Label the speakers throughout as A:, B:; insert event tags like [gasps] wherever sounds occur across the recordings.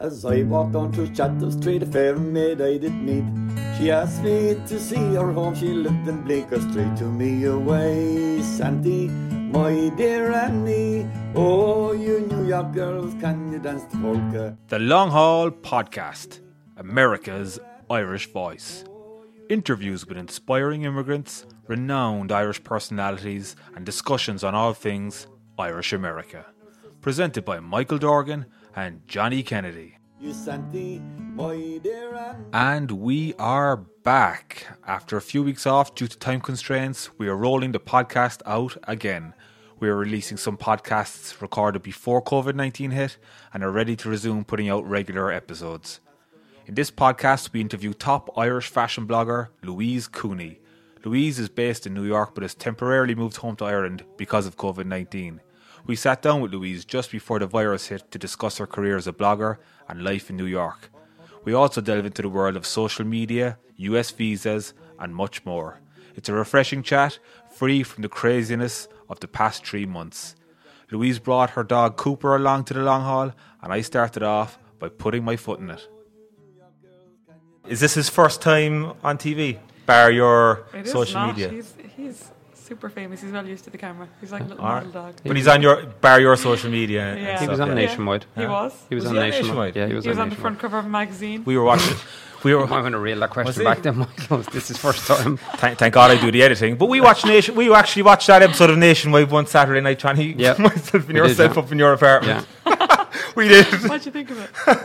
A: As I walked onto Chatham Street, a fair maid I did meet. She asked me to see her home, she lived in Bleecker Street. To me away, Santy, my dear Annie. Oh, you New York girls, can you dance the polka?
B: The Long Haul Podcast, America's Irish Voice. Interviews with inspiring immigrants, renowned Irish personalities, and discussions on all things Irish America. Presented by Michael Dorgan and Johnny Kennedy.
A: You Santy, my dear Annie.
B: And we are back. After a few weeks off due to time constraints, we are rolling the podcast out again. We are releasing some podcasts recorded before COVID 19 hit and are ready to resume putting out regular episodes. In this podcast, we interview top Irish fashion blogger Louise Cooney. Louise is based in New York but has temporarily moved home to Ireland because of COVID 19. We sat down with Louise just before the virus hit to discuss her career as a blogger and life in New York. We also delve into the world of social media, US visas, and much more. It's a refreshing chat, free from the craziness of the past three months. Louise brought her dog Cooper along to the long haul, and I started off by putting my foot in it. Is this his first time on TV? Bar your
C: It is
B: social
C: not.
B: media.
C: He's, he's super famous. He's well used to the camera. He's like a little
B: All right.
C: model dog.
B: But he's on your bar your social media. and
C: Yeah.
B: stuff,
C: He
D: He was on
B: yeah.
D: Nationwide.
C: He was.
D: He was,
B: Was
D: on
B: he on
D: Nationwide.
B: Nationwide?
D: Yeah, he was,
C: He was on the front
D: Nationwide.
C: cover of a magazine.
B: We were
D: [laughs]
B: watching. We were.
D: I'm going to reel that question
B: he?
D: back then, [laughs] Michael. This is first time.
B: Thank, thank God I do the editing. But we watched Nation. We actually watched that episode of Nationwide one Saturday night. Johnny, [laughs]
D: Yeah.
B: myself and
D: We did,
B: yourself
D: yeah.
B: up in your
D: Yeah.
B: apartment. [laughs] We did.
C: [laughs] What'd you think
D: [laughs]
C: of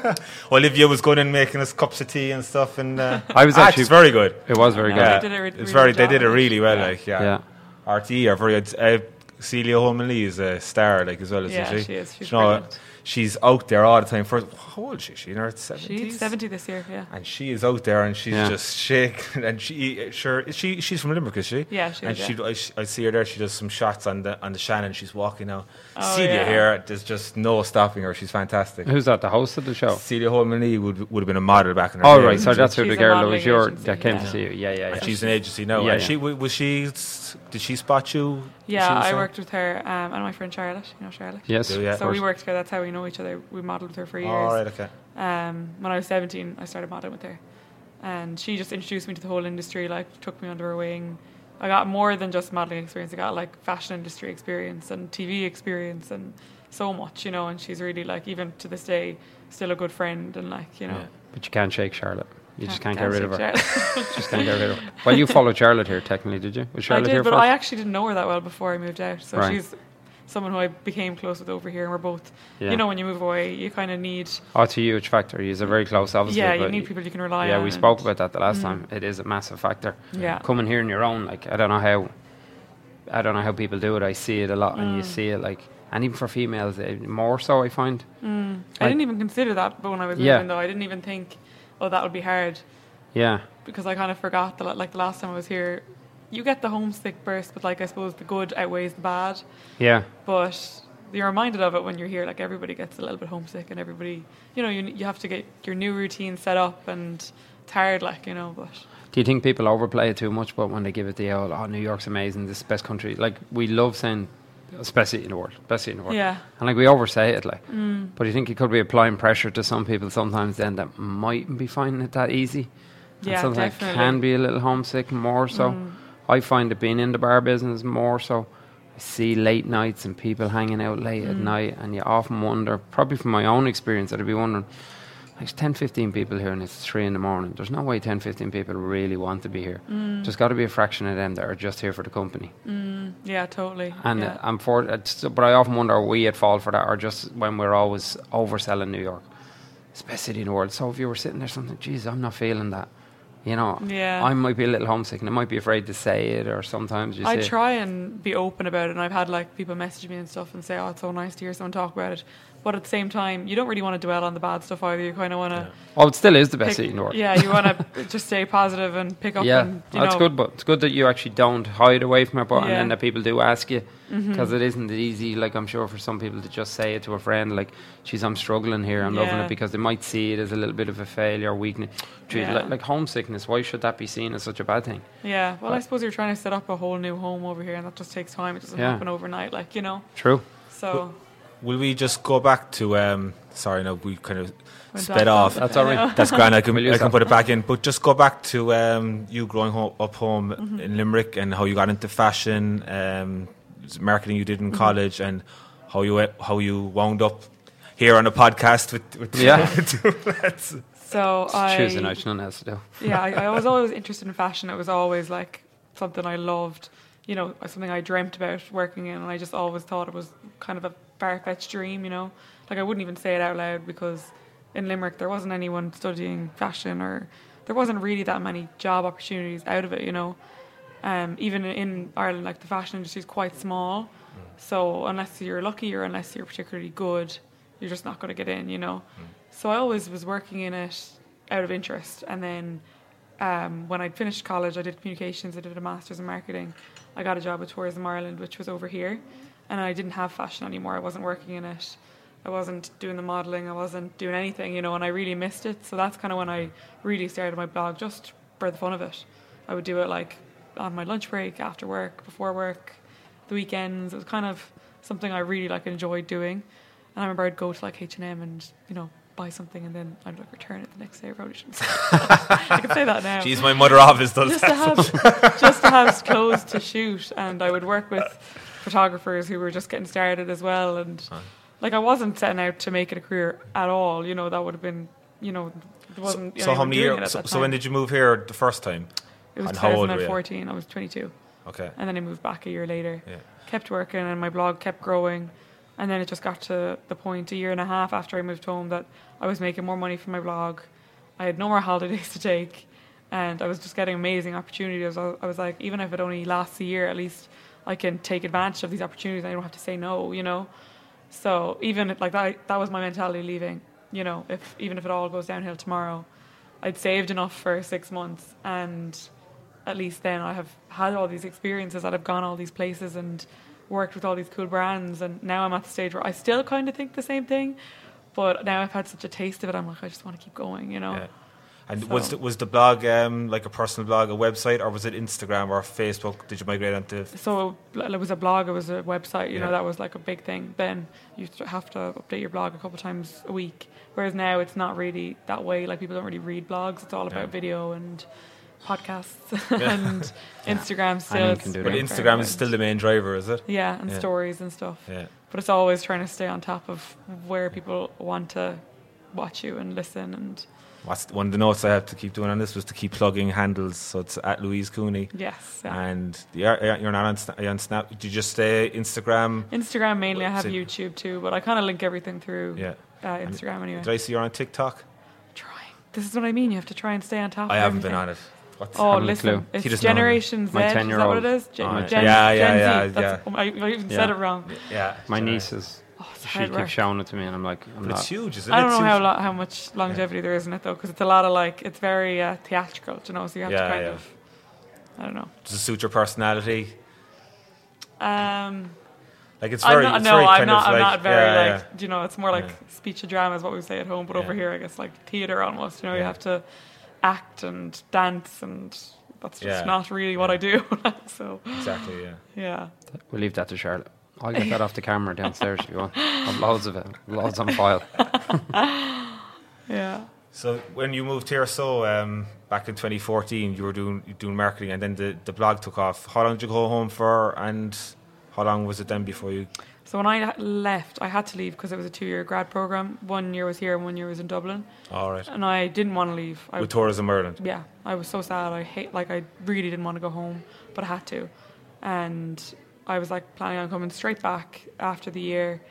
C: it?
B: Olivia was going in making us cups of tea and stuff, and uh,
D: I was
B: ah,
D: actually-
B: it's very good.
D: It was very good.
B: Yeah,
C: did a re-
B: it's
C: really
B: very.
C: good
B: They
C: job.
B: did it really well. Like yeah.
D: Yeah.
B: RT are very. Uh, Celia Holman Lee is a star, like as well as
C: Yeah,
B: she.
C: she is. She's
B: You know,
C: brilliant.
B: she's out there all the time. For how old is she? She's in her
C: She's
B: seventies.
C: 70 this year, yeah.
B: and she is out there and she's
D: Yeah.
B: just shaking [laughs] and she sure is she she's from Limerick is she
C: Yeah, she
B: and
C: is,
B: she I, sh- I see her there she does some shots on the on the Shannon she's walking now
C: Oh,
B: Celia
C: yeah.
B: here there's just no stopping her she's fantastic
D: Who's that? The host of the show?
B: Celia Holman Lee would would have been a model back in her
D: Oh,
B: day.
D: right. So that's who
C: She's
D: the
C: a
D: girl
C: modelling
D: was your,
C: agency,
D: that came to
C: yeah.
D: see you. Yeah, yeah, yeah.
B: and she's an agency now
D: Yeah,
B: and
D: yeah.
B: she wa- was she s- did she spot you She
C: Yeah,
B: was
C: I
B: on-
C: worked with her um, and my friend Charlotte. You know Charlotte?
D: yes.
B: Yeah, yeah.
D: of
C: So we
D: course.
C: worked together. That's how we know each other. We modeled with her for years.
B: all right okay
C: um, when I was 17, I started modeling with her. And she just introduced me to the whole industry, like, took me under her wing. I got more than just modeling experience, I got like fashion industry experience and TV experience and so much, you know. And she's really, like, even to this day, still a good friend. And, like, you know,
D: But you can't shake Charlotte. You just can't get rid of her. [laughs]
C: her.
D: Just can't get rid of her. Well, you followed Charlotte here, technically, did you? Was
C: I
D: Charlotte
C: did,
D: here
C: but
D: first?
C: I actually didn't know her that well before I moved out. So
D: Right.
C: she's someone who I became close with over here. And we're both,
D: Yeah.
C: you know, when you move away, you kind of need,
D: oh, it's a huge factor. He's a very close, obviously.
C: yeah, you
D: but
C: need people you can rely on.
D: Yeah, we
C: and- Mm.
D: spoke about that the last time. It is a massive factor.
C: Yeah.
D: Coming here on your own, like I don't know how, I don't know how people do it. I see it a lot,
C: Mm.
D: and you see it like, and even for females, eh, more so I find.
C: I
D: Like-
C: didn't even consider that, but when I was
D: Yeah.
C: moving though, I didn't even think, oh, that would be hard
D: Yeah,
C: because I kind of forgot that like the last time I was here, you get the homesick burst, but like I suppose the good outweighs the bad.
D: yeah,
C: But you're reminded of it when you're here. Like everybody gets a little bit homesick, and everybody, you know, you you have to get your new routine set up, and it's hard, like you know. But
D: Do you think people overplay it too much? But when they give it the old, oh, New York's amazing, this is the best country. Like we love saying, especially in the world, especially in the world.
C: Yeah. Mm.
D: And like we oversay it, like. But do you think you could be applying pressure to some people sometimes then that mightn't be finding it that easy?
C: Yeah,
D: and sometimes
C: definitely. Mm.
D: can be a little homesick more so. I find it being in the bar business more so. I see late nights and people hanging out late
C: Mm.
D: at night, and you often wonder, probably from my own experience, that I'd be wondering, there's 10, 15 people here and it's 3 in the morning. There's no way 10, 15 people really want to be here.
C: Mm.
D: There's got to be a fraction of them that are just here for the company.
C: yeah, totally.
D: And uh,
C: yeah.
D: I'm for it's- but I often wonder are we at fault for that or just when we're always overselling New York. It's the best city in the world. So if you were sitting there something, geez, I'm not feeling that. You know,
C: Yeah.
D: I might be a little homesick and I might be afraid to say it or sometimes you
C: I
D: say
C: try and be open about it, and I've had like people message me and stuff and say, "Oh, it's so nice to hear someone talk about it." But at the same time, you don't really want to dwell on the bad stuff either. You kind of want to.
D: Oh, it still is the best
C: pick-
D: city in the world.
C: Yeah, you want to [laughs] just stay positive and pick up.
D: Yeah,
C: and, you
D: that's
C: know,
D: good. But it's good that you actually don't hide away from it, but and then
C: Yeah. Mm-hmm.
D: that people do ask you because isn't easy. Like I'm sure for some people to just say it to a friend, like, "Geez, I'm struggling here. I'm loving
C: Yeah.
D: it," because they might see it as a little bit of a failure, weakness, Gee,
C: Yeah.
D: like, like homesickness. Why should that be seen as such a bad thing?
C: Yeah,
D: Uh,
C: well, I suppose you're trying to set up a whole new home over here, and that just takes time. It doesn't
D: Yeah.
C: happen overnight, like you know.
D: True.
C: So
B: Will we just go back to? Um, sorry, no, we kind of
C: Went
B: sped
C: off
B: off.
C: something.
D: That's all right.
B: That's grand. I can,
D: We'll use
B: I can
D: that.
B: put it back in. But just go back to um, you growing ho- up home
C: Mm-hmm.
B: in Limerick and how you got into fashion, um, marketing you did
C: Mm-hmm.
B: in college, and how you how you wound up here on a podcast with, [laughs] with
D: Yeah.
C: [laughs]
B: two lads.
C: So I
D: Tuesday night, nothing else to do.
C: [laughs] yeah, I, I was
D: [laughs]
C: always interested in fashion. It was always like something I loved, you know, something I dreamt about working in, and I just always thought it was kind of a far fetched dream, you know. Like I wouldn't even say it out loud because in Limerick there wasn't anyone studying fashion, or there wasn't really that many job opportunities out of it, you know. Um, even in Ireland, like the fashion industry is quite small, so unless you're lucky or unless you're particularly good, you're just not going to get in, you know. So I always was working in it out of interest, and then um, when I'd finished college, I did communications, I did a master's in marketing. I got a job at Tourism Ireland, which was over here, and I didn't have fashion anymore. I wasn't working in it. I wasn't doing the modeling. I wasn't doing anything, you know, and I really missed it. So that's kind of when I really started my blog just for the fun of it. I would do it like on my lunch break, after work, before work, the weekends. It was kind of something I really like enjoyed doing. And I remember I'd go to like H and M and you know buy something and then I'd like return it the next day. I probably shouldn't. Say that. [laughs] I can say that now
B: Jeez, my mother always does
C: just to
B: that.
C: have just to have clothes to shoot and I would work with photographers who were just getting started as well and like I wasn't setting out to make it a career at all you know that would have been you know it
B: So,
C: wasn't
B: so how many years? So, so when did you move here the first time?
C: it was
B: and how old were you?
C: 2014 I was 22
B: Okay.
C: and then I moved back a year later
B: Yeah.
C: kept working and my blog kept growing and then it just got to the point a year and a half after I moved home that I was making more money from my blog I had no more [laughs] holidays to take and I was just getting amazing opportunities I I was like even if it only lasts a year at least I can take advantage of these opportunities I don't have to say no you know so even if, like that that was my mentality leaving you know if even if it all goes downhill tomorrow I'd saved enough for 6 months and at least then I have had all these experiences that I've gone all these places and worked with all these cool brands and now I'm at the stage where I still kind of think the same thing but now I've had such a taste of it I'm like I just want to keep going you know
B: Yeah. And was
C: So-
B: the, was the blog um, like a personal blog, a website, or was it Instagram or Facebook? Did you migrate onto?
C: so l- it was a blog it was a website you
B: Yeah.
C: know that was like a big thing then you used to have to update your blog a couple times a week whereas now it's not really that way like people don't really read blogs it's all about
B: Yeah.
C: video and podcasts [laughs]
B: [laughs]
C: and Instagram still
D: Anyone
C: it's
D: can do
B: But
D: that.
C: very
B: Instagram is
C: much-
B: still the main driver, is it?
C: yeah and
B: Yeah.
C: stories and stuff
B: Yeah.
C: but it's always trying to stay on top of where people want to watch you and listen and
B: What's one of the notes I have to keep doing on this was to keep plugging handles. So it's at Louise Cooney.
C: yes yeah.
B: And you're, you're not on, Sna- are you on Snap. Did you just stay Instagram?
C: instagram mainly i have
B: So-
C: youtube too but i kind of link everything through
B: Yeah.
C: uh, instagram anyway
B: Did I see you're on TikTok?
C: trying this is what i mean you have to try and stly on top of
B: I haven't been
C: Oh, everything.
B: on it. What's
C: Oh,
D: Haven't a
C: listen,
D: clue.
B: He doesn't
C: it's
B: know how to-
C: Generation Z.
D: My
C: is that what
D: 10-year-old.
C: it is? Gen,
B: Oh,
C: Gen,
B: yeah, yeah,
C: Gen
B: yeah,
C: Z. That's, oh, I, I even said
D: Yeah.
C: it wrong.
B: Yeah.
D: My
B: Sorry.
D: niece is.
C: Oh, it's
D: She
C: hard work.
D: keeps showing it to me, and I'm like, I'm
B: But it's
D: not.
B: huge, isn't it?
C: I don't
B: It's
C: know how
B: huge.
C: lo- how much longevity there is in it though, because it's a lot of like it's very uh, theatrical, do you know. So you have
B: Yeah,
C: to kind
B: yeah.
C: of, I don't know.
B: Does it suit your personality?
C: Um,
B: Like it's
C: I'm
B: very,
C: not,
B: it's
C: no,
B: very
C: I'm
B: kind
C: not.
B: of
C: I'm
B: like,
C: not very
B: yeah,
C: like. You know, it's more like
B: Yeah.
C: speech and drama is what we say at home, but over
B: Yeah.
C: here, I guess like theater almost. You know, you
B: Yeah.
C: have to act and dance, and that's just
B: Yeah.
C: not really what I do. [laughs] so
B: yeah, exactly, yeah.
C: yeah,
D: We'll leave that to
C: [laughs]
D: Charlotte. I'll get that off the camera downstairs if you want. I've loads of it, loads on
C: [laughs]
D: file.
C: yeah.
B: So when you moved here, so um, back in 2014, you were doing you were doing marketing, and then the, the blog took off. How long did you go home for, and how long was it then before you?
C: So when I ha- left, I had to leave because it was a two-year grad program. One year was here, and one year was in Dublin.
B: All right,
C: And I didn't want to leave. Um, I,
B: with Tourism Ireland.
C: yeah, I was so sad. I hate like I really didn't want to go home, but I had to. And I was like planning on coming straight back after the year.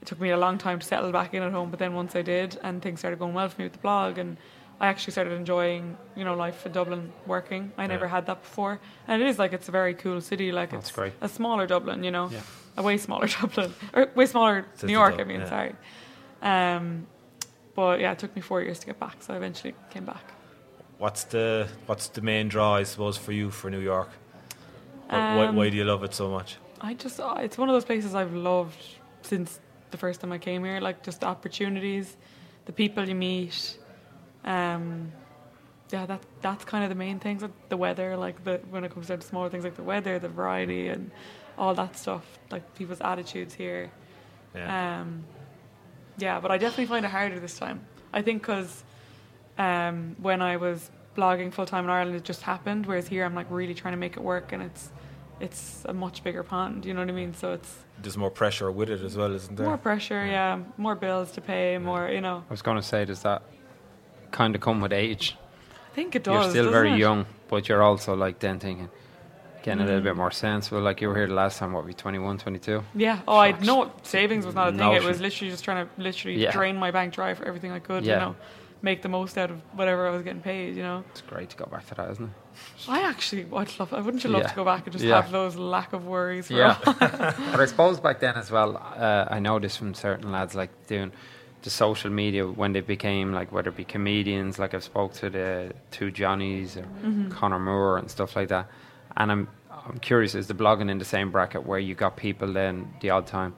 C: It took me a long time to settle back in at home, but then once I did, and things started going well for me with the blog, and I actually started enjoying you know life in Dublin, working. I never
B: Yeah.
C: had that before, and it is like it's a very cool city. Like
D: That's
C: it's
D: great.
C: a smaller Dublin, you know,
D: Yeah.
C: a way smaller [laughs] Dublin or way smaller
B: Says the
C: New York.
B: Dub,
C: I mean,
B: yeah.
C: sorry. Um, but yeah, it took me four years to get back, so I eventually came back.
B: What's the what's the main draw, I suppose, for you for New York? Wh- why,
C: Um,
B: why do you love it so much?
C: I just uh, it's one of those places I've loved since the first time I came here. Like just the opportunities, the people you meet. Um, yeah, that that's kind of the main things. Like the weather, like the when it comes down to smaller things like the weather, the variety, and all that stuff. Like people's attitudes here.
B: Yeah.
C: Um, yeah, but I definitely find it harder this time. I think because um, when I was blogging full time in Ireland, it just happened. Whereas here, I'm like really trying to make it work, and it's it's a much bigger pond. You know what I mean? So it's
B: There's more pressure with it as well, isn't there?
C: more pressure. Yeah. more bills to pay. More, you know.
D: I was going to say, does that kind of come with age?
C: I think it does.
D: You're still
C: doesn't
D: very
C: it?
D: young, but you're also like then thinking, getting a
C: Mm.
D: little bit more sensible. Like you were here the last time, what were you, 21, 22?
C: Yeah. Oh, I no savings was not a thing. It was
D: Notion.
C: literally just trying to literally
D: Yeah.
C: drain my bank dry for everything I could.
D: Yeah.
C: You know, make the most out of whatever I was getting paid. You know.
D: It's great to go back to that, isn't it?
C: I actually, I'd love. I wouldn't you love
D: Yeah.
C: to go back and just
D: Yeah.
C: have those lack of worries? For
D: Yeah. [laughs] but I suppose back then as well, uh, I noticed from certain lads like doing the social media when they became like whether it be comedians, like I've spoke to the two Johnnies or
C: Mm-hmm.
D: Connor Moore and stuff like that. And I'm I'm curious, is the blogging in the same bracket where you got people then the odd time?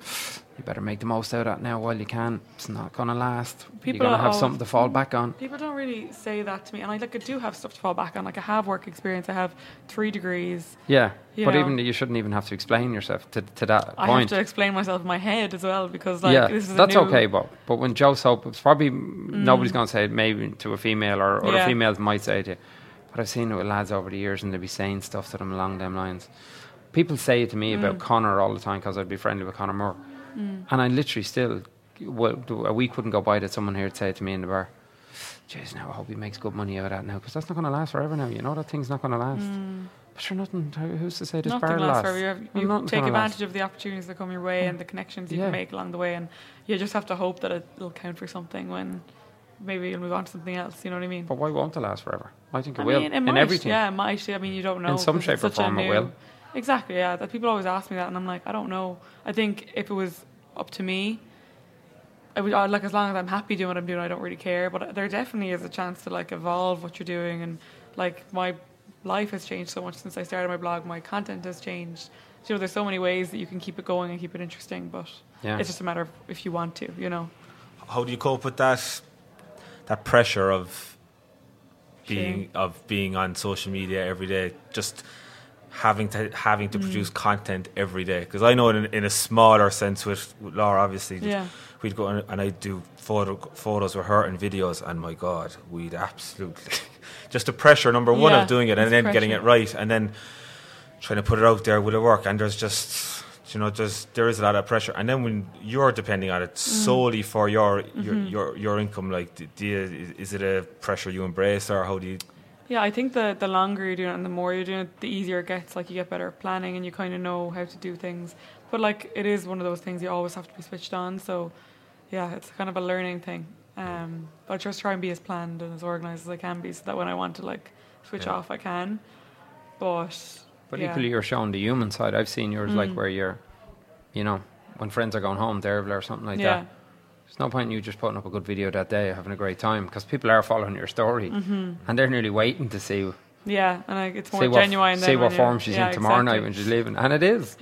D: You better make the most out of it now while you can. It's not gonna last.
C: People
D: You're
C: are
D: gonna have
C: all-
D: something to fall back on.
C: [laughs] People don't really say that to me, and I like I do have stuff to fall back on. Like I have work experience. I have three degrees.
D: Yeah.
C: You
D: but
C: know.
D: even you shouldn't even have to explain yourself to, to that
C: I have
D: point.
C: to explain myself in my head as well because like
D: yeah,
C: this is a
D: that's
C: new- Mm.
D: okay, but but when Joe Soap, it's probably nobody's going to say it maybe to a female or, or
C: Yeah.
D: the females might say it to you. But I've seen it with lads over the years, and they'd be saying stuff to them along them lines. People say it to me
C: Mm.
D: about Connor all the time because I'd be friendly with Connor Moore, and I literally still, well, a week wouldn't go by that someone here would say it to me in the bar. Jeez, now I hope he makes good money out of that now, because that's not going to last forever. Now you know that thing's not going to last. But sure, nothing. how- Who's to say this
C: Mm. Nothing
D: bar
C: lasts forever.
D: lasts?
C: You, have,
D: Well,
C: you
D: nothing's
C: take
D: gonna last.
C: advantage of the opportunities that come your way and the connections you
D: Yeah.
C: can make along the way, and you just have to hope that it'll count for something when maybe you'll move on to something else. You know what I mean?
D: But why won't it last forever? I think it
C: I
D: will
C: mean, it
D: in
C: might,
D: everything.
C: Yeah, it might. I mean, you don't know. 'cause
D: some
C: it's
D: shape
C: such
D: or
C: a
D: form it will.
C: Exactly, yeah. That people always ask me that, and I'm like, I don't know. I think if it was up to me, I would I'd, like as long as I'm happy doing what I'm doing, I don't really care. But there definitely is a chance to like evolve what you're doing, and like my life has changed so much since I started my blog. My content has changed. You know, there's so many ways that you can keep it going and keep it interesting, but
D: Yeah.
C: it's just a matter of if you want to, you know.
B: How do you cope with that? That pressure of being of being on social media every day, just having to having to produce content every day. Because I know in, in a smaller sense with, with Laura, obviously, that
C: Yeah.
B: we'd go and, and I'd do photo, photos with her and videos, and my God, we'd absolutely [laughs] just the pressure number one
C: Yeah,
B: of doing it and
C: it's
B: then getting it
C: pressure.
B: right, and then trying to put it out there will it work and there's just you know there's there is a lot of pressure and then when you're depending on it
C: Mm-hmm.
B: solely for your your, your your income like d- do you, is it a pressure you embrace or how do you
C: Yeah, I think the the longer you're doing it and the more you're doing it, the easier it gets. Like you get better at planning and you kind of know how to do things. But like it is one of those things you always have to be switched on. So yeah, it's kind of a learning thing. Um, but I just try and be as planned and as organized as I can be, so that when I want to like switch
B: Yeah.
C: off, I can. But
D: But
C: yeah. Mm.
D: equally, you're showing the human side. I've seen yours like where you're, you know, when friends are going home, Dervla or something like
C: Yeah.
D: that. There's no point in you just putting up a good video that day, having a great time, because people are following your story,
C: Mm-hmm.
D: and they're nearly waiting to see
C: yeah, and like, it's more
D: see what
C: genuine. than
D: see what
C: when
D: form
C: you're-
D: she's
C: yeah,
D: in tomorrow
C: exactly.
D: night when she's leaving, and it is.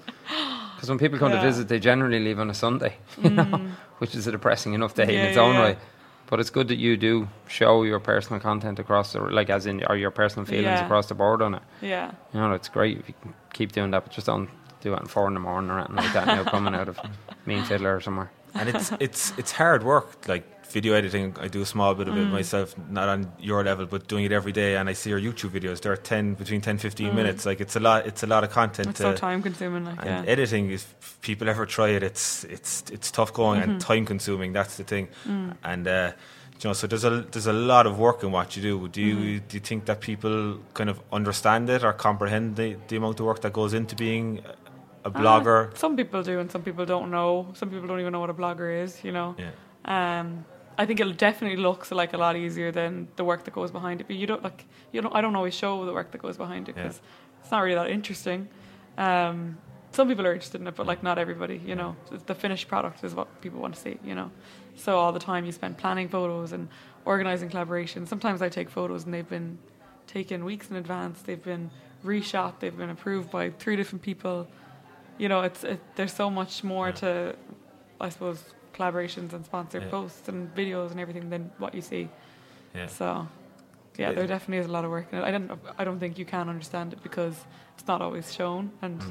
D: Because when people come
C: Yeah. Mm.
D: to visit, they generally leave on a Sunday, you know, [laughs] which is a depressing enough day
C: Yeah,
D: in its
C: yeah,
D: own
C: yeah.
D: right. But it's good that you do show your personal content across the, like as in, or your personal feelings
C: Yeah.
D: across the board on it.
C: Yeah.
D: You know, it's great if you can keep doing that, but just don't do it at four in the morning or anything like that. now
C: [laughs]
D: coming out of Mean Fiddler or somewhere.
B: and it's it's it's hard work like video editing i do a small bit of
C: Mm.
B: it myself not on your level but doing it every day and i see your youtube videos they're 10 between 10 15 minutes like it's a lot it's a lot of content
C: Mm. It's so
B: to-
C: time consuming. Like yeah.
B: And editing, if people ever try it, it's it's it's tough going and
C: Mm-hmm.
B: time consuming. That's the thing.
C: Mm.
B: And uh, you know, so there's a there's a lot of work in what you do. Do you
C: Mm-hmm.
B: do you think that people kind of understand it or comprehend the, the amount of work that goes into being a a blogger?
C: Uh, some people do, and some people don't know. Some people don't even know what a blogger is. You know.
B: yeah,
C: Um, I think it definitely looks like a lot easier than the work that goes behind it. But you don't like you don't. I don't always show the work that goes behind it
B: Yeah.
C: because it's not really that interesting. Um, some people are interested in it, but like not everybody. You know, It's the finished product is what people want to see. You know, so all the time you spend planning photos and organizing collaborations. Sometimes I take photos and they've been taken weeks in advance. They've been reshot. They've been approved by three different people. You know, it's it, there's so much more to, I suppose, collaborations and sponsored
B: Yeah.
C: posts and videos and everything than what you see.
B: yeah.
C: So, yeah,
B: Yeah.
C: there
B: Mm.
C: definitely is a lot of work in it. I don't, I don't think you can understand it because it's not always shown, and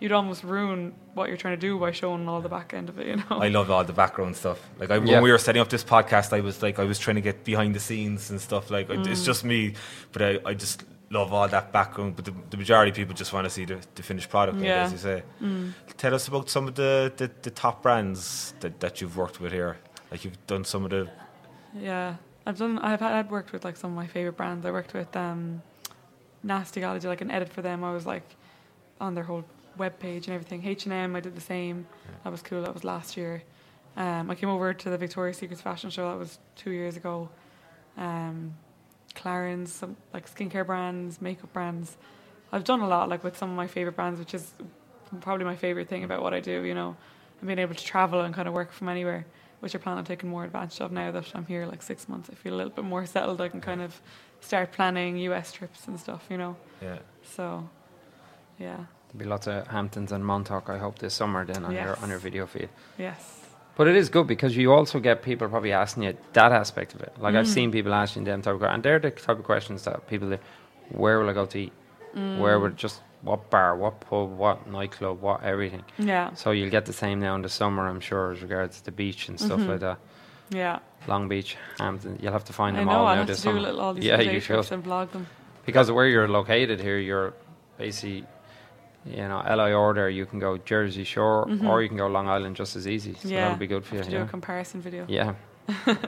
C: you'd almost ruin what you're trying to do by showing all the back end of it. You know,
B: I love all the background stuff. Like I, when
D: Yeah.
B: we were setting up this podcast, I was like, I was trying to get behind the scenes and stuff. Like I- it's just me, but I, I just love all that background. But the, the majority of people just want to see the, the finished product, like,
C: Yeah.
B: as you say. Tell us about some of the, the, the top brands that, that you've worked with here. Like you've done some of the
C: Yeah, I've done. I've had I've worked with like some of my favorite brands. I worked with um, Nasty Gal. I did like an edit for them. I was like on their whole web page and everything. H and M. I did the same. That was cool. That was last year. Um, I came over to the Victoria's Secrets fashion show. That was two years ago. Um, Clarins, some like skincare brands, makeup brands. I've done a lot like with some of my favorite brands, which is probably my favorite thing about what I do. You know, and being able to travel and kind of work from anywhere, which I plan on taking more advantage of now that I'm here like six months. I feel a little bit more settled. I can kind of start planning US trips and stuff. You know,
B: yeah. [laughs]
C: so yeah,
D: There'll be lots of Hamptons and Montauk, I hope, this summer then on, your,
C: Yes.
D: on your video feed.
C: yes,
D: But it is good because you also get people probably asking you that aspect of it. Like
C: Mm.
D: I've seen people asking them type of que- and they're the type of questions that people, do. where will I go to eat?
C: Mm.
D: Where would just what bar, what pub, what nightclub, what everything.
C: yeah,
D: So you'll get the same now in the summer, I'm sure, as regards the beach and
C: Mm-hmm.
D: stuff like that.
C: yeah.
D: Long Beach, Hampton, you'll have to find
C: I
D: them
C: know.
D: all
C: I'll
D: now
C: have to
D: this
C: do
D: summer.
C: little, all these
D: yeah,
C: day
D: you should
C: trips and vlog them.
D: because of where you're located here, you're basically, you know, LIR there, you can go Jersey Shore or you can go Long Island just as easy. So
C: Mm-hmm. yeah,
D: that'll be good for
C: have To
D: you.
C: do a
D: Yeah.
C: comparison video.
D: yeah.
C: I'm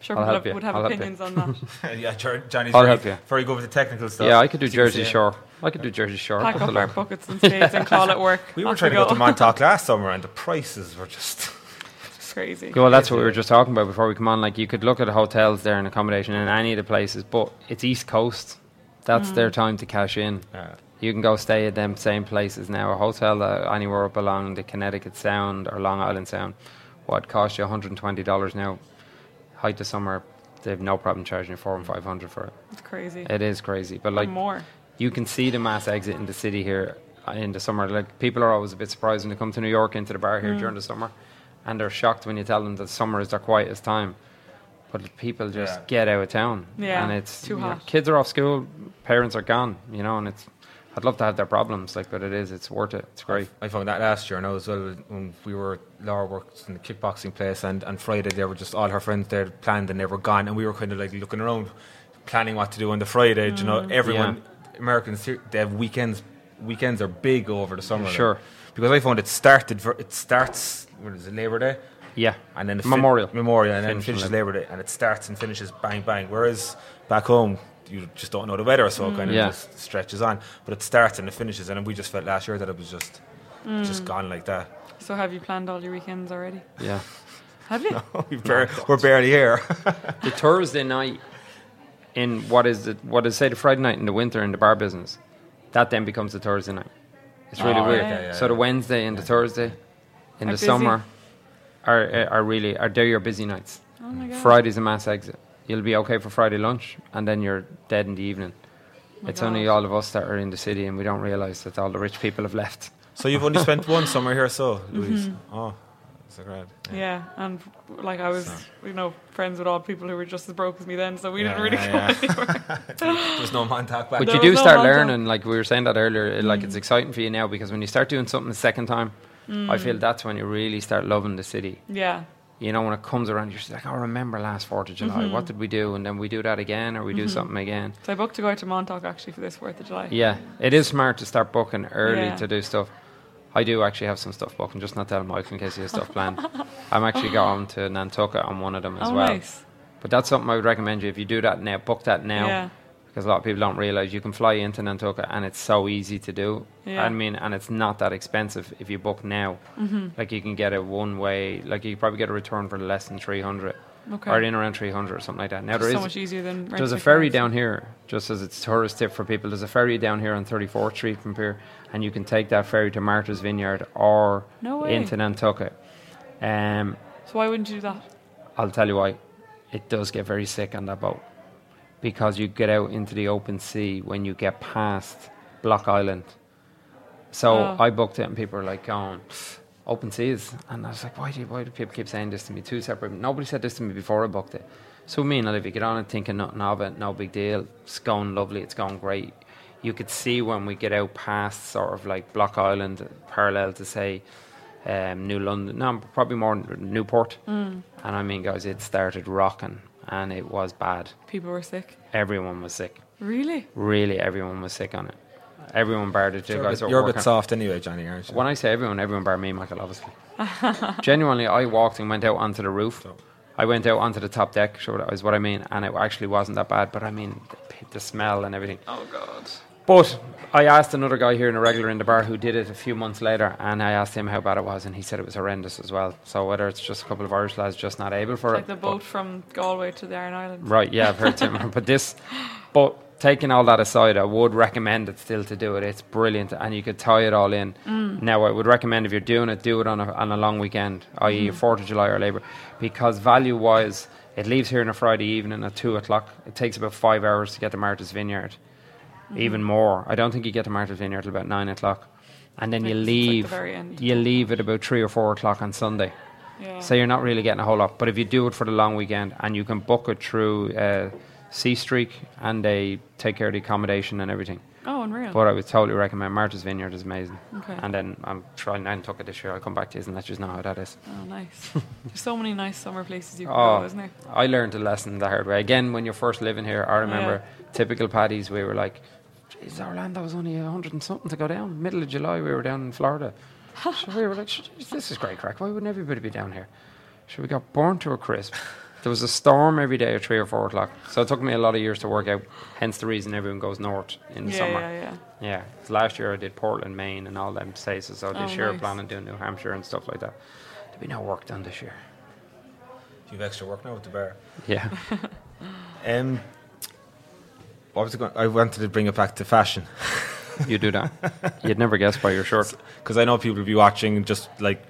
C: sure
D: I'll
C: people
D: help
C: have-
D: you.
C: would have
D: I'll help you.
C: opinions on that.
B: yeah, Jer- Johnny's
D: I'll
B: very,
D: help you.
B: very good with the technical stuff.
D: Yeah, I could do
B: So you can
D: Jersey
B: say-
D: Shore. I could do Jersey Shore.
C: Pack up
D: That's
C: our
D: hilarious.
C: buckets and spades and call it work.
B: We were
C: Off
B: trying to go to
C: go.
B: Montauk last summer, and the prices were just. [laughs]
C: It's crazy.
D: Well, that's what we were just talking about before we come on. Like, you could look at hotels there and accommodation in any of the places, but it's East Coast. That's their
C: Mm.
D: time to cash in.
B: Yeah.
D: You can go stay at them same places now. A hotel uh, anywhere up along the Connecticut Sound or Long Island Sound, what cost you $120 now, height of summer, they have no problem charging you four and 500 for it.
C: It's crazy.
D: It is crazy. But,
C: Like,
D: like,
C: more.
D: you can see the mass exit in the city here uh, in the summer. Like people are always a bit surprised when they come to New York into the bar here during the summer, and they're shocked when you tell them that summer is their quietest time. But people just
B: Yeah.
D: get out of town,
C: Yeah,
D: and it's
C: too
D: you know,
C: hot.
D: Kids are off school, parents are gone, you know, and it's. I'd love to have their problems, like, but it is. It's worth it. It's great.
B: I found that last year now as well when we were Laura worked in the kickboxing place and on Friday they were just all her friends there planned and they were gone and we were kind of like looking around planning what to do on the Friday do you
D: Mm.
B: know everyone Americans here, they have weekends weekends are big over the summer like.
D: Sure.
B: because I found it started ver- it starts what is it Labor Day
D: Yeah,
B: and then it fin-
D: Memorial.
B: Memorial and
D: Finish
B: then finishes
D: on
B: Labor Day and it starts and finishes bang bang whereas back home you just don't know the weather so it kind of
D: Yeah.
B: just stretches on but it starts and it finishes and we just felt last year that it was just just gone like
D: [laughs]
B: that
C: So have you planned all your weekends already? Oh
D: yeah.
C: Have [laughs] you?
D: Oh,
B: we bar- we're barely here. [laughs]
D: the Thursday night in what is the what is say the Friday night in the winter in the bar business, that then becomes the Thursday night. It's really
B: Oh,
D: weird.
B: okay, yeah,
D: so the Wednesday and the Thursday in
C: Are
D: the
C: busy.
D: summer are uh, are really are they're your busy nights.
C: Oh my god.
D: Friday's a mass exit. You'll be okay for Friday lunch, and then you're dead in the evening. it's only
C: Oh God.
D: all of us that are in the city, and we don't realize that all the rich people have left.
B: so you've only spent one summer here, so Louise. Oh, that's a grad.
C: Yeah, and like I was, you know, friends with all people who were just as broke as me then, so we
B: Yeah,
C: didn't really
B: yeah,
C: go anywhere.
B: [laughs] There's no Montauk back.
D: But
C: There
D: you
C: was
D: do
C: no Mm.
D: start
C: hard time.
D: learning, like we were saying that earlier. it- Like it's exciting for you now because when you start doing something the second time,
C: Mm.
D: I feel that's when you really start loving the city.
C: yeah,
D: You know, when it comes around, you're just like, "Oh, "I remember last Fourth of July.
C: Mm-hmm.
D: What did we do?" And then we do that again, or we do something again.
C: so I booked to go out to Montauk actually for this Fourth of July.
D: Yeah, it is smart to start booking early
C: Yeah.
D: to do stuff. I do actually have some stuff booked. I'm just not telling Michael in case he has
C: [laughs]
D: stuff planned. I'm actually going to Nantucket on one of them as
C: oh
D: well.
C: nice.
D: But that's something I would recommend you if you do that now, book that now.
C: Yeah.
D: Because a lot of people don't realize you can fly into Nantucket and it's so easy to do.
C: Yeah.
D: I mean, and it's not that expensive if you book now.
C: Mm-hmm.
D: Like you can get a one way, like you could probably get a return for less than 300
C: Okay.
D: or in around 300 or something like that. Now
C: It's
D: there
C: so
D: is-
C: much easier than
D: there's a
C: renting
D: ferry
C: cars.
D: down here, just as it's a tourist tip for people. There's a ferry down here on 34th Street from Pier, and you can take that ferry to Martha's Vineyard or
C: No way.
D: into Nantucket. Um,
C: So why wouldn't you do that?
D: I'll tell you why. It does get very sick on that boat because you get out into the open sea when you get past Block Island. So
C: Oh.
D: I booked it, and people were like, "Going open seas," and I was like, "Why do why do people keep saying this to me? Two separate. Nobody said this to me before I booked it." So me and Olivia get on it, thinking nothing of it, no big deal. It's going lovely. It's going great. you could see when we get out past sort of like Block Island, parallel to say um, New London, no, probably more Newport. And I mean, guys, it started rocking and it was bad.
C: People were sick.
D: Everyone was sick.
C: Really?
D: Really, everyone was sick on it. Everyone barred it.
E: You're, a
D: guys
E: bit,
D: that were
E: you're a bit
D: working.
E: soft anyway, Johnny, aren't you?
D: When I say everyone, everyone bar me, Michael, obviously.
C: [laughs]
D: Genuinely, I walked and went out onto the roof. I went out onto the top deck, sure, that is what I mean, and it actually wasn't that bad, but I mean, the, p- the smell and everything.
C: Oh God.
D: But I asked another guy here in a regular in the bar who did it a few months later, and I asked him how bad it was, and he said it was horrendous as well. So whether it's just a couple of Irish lads just not able for
C: Like
D: it,
C: the
D: but-
C: boat from Galway to the Iron Islands.
D: Right, yeah, I've heard similar. but this, but taking all that aside, I would recommend it still to do it. It's brilliant, and you could tie it all in.
C: Mm.
D: Now, I would recommend if you're doing it, do it on a, on a long weekend, i.e.,
C: Mm.
D: Fourth of July or Labour, because value wise, it leaves here on a Friday evening at two o'clock. It takes about five hours to get to Martha's Vineyard,
C: Mm-hmm.
D: even more. I don't think you get to Martha's Vineyard till about nine o'clock, and then you
C: It's like the
D: leave.
C: very end.
D: You leave at about three or four o'clock on Sunday.
C: Yeah.
D: So you're not really getting a whole lot. But if you do it for the long weekend and you can book it through uh, Sea Streak and they take care of the accommodation and everything.
C: oh, unreal.
D: But I would totally recommend Martha's Vineyard is amazing.
C: Okay.
D: And then I'm trying Nantucket this year. I'll come back to you and let you know how that is.
C: oh,
D: [laughs]
C: nice. There's so many nice summer places you can
D: Oh,
C: go, isn't there?
D: I learned a lesson the hard way. Again, when you're first living here, I remember typical paddies, we were like, Jeez, Orlando was only 100 and something to go down. Middle of July, we were down
C: [laughs]
D: in Florida. so we were like, "Jeez, this is great crack. Why wouldn't everybody be down here? So we got burnt to a
C: [laughs]
D: crisp. There was a storm every day at 3 or 4 o'clock. So it took me a lot of years to work out, hence the reason everyone goes north in the
C: Yeah,
D: summer.
C: yeah, yeah.
D: Yeah, 'cause last year I did Portland, Maine, and all them places. So this
C: Oh,
D: year I
C: nice.
D: plan on doing New Hampshire and stuff like that. There'll be no work done
C: [laughs]
D: this year.
E: You have extra work now with the bar.
D: Yeah.
E: Um, what was it going? I wanted to bring it back to fashion
D: You do that. You'd never guess by your shirt.
E: because I know people will be watching, just like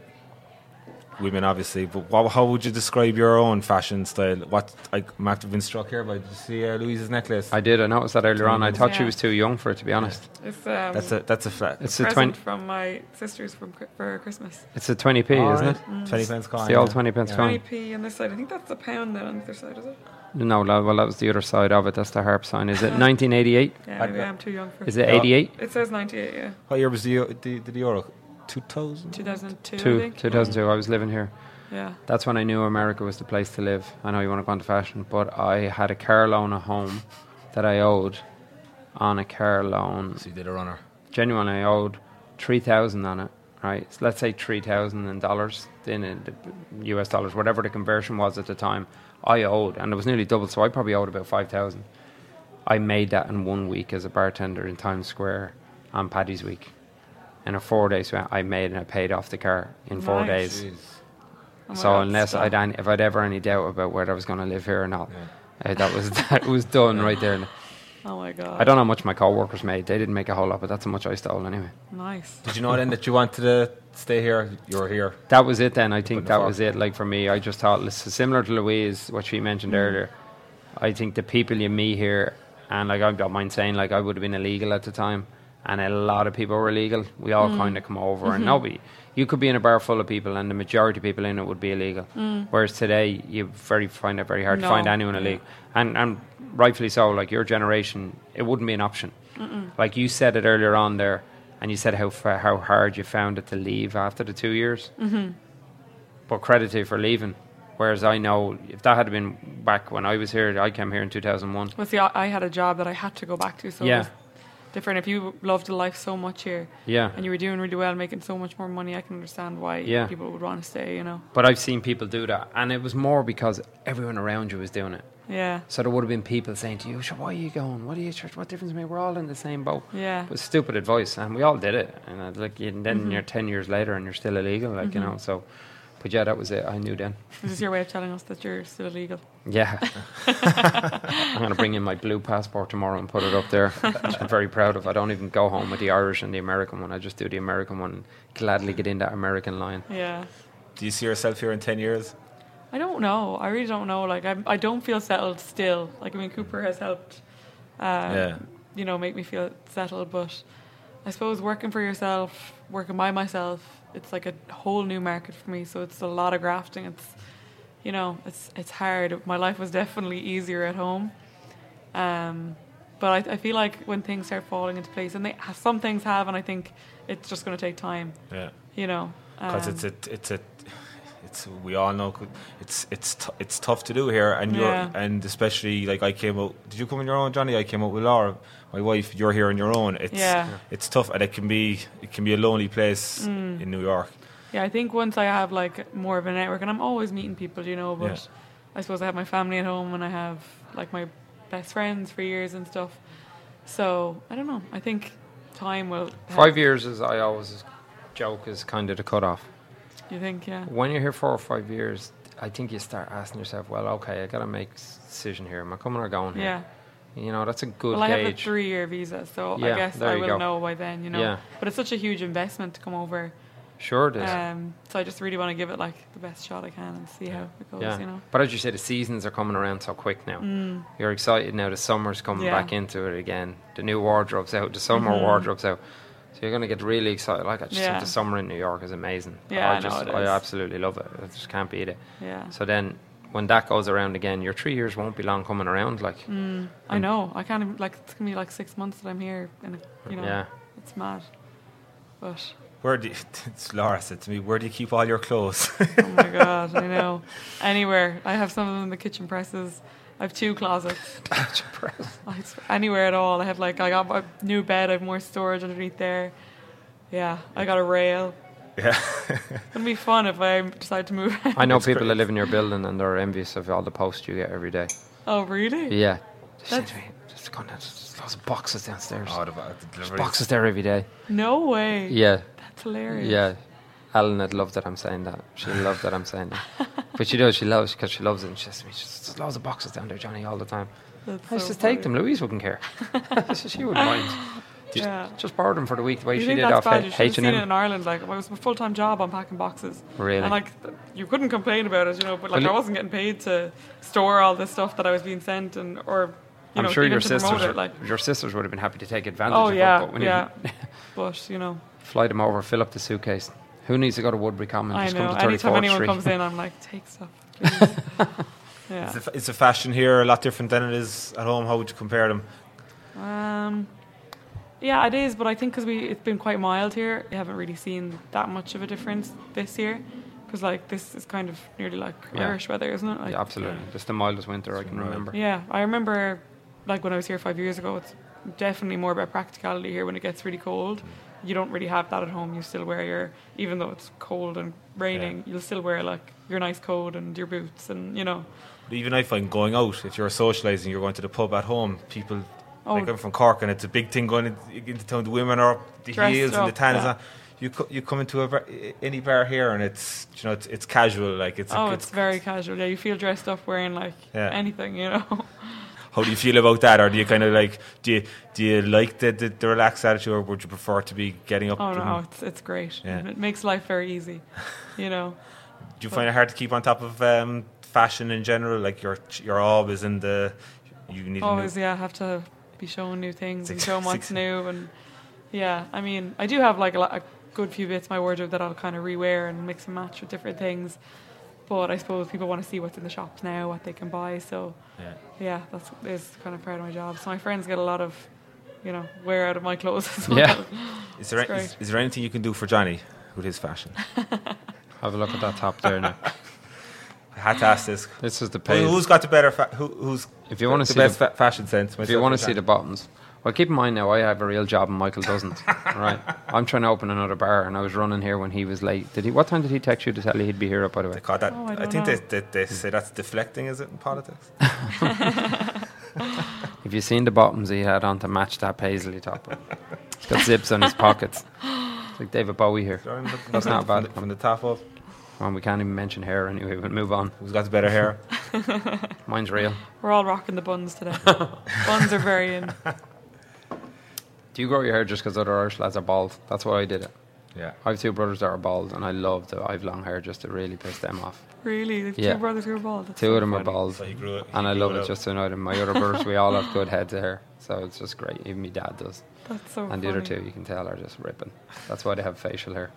E: women, obviously. But what, how would you describe your own fashion style? What I might have been struck here by did you see uh, Louise's necklace?
D: I did. I noticed that earlier on. I thought she
C: Yeah.
D: was too young for it, to be honest.
C: It's um,
E: that's a that's a flat.
D: It's a
C: present
D: twenty.
C: from my sisters from Chri- for Christmas.
D: It's a twenty p, isn't it?
E: Twenty pence coin.
D: the old 20 pence coin.
C: 20p on this side. I think that's a pound then on the other side, is it?
D: No, la- well, that was the other side of it. That's the harp
C: [laughs]
D: sign. Is it nineteen eighty eight?
C: Yeah,
E: I-
C: maybe I'm too young for
D: Is it eighty eight?
C: It says 98, yeah.
E: What year was the the, the euro? Two thousand.
C: 2002, I
D: Two
C: think.
D: two thousand two. I was living here.
C: Yeah.
D: That's when I knew America was the place to live. I know you want to go into fashion, but I had a car loan at home that I owed on a car loan
E: So you did a runner.
D: genuinely I owed three thousand on it. Right, so let's say three thousand in dollars, in uh, the U.S. dollars, whatever the conversion was at the time. I owed, and it was nearly double, so I probably owed about five thousand. I made that in one week as a bartender in Times Square on Paddy's Week. In a four day span, I made and I paid off the car in four
C: Nice.
D: days.
C: Oh my
D: So
C: God,
D: unless
C: so-
D: I'd any, if I'd ever any doubt about whether I was going to live here or not, uh, that was [laughs] that was done right there.
C: Oh my God.
D: I don't know how much my coworkers made. They didn't make a whole lot, but that's how much I stole anyway.
C: Nice.
E: Did you know then that you wanted to stay here? You're here.
D: that was it then. I think
E: Putting
D: that
E: the
D: was it. Like for me, I just thought lis- similar to Louise, what she mentioned earlier. I think the people you meet here, and like I don't mind saying, like I would have been illegal at the time, and a lot of people were illegal. We all kind of come over, and nobody. You could be in a bar full of people, and the majority of people in it would be illegal. Whereas today, you very find it very hard to
C: No.
D: find anyone illegal, and and rightfully so. Like your generation, it wouldn't be an option. Like you said it earlier on there, and you said how fa- how hard you found it to leave after the two years but credit to you for leaving. Whereas I know if that had been back when I was here, I came here in 2001.
C: Well, see, I, I had a job that I had to go back to, so
D: Yeah.
C: it was different. If you loved the life so much here,
D: Yeah.
C: and you were doing really well, making so much more money, I can understand why
D: Yeah.
C: people would want to stay. You know,
D: But I've seen people do that. And it was more because everyone around you was doing it.
C: yeah,
D: So there would have been people saying to you, "Sure, why are you going? What are you, church? What difference made? We're all in the same boat.
C: yeah,
D: It was stupid advice. And we all did it. And I'd like, and then you're 10 years later and you're still illegal. Like, you know, so, but yeah, that was it. I knew then.
C: this is your way of telling us that you're still illegal.
D: Yeah. I'm going to bring in my blue passport tomorrow and put it up there, which I'm very proud of. I don't even go home with the Irish and the American one. I just do the American one and gladly get in that American line.
C: Yeah,
E: Do you see yourself here in ten years?
C: I don't know. I really don't know. Like, I I don't feel settled still. Like, I mean, Cooper has helped. Uh,
E: yeah.
C: you know, make me feel settled. But I suppose working for yourself, working by myself, it's like a whole new market for me. So it's a lot of grafting. It's, you know, it's it's hard. My life was definitely easier at home, um, But I, I feel like when things start falling into place, and they some things have, and I think it's just going to take time,
B: Yeah.
C: you know.
B: because
C: um,
B: it's a, it's a, it's we all know c- it's it's t- it's tough to do here, and you're
C: Yeah.
B: and especially like I came out. Did you come on your own, Johnny? I came out with Laura, my wife. You're here on your own. It's
C: Yeah. Yeah.
B: it's tough, and it can be it can be a lonely place
C: Mm.
B: in New York.
C: Yeah, I think once I have like more of a network, and I'm always meeting people, you know. But I suppose I have my family at home, and I have like my best friends for years and stuff. So I don't know. I think time will.
D: Five years, as I always joke, is kind of the cutoff.
C: You think? Yeah.
D: When you're here four or five years, I think you start asking yourself, well, okay, I got to make s- decision here. Am I coming or going here?
C: Yeah.
D: You know, that's a good
C: Well, I have a
D: gauge.
C: three-year visa, so
D: Yeah,
C: I guess
D: there
C: I
D: you
C: will
D: go.
C: know by then, you know.
D: Yeah.
C: But it's such a huge investment to come over,
D: sure, it is.
C: um, so I just really want to give it like the best shot I can and see how it goes,
D: yeah.
C: you know. Mm.
D: But as you say, the seasons are coming around so quick now. You're excited now. The summer's coming
C: Yeah. Mm-hmm.
D: back into it again. The new wardrobe's out. The summer wardrobe's out. So you're going to get really excited. Like I just
C: Yeah.
D: think the summer in New York is amazing.
C: Yeah, I
D: I
C: know
D: just
C: it
D: I
C: is.
D: absolutely love it. I just can't beat it.
C: Yeah,
D: So then, when that goes around again, your three years won't be long coming around. Like,
C: Mm, I
D: um,
C: know. I can't even, like it's gonna be like six months that I'm here, and you know,
D: Yeah. [laughs]
C: it's mad. But
B: Where do you, [laughs] it's Laura said to me, "Where do you keep all your clothes?"
C: oh my god, I know. Anywhere, I have some of them in the kitchen presses. I have two closets. I s- anywhere at all. I have like I got my new bed. I have more storage underneath there. Yeah, I got a rail. [laughs]
B: yeah,
C: It'll be fun if I decide to move. [laughs]
D: I know
B: It's
D: people that
B: great.
D: live in your building and they're envious of all the posts you get every day.
C: oh really?
D: Yeah.
C: That's-
D: Just, just gone down, just loads of boxes downstairs.
B: oh, the, bo- the deliveries.
D: boxes there every day.
C: No way.
D: Yeah.
C: That's hilarious.
D: Yeah. Ellen would love that I'm saying that.
C: [laughs]
D: She'll love that I'm saying that. But she does, she loves because she loves it. And she says to me, "There's just loads of boxes down there, Johnny, all the time.
C: That's
D: I
C: so
D: just take them.
C: funny.
D: Louise wouldn't care. [laughs] she wouldn't
C: [laughs]
D: mind. Just,
C: Yeah.
D: just borrowed them for the week the way
C: You
D: she
C: think
D: did
C: that's
D: off
C: bad? You
D: H-
C: should have seen it
D: H&M.
C: in Ireland. Like, it was my full-time job unpacking boxes.
D: Really?
C: And like, th- you couldn't complain about it, you know. But like,
D: Well,
C: I
D: you-
C: wasn't getting paid to store all this stuff that I was being sent, and or you
D: I'm
C: know,
D: sure
C: even
D: your
C: to promote
D: sisters,
C: it. Like,
D: your sisters would have been happy to take advantage
C: oh
D: of it.
C: yeah,
D: but when you- [laughs]
C: yeah. but you know,
D: fly them over, fill up the suitcase. Who needs to go to Woodbury Common?
C: I
D: Just
C: know.
D: come to 34th
C: Anytime anyone
D: Street.
C: comes in, I'm like, take
D: [laughs]
C: stuff. please." yeah.
B: Is, the, fa- is the fashion here a lot different than it is at home? How would you compare them?
C: Um, yeah, it is, but I think because we it's been quite mild here, I haven't really seen that much of a difference this year. Because like this is kind of nearly like
D: Yeah.
C: Irish weather, isn't it? Like,
D: Yeah, absolutely. Just the mildest winter I can
B: mild.
D: remember.
C: Yeah, I remember like when I was here five years ago. It's definitely more about practicality here. When it gets really cold, you don't really have that at home. You still wear your even though it's cold and raining, you'll still wear like your nice coat and your boots and you know.
B: But even I find going out, if you're socialising, you're going to the pub at home, people.
C: Oh.
B: Like I'm from Cork, and it's a big thing going in- into town. The women are up, the
C: Dressed
B: heels and the
C: up,
B: tan is
C: yeah.
B: on. You co- you come into a bar, i- any bar here, and it's you know it's, it's casual. Like it's
C: oh, it's, very casual. Yeah, you feel dressed up wearing like
B: Yeah.
C: anything, you know. [laughs] Oh,
B: How do you feel about that, or do you kind of like do you do you like the, the the relaxed attitude, or would you prefer to be getting up?
C: Oh no,
B: and-
C: it's it's great.
B: Yeah.
C: It makes life very easy, you know.
B: Do you find it hard to keep on top of um, fashion in general? Like you're you're always in the you need a new
C: Always, yeah, have to be showing new things and
B: Six-
C: showing what's
B: six-
C: new. And yeah, I mean, I do have like a, lot, a good few bits of my wardrobe that I'll kind of rewear and mix and match with different things. But I suppose people want to see what's in the shops now, what they can buy. So
B: Yeah.
C: yeah, that's is kind of part of my job. So my friends get a lot of, you know, wear out of my clothes as well.
D: Yeah.
B: Is there,
C: It's
B: an- is,
C: great.
B: is there anything you can do for Johnny with his
C: [laughs]
B: fashion?
D: Have a look at that top there now.
B: I had to ask this.
D: This is the
B: Who,
D: page.
B: who's got the better? Fa- who, who's
D: If you want
B: the
D: to see
B: best
D: the,
B: fa- fashion sense?
D: if you want to see the bottoms, well, keep in mind now I have a real job and Michael doesn't. right? I'm trying to open another bar and I was running here when he was late. Did he? What time did he text you to tell you he'd be here? Up by the way.
B: They call that.
C: Oh, I
B: I,
C: don't
B: think
C: know.
B: they, they, they say that's deflecting. Is it in
D: [laughs]
B: politics?
D: If you seen the bottoms he had on to match that paisley top, he's got zips
C: [laughs]
D: on his pockets. It's like David Bowie here.
B: Sorry, I'm looking
D: That's
B: at
D: not
B: it
D: bad.
B: From the, from the top up,
D: Well, we can't even mention hair anyway. But move on.
B: who's got the better
D: [laughs]
B: hair?
D: Mine's real.
C: [laughs] We're all rocking the buns today. buns are very
D: [laughs]
C: in.
D: Do you grow your hair just because other Irish lads are bald? That's why I did it.
B: yeah.
D: I have two brothers that are bald, and I love that I have long hair just to really piss them off.
C: Really, the
D: Yeah.
C: two brothers who are bald. That's
D: Two of them are
B: Funny.
D: bald,
B: So he grew it. he
D: and I
B: grew
D: love it
B: out.
D: just to annoy them. My other brothers, we all have good heads of hair, so it's just great. Even my dad does,
C: That's so.
D: and the other
C: funny.
D: two, you can tell, are just ripping. That's why they have facial hair.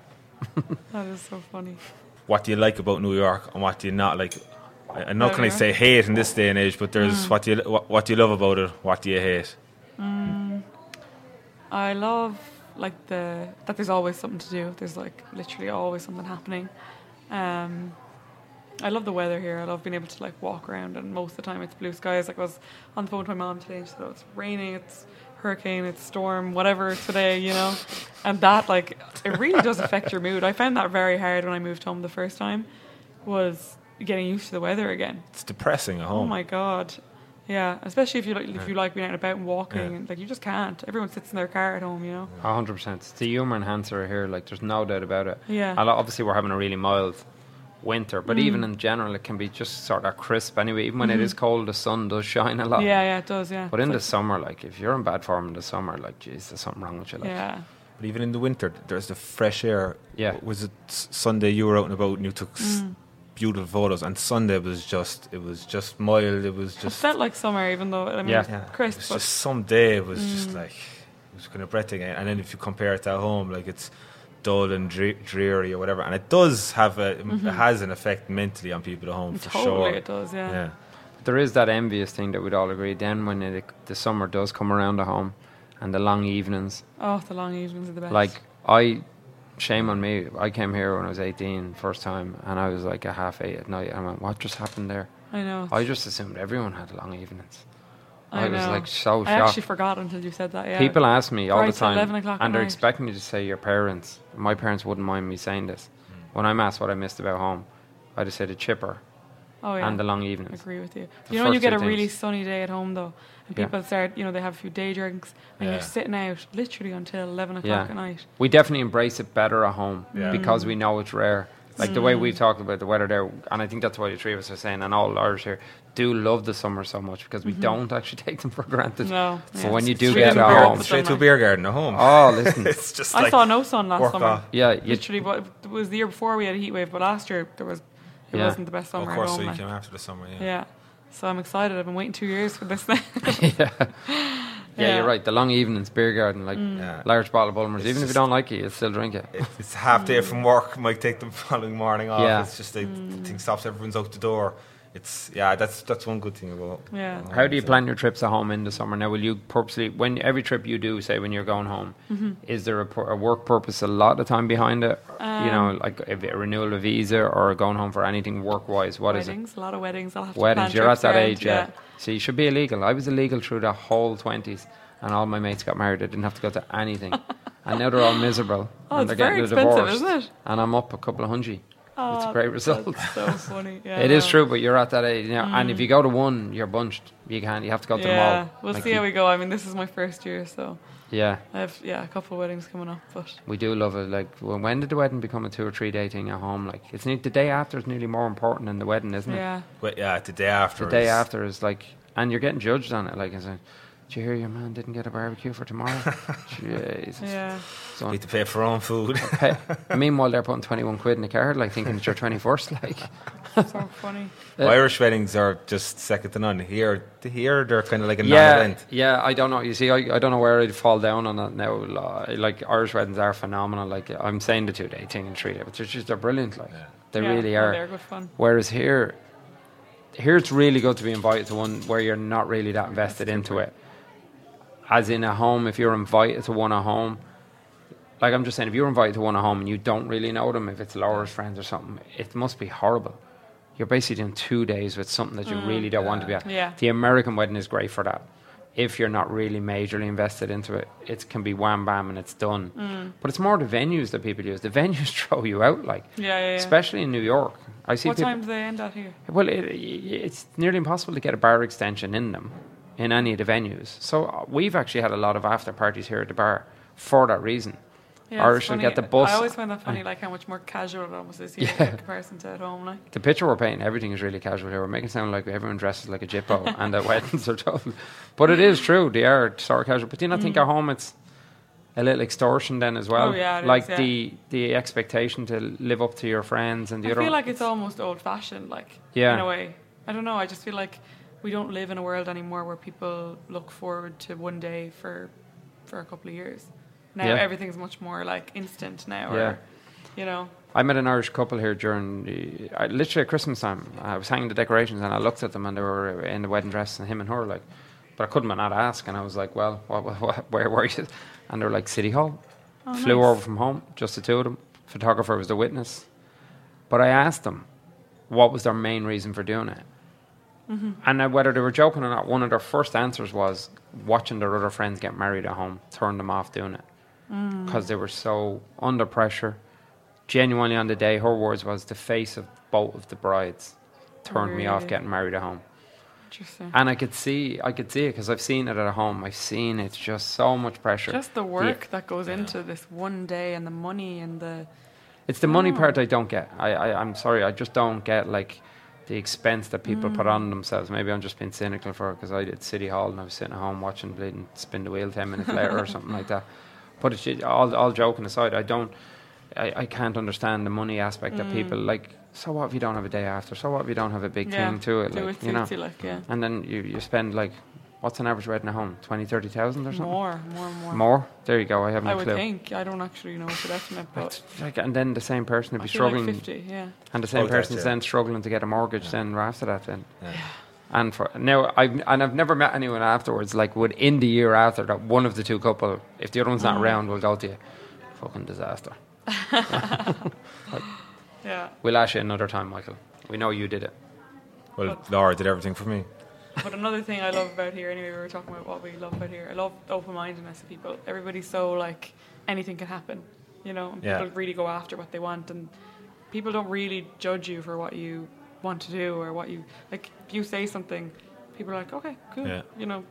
C: That is so funny.
B: What do you like about New York, and what do you not like? I- I'm not
C: About
B: going
C: New Mm.
B: to say hate in this day and age, but there's what do you what, what do you love about it? What do you hate?
C: I love like the that there's always something to do. There's like literally always something happening. Um, I love the weather here. I love being able to like walk around, and most of the time it's blue skies. Like I was on the phone to my mom today. She said "Oh, it's raining, it's hurricane, it's storm, whatever today, you know. And that like it really does affect your mood. I found that very hard when I moved home the first time. Was getting used to the weather again.
B: It's depressing at
C: Oh,
B: home.
C: my god. Yeah, especially if you like if you like being out and about and walking,
B: Yeah.
C: and, like you just can't. Everyone sits in their car at home, you know.
D: A hundred percent. It's the humour enhancer here. Like, there's no doubt about it.
C: Yeah.
D: And obviously, we're having a really mild winter, but even in general, it can be just sort of crisp. Anyway, even when it is cold, the sun does shine a lot.
C: Yeah, yeah, it does. Yeah.
D: Ah. But in the
C: It's
D: summer, like, if you're in bad form in the summer, like, geez, there's something wrong with you.
C: like-
D: Like,
C: yeah,
B: But even in the winter, there's the fresh air.
D: Yeah.
B: W- Was it S- Sunday you were out and about and you took s-
C: Mm.
B: beautiful photos? And Sunday was just it was just mild. It was
C: it [laughs]
B: just
C: felt like summer, even though I mean,
D: Yeah.
C: it's
B: yeah.
C: crisp.
B: It was
C: but Mm.
B: just some day it was just like it was kind of breathtaking. And then if you compare it to home, like it's dull and dre- dreary or whatever. And it does have a it has an effect mentally on people at home for
C: Mm-hmm. totally,
B: sure.
C: it does. Yeah.
B: Yeah.
D: there is that envious thing that we'd all agree. Then when it, the summer does come around at home, and the long evenings,
C: Oh, the long evenings are the best.
D: like I, shame on me. I came here when I was 18, first time, and I was like a half eight at night. and I went, what just happened there?
C: I know.
D: I just assumed everyone had long evenings. I, was
C: know.
D: like
C: I
D: so shocked.
C: actually forgot until you said that. Yeah.
D: People ask me all
C: Right,
D: the
C: it's 11
D: time,
C: o'clock at
D: and they're
C: night.
D: expecting you to say your parents. My parents wouldn't mind me saying this.
C: Mm.
D: When I'm asked what I missed about home, I just say the chipper
C: oh yeah.
D: and the long
C: I
D: evenings.
C: agree with you.
D: The
C: You know when you
D: first
C: get
D: two
C: a really
D: things.
C: sunny day at home though, and
D: Yeah.
C: people start, you know, they have a few day drinks, and
B: Yeah.
C: you're sitting out literally until eleven o'clock
D: Yeah.
C: at night.
D: We definitely embrace it better at home
B: Yeah.
D: because we know it's rare. Like the way
C: Mm.
D: we've talked about the weather there, and I think that's why the three of us are saying, and all Irish here do love the summer so much because we don't actually [laughs] take them for granted.
C: Mm-hmm. No.
D: But
C: yeah.
D: when you do
C: Straight
D: get
C: to
D: at
C: beer-
D: home.
C: the
B: Straight to a
C: sunlight.
B: beer garden at home.
D: Oh, listen.
B: [laughs] it's just
C: I
B: like
C: saw no sun
B: work
C: last summer.
B: off.
D: yeah, you, [laughs]
C: Literally, but it was the year before we had a heat wave, but last year there was it
D: Yeah.
C: wasn't the best
B: Of
C: summer
B: course, so
C: at home.
B: you
C: like.
B: came after the summer. Yeah.
C: yeah, so I'm excited. I've been waiting two years for this. now.
D: [laughs] yeah.
C: Yeah. Mm.
D: you're right. The long evenings, beer garden, like
B: Yeah.
D: large bottle of Bulmers.
B: It's
D: Even if you
B: just-
D: don't like it, you still drink it.
B: It- It's half day from work. Might take the [laughs] following morning off.
D: Mm. Yeah.
B: It's just the the thing stops. Everyone's out the door. It's yeah. That's that's one good thing about.
C: Yeah.
B: about
D: How do you
B: home,
D: plan your trips at home in the summer? Now, will you purposely when every trip you do, say when you're going home,
C: Mm-hmm.
D: is there a, pur- a work purpose a lot of time behind it? you
C: Um,
D: know, like a, a renewal of visa or going home for anything work wise. What is
C: weddings, a lot of weddings. I'll have
D: it? Weddings.
C: To plan
D: You're at
C: trips
D: that
C: around,
D: age, yeah. So you should be illegal. I was illegal through the whole twenties, and all my mates got married. I didn't have to go to
C: [laughs]
D: anything, and now they're all miserable.
C: Oh,
D: and
C: it's
D: they're
C: very
D: getting a
C: expensive,
D: divorce,
C: isn't it?
D: And I'm up a couple of hundred. it's a
C: Oh,
D: great result.
C: That's so
D: [laughs]
C: funny. Yeah,
D: It is
C: no.
D: true, but you're at that age now, and if you go to one, you're bunched. You can't. You have to go to
C: Yeah,
D: the mall.
C: we'll
D: Like,
C: see
D: you-
C: how we go. I mean, this is my first year, so
D: Yeah,
C: I have yeah a couple of weddings coming up, but
D: we do love it. Like, when, when did the wedding become a two or three day thing at home? Like, it's ne- the day after is nearly more important than the wedding, isn't it?
C: yeah.
B: But yeah, the day after.
D: The day
B: is-
D: after is like, and you're getting judged on it. Like, it's like, did you hear your man didn't get a barbecue for
C: [laughs]
D: tomorrow? Jesus. [laughs]
C: Yeah,
D: So-
B: Need to pay for our own
D: [laughs]
B: food. [laughs]
D: Hey, meanwhile, they're putting 21 quid in the card, like thinking it's your 21st. [laughs] Like,
C: so funny.
D: Uh,
B: Irish weddings are just second to none. Here, here they're kind of like a
D: yeah,
B: non-event.
D: yeah. I don't know. You see, I, I don't know where I'd fall down on that now. li- Like Irish weddings are phenomenal. Like I'm saying, the two day thing and three day, but they're just they're brilliant. Like they
C: Yeah,
D: really
C: no,
D: are.
C: They're good fun.
D: Whereas here, here it's really good to be invited to one where you're not really that invested into it. As in a home, if you're invited to one at home, like I'm just saying, if you're invited to one at home and you don't really know them, if it's Laura's friends or something, it must be horrible. You're basically doing two days with something that you really don't want to be at.
C: Mm. Yeah.
D: The American wedding is great for that. If you're not really majorly invested into it, it can be wham bam and it's done.
C: Mm.
D: But it's more the venues that people use. The venues [laughs] throw you out, like
C: Yeah, yeah, yeah.
D: especially in New York. I see
C: What
D: people.
C: time do they end at here?
D: Well, it, it's nearly impossible to get a bar extension in them, in any of the venues. So uh, we've actually had a lot of after parties here at the bar for that reason.
C: Yeah, it's
D: Irish will get the
C: funny.
D: bus.
C: I always find that
D: [laughs]
C: funny, like how much more casual it almost is here
D: Yeah.
C: in comparison to at home. Like,
D: The picture we're painting, everything is really casual here. We're making it sound like everyone dresses like a jippo
C: [laughs]
D: and that weddings are tough. But it is true, they are sort of casual. But do you not think at home it's a little extortion then as well?
C: Mm. Oh, yeah, it is,
D: like
C: yeah.
D: the the expectation to live up to your friends and the
C: I
D: other
C: feel like it's almost old fashioned, like
D: Yeah.
C: in a way. I don't know. I just feel like we don't live in a world anymore where people look forward to one day for for a couple of years. Now
D: Yeah.
C: everything's much more like instant now. Or,
D: Yeah.
C: You know.
D: I met an Irish couple here during the, I, literally at Christmas time. I was hanging the decorations and I looked at them and they were in the wedding dress and him and her like, But I couldn't but not ask, and I was like, "Well, what, what, what, where were you?" And they were like, "City Hall."
C: Oh,
D: Flew
C: nice.
D: over from home, just the two of them. Photographer was the witness. But I asked them, what was their main reason for doing it?
C: Mm-hmm.
D: And uh, whether they were joking or not, one of their first answers was watching their other friends get married at home turned them off doing it
C: Mm.
D: because they were so under pressure. Genuinely, on the day, her words was the face of both of the brides turned me off
C: Really?
D: getting married at home.
C: Interesting.
D: And I could see, I could see it because I've seen it at home. I've seen it's just so much pressure.
C: Just the work that goes into this one day and the money and the
D: It's the
C: Oh.
D: money part I don't get. I, I, I'm sorry, I just don't get like the expense that people
C: Mm.
D: put on themselves. Maybe I'm just being cynical for it because I did City Hall and I was sitting at home watching bleeding spin the wheel ten minutes later
C: [laughs]
D: or something like that. But it's ju- all all joking aside, I don't, I, I can't understand the money aspect that people like. So what if you don't have a day after? So what if you don't have a big
C: Mm. yeah,
D: thing to it?
C: do
D: Like,
C: what
D: you know,
C: suits you, like, yeah.
D: and then you, you spend like what's an average wedding at home? Twenty, thirty thousand or something.
C: More, more, more.
D: More? There you go. I haven't
C: I
D: a
C: would
D: clue.
C: think. I don't actually know for definite, but
D: Like, and then the same person would
C: I
D: be
C: feel like
D: struggling.
C: fifty. Yeah.
D: And the same
B: Oh, that,
D: person's
B: yeah.
D: then struggling to get a mortgage then after that then.
B: Yeah.
D: And for now I've and I've never met anyone afterwards, like within the year after that one of the two couple, if the other one's
B: Mm.
D: not around, will go to you. Fucking disaster.
C: Yeah.
D: We'll ask you another time, Michael. We know you did it.
B: Well, Laura did everything for me.
C: But another thing I love about here, anyway, we were talking about what we love about here. I love the open-mindedness of people. Everybody's so like anything can happen, you know. And
B: Yeah.
C: People really go after what they want, and people don't really judge you for what you want to do or what you like. If you say something, people are like, okay, cool,
B: Yeah.
C: you know,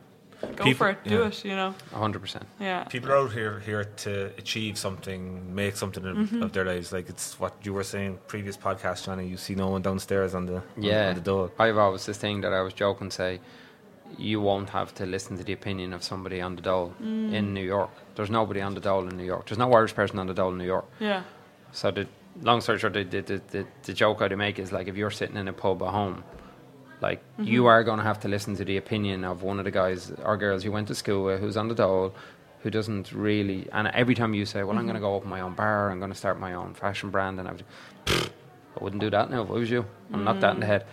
C: go
B: People-
C: for it, do
B: yeah.
C: it, you know.
D: hundred percent.
C: Yeah.
B: People are out here here to achieve something, make something of, of their lives. Like it's what you were saying previous podcast, Johnny. You see no one downstairs on the on-
D: Yeah.
B: on the dog.
D: I've always this thing that I was joking say you won't have to listen to the opinion of somebody on the dole
B: Mm.
D: in New York. There's nobody on the dole in New York. There's no Irish person on the dole in New York.
C: Yeah.
D: So the long story short, the the, the, the, the joke I'd make is like if you're sitting in a pub at home, like
C: Mm-hmm.
D: you are going to have to listen to the opinion of one of the guys or girls you went to school with who's on the dole, who doesn't really. And every time you say, "Well, I'm going to
C: Mm-hmm.
D: go open my own bar, I'm going to start my own fashion brand," and I, would, I wouldn't do that now if I was you. I'm knocked that in
C: Mm.
D: the head.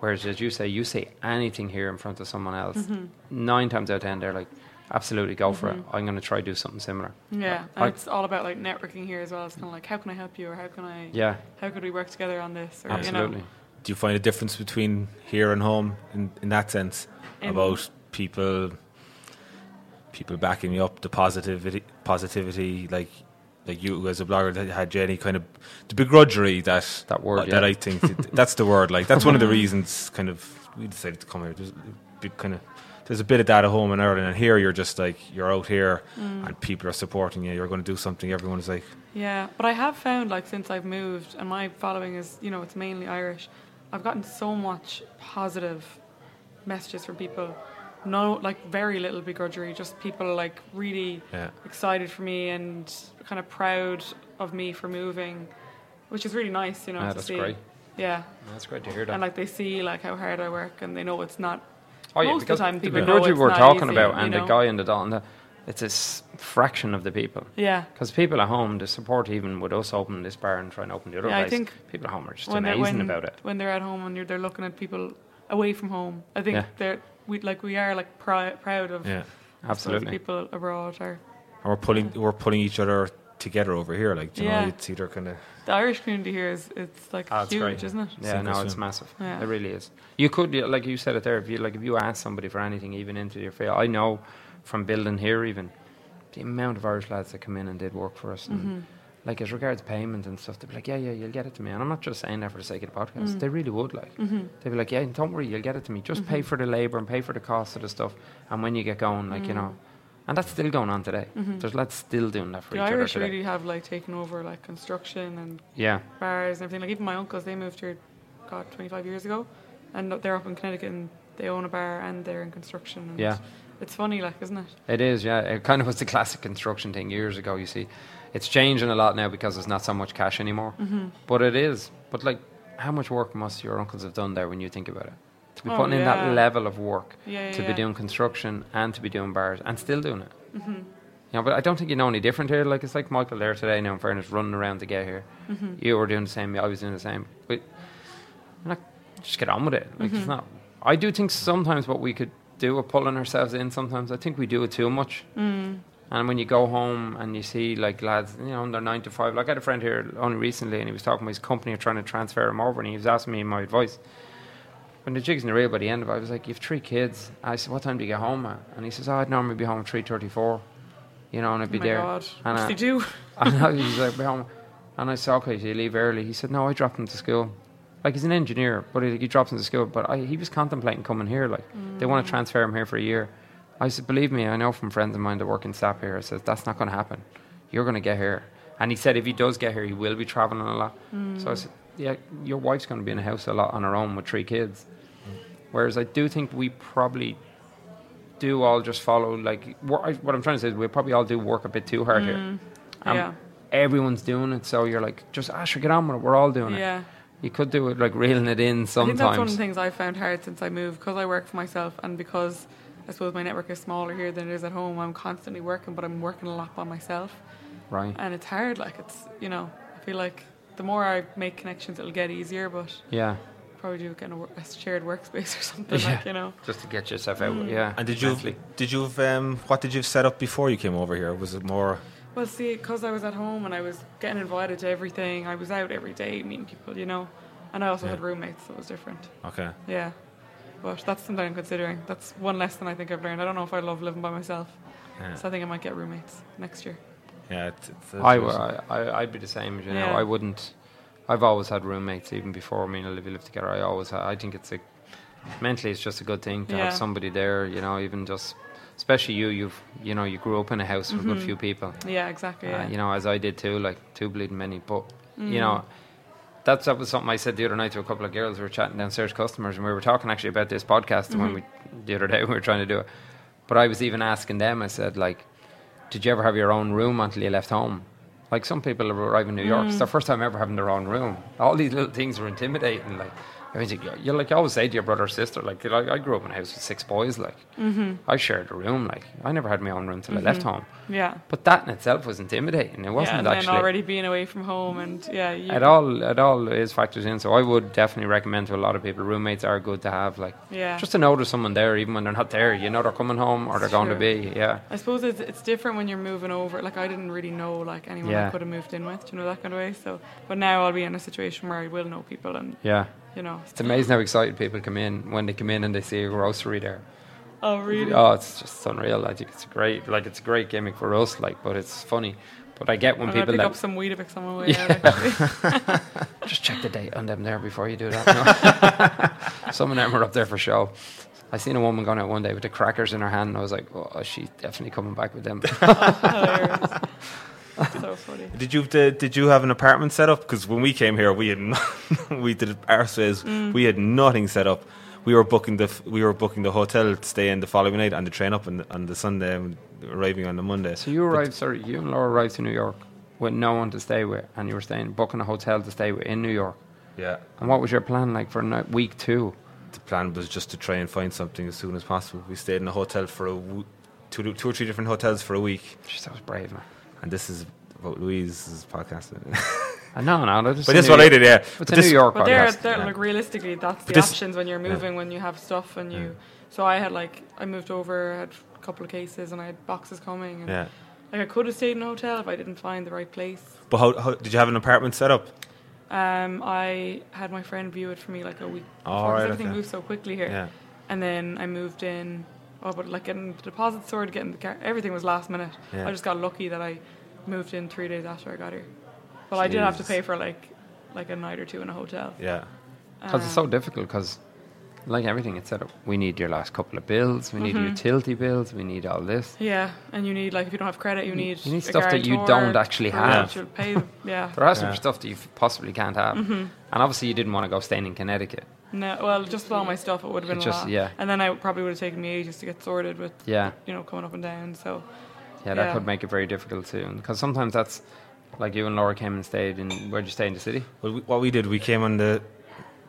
D: Whereas as you say, you say anything here in front of someone else,
C: Mm-hmm.
D: nine times out of ten they're like, "Absolutely, go for it. I'm going to try do something similar."
C: Yeah, and
D: I-
C: it's all about like networking here as well. It's kind of like, how can I help you, or how can I,
D: Yeah,
C: how could we work together on this? Or,
D: absolutely.
C: You know,
B: Do you find a difference between here and home in, in that sense
C: In-
B: about people people backing you up, the positivity positivity, like like you as a blogger that had Jenny kind of the begrudgery that
D: That word,
B: that
D: yeah.
B: I think that- that's the word. Like that's one of
D: [laughs]
B: the reasons kind of we decided to come here. There's a big kind of there's a bit of that at home in Ireland, and here you're just like you're out here and people are supporting you. You're going to do something. Everyone's like,
C: Yeah, but I have found like since I've moved and my following is, you know, it's mainly Irish, I've gotten so much positive messages from people. No, like very little begrudgery, just people like really
B: yeah,
C: excited for me and kind of proud of me for moving, which is really nice, you know,
D: Ah,
C: to
D: that's
C: see.
D: great.
C: Yeah,
D: That's great to hear that.
C: and like they see like how hard I work and they know it's not
D: Oh, yeah,
C: Most of the
D: because
C: time people
D: the
C: know
D: begrudgery
C: it's
D: we're
C: not
D: talking
C: easy,
D: about
C: you
D: and the
C: know?
D: guy in the Dalton, it's a s- fraction of the people.
C: yeah.
D: Because people at home, the support even with us opening this bar and trying to open the other
C: Yeah, I
D: place,
C: think
D: people at home are just
C: when they're-
D: amazing
C: when-
D: about it.
C: When they're at home and you're, they're looking at people away from home, I think
D: Yeah.
C: they're we like we are like prou- proud of
B: yeah.
C: I suppose,
D: Absolutely.
C: people abroad are
B: And we're pulling we're pulling each other together over here. Like you
C: Yeah.
B: know, it's either kind of
C: the Irish community here is it's like
D: Ah, it's
C: huge,
D: great.
C: isn't it?
D: Yeah,
B: Sink or
D: no, it's
B: swim.
D: massive.
C: Yeah.
D: It really is. You could, you- like you said it there, if you like, if you ask somebody for anything, even into your field, I know from building here, even the amount of Irish lads that come in and did work for us, and
C: Mm-hmm.
D: like as regards payment and stuff, they'd be like, yeah, yeah, you'll get it to me. And I'm not just saying that for the sake of the podcast.
C: Mm.
D: They really would like.
C: Mm-hmm.
D: They'd be like, yeah, don't worry, you'll get it to me. Just pay for the labor and pay for the cost of the stuff, and when you get going, like you
C: Mm.
D: know, and that's still going on today. There's lads still doing that for
C: Mm-hmm. The
D: each other
C: Irish
D: today.
C: really have like taken over like construction and
D: Yeah,
C: bars and everything. Like even my uncles, they moved here, God, 25 years ago, and they're up in Connecticut and they own a bar and they're in construction. And
D: Yeah.
C: it's funny, like, isn't it?
D: It is, yeah. It kind of was the classic construction thing years ago, you see. It's changing a lot now because there's not so much cash anymore.
C: Mm-hmm.
D: But it is. But like, how much work must your uncles have done there when you think about it? To be
C: Oh,
D: putting in
C: yeah.
D: that level of work,
C: Yeah, yeah,
D: to be
C: yeah.
D: doing construction and to be doing bars and still doing it. Mm-hmm. You know, but I don't think you know any different here. Like, it's like Michael there today now, in fairness, running around to get here.
C: Mm-hmm.
D: You were doing the same, I was doing the same.
C: Mm-hmm.
D: But like, just get on with it. Like, it's not. I do think sometimes what we could do. We're pulling ourselves in sometimes. I think we do it too much.
C: Mm.
D: And when you go home and you see like lads, you know, under nine to five. Like I had a friend here only recently, and he was talking about his company are trying to transfer him over, and he was asking me my advice. When the jig's in the reel by the end of it, I was like, "You have three kids." I said, "What time do you get home at?" And he says, oh, "I'd normally be home at three thirty-four, you know, and I'd
C: Oh
D: be
C: my
D: there."
C: God.
D: And
C: What
D: I-
C: does he do?
D: And I was like, well, and I said, okay, so you leave early. He said, no, I dropped him to school. Like he's an engineer, but he, he drops him to school. But I, he was contemplating coming here. Like they want to transfer him here for a year. I said, believe me, I know from friends of mine that work in SAP here. I says that's not going to happen. You're going to get here. And he said, if he does get here, he will be traveling a lot. So I said, yeah, your wife's going to be in the house a lot on her own with three kids. Whereas I do think we probably do all just follow like wor- I- what I'm trying to say is we probably all do work a bit too hard here. Um,
C: [laughs] Yeah.
D: Everyone's doing it, so you're like, just ah, sure, get on with it. We're all doing it.
C: Yeah.
D: You could do it like reeling it in
C: I think
D: sometimes.
C: that's one of the things I've found hard since I moved because I work for myself and because I suppose my network is smaller here than it is at home. I'm constantly working, but I'm working a lot by myself,
D: right?
C: and it's hard. Like it's you know, I feel like the more I make connections, it'll get easier. But
D: yeah,
C: probably do get in a, wor- a shared workspace or [laughs] something
D: Yeah.
C: like you know.
D: just to get yourself out.
C: Mm.
D: Yeah.
B: And did you
D: mentally.
B: did you have, um, what did you have set up before you came over here? Was it more
C: Well, see, because I was at home and I was getting invited to everything, I was out every day meeting people, you know, and I also
B: Yeah.
C: had roommates, so it was different.
B: okay?
C: Yeah, but that's something I'm considering. That's one lesson I think I've learned. I don't know if I love living by myself,
B: Yeah,
C: so I think I might get roommates next year.
B: yeah it's, it's,
D: I, w- I, I- I'd be the same, you know.
C: Yeah.
D: I wouldn't. I've always had roommates, even before me and Olivia lived together. I always, had, I think it's a mentally, it's just a good thing to
C: Yeah.
D: have somebody there, you know. Even just, especially you, you've, you know, you grew up in a house with a
C: Mm-hmm.
D: good few people,
C: Yeah, exactly.
D: uh,
C: Yeah.
D: you know, as I did too, like too bleeding many. But you know, that's that was something I said the other night to a couple of girls. We were chatting downstairs, customers, and we were talking actually about this podcast when we the other day [laughs] we were trying to do it. But I was even asking them. I said like, did you ever have your own room until you left home? Like some people arrive in New York, it's their first time ever having their own room. All these little things are intimidating. Like, I mean, you- you like you always say to your brother or sister, like, you know, I grew up in a house with six boys. Like, I shared a room. Like, I never had my own room till I left home.
C: yeah.
D: But that in itself was intimidating. It
C: Yeah,
D: wasn't
C: and then
D: actually
C: already being away from home and yeah, you,
D: at all. At all is factors in. So I would definitely recommend to a lot of people. Roommates are good to have, like
C: Yeah.
D: just to know there's someone there, even when they're not there. You know they're coming home or they're going to
C: Sure.
D: be. Yeah,
C: I suppose it's, it's different when you're moving over. Like I didn't really know like anyone
D: Yeah.
C: I could have moved in with, you know that kind of way. So, but now I'll be in a situation where I will know people and
D: yeah.
C: you know.
D: It's amazing how excited people come in when they come in and they see a grocery there.
C: Oh really?
D: Oh, it's just unreal. I think it's great. Like it's a great gimmick for us. Like, but it's funny. But I get when
C: I'm gonna
D: people
C: pick
D: that
C: up some weed if someone way
D: Yeah.
C: out, actually.
D: just check the date on them there before you do that. No. [laughs] Some of them were up there for show. I seen a woman going out one day with the crackers in her hand, and I was like, "Oh, she's definitely coming back with
B: [laughs]
D: them."
C: [laughs] Hilarious. so
D: [laughs]
C: funny.
B: Did you did, did you have an apartment set up? Because when we came here, we had n- [laughs] we did ourselves. We had nothing set up. We were booking the f- we were booking the hotel to stay in the following night and the train up on, on the Sunday and arriving on the Monday.
D: so you arrived, sorry, you and Laura arrived to New York with no one to stay with, and you were staying booking a hotel to stay with in New York.
B: Yeah,
D: And what was your plan like for night, week two?
B: the plan was just to try and find something as soon as possible. We stayed in a hotel for a w- two two or three different hotels for a week,
D: Jeez, that was brave, man.
B: and this is about Louise's podcast. [laughs]
D: Uh, no, no, that's
B: but that's what I did. Yeah,
D: It's
B: But
D: a
B: this-
D: New York
C: But there,
D: podcast.
C: there
B: yeah.
C: like realistically, that's the
B: this-
C: options when you're moving, when you have stuff, and you. So I had like I moved over, I had a couple of cases, and I had boxes coming. And
B: Yeah,
C: Like I could have stayed in a hotel if I didn't find the right place.
B: but how, how did you have an apartment set up?
C: Um, I had my friend view it for me like a week before 'cause
B: right,
C: everything
B: okay.
C: moved so quickly here.
B: Yeah,
C: And then I moved in. Oh, but like getting the deposit sorted, getting the car, everything was last minute.
B: Yeah.
C: I just got lucky that I moved in three days after I got here. But I did have to
B: Jeez.
C: pay for like like a night or two in a hotel.
B: yeah,
D: Because it's so difficult. Because like everything, it's set up. We need your last couple of bills. We
B: Mm-hmm.
D: need utility bills. We need all this.
C: Yeah, and you need like if you don't have credit, you need
D: you need
C: a
D: stuff that you
C: guarantor
D: don't actually
C: for
D: have.
C: which you'll pay.
D: [laughs]
C: Yeah,
D: They're asking
B: Yeah.
D: for stuff that you possibly can't have. And obviously, you didn't want to go staying in Connecticut.
C: no, well, just with all my stuff, it would have been
D: It
C: a
D: just-
C: lot.
D: yeah.
C: and then I probably would have taken me ages to get sorted with
D: Yeah.
C: you know coming up and down. So
D: Yeah, that
C: Yeah.
D: could make it very difficult too. Because sometimes that's like you and Laura came and stayed in, where'd you stay in the city?
B: Well, we, what we did, we came on the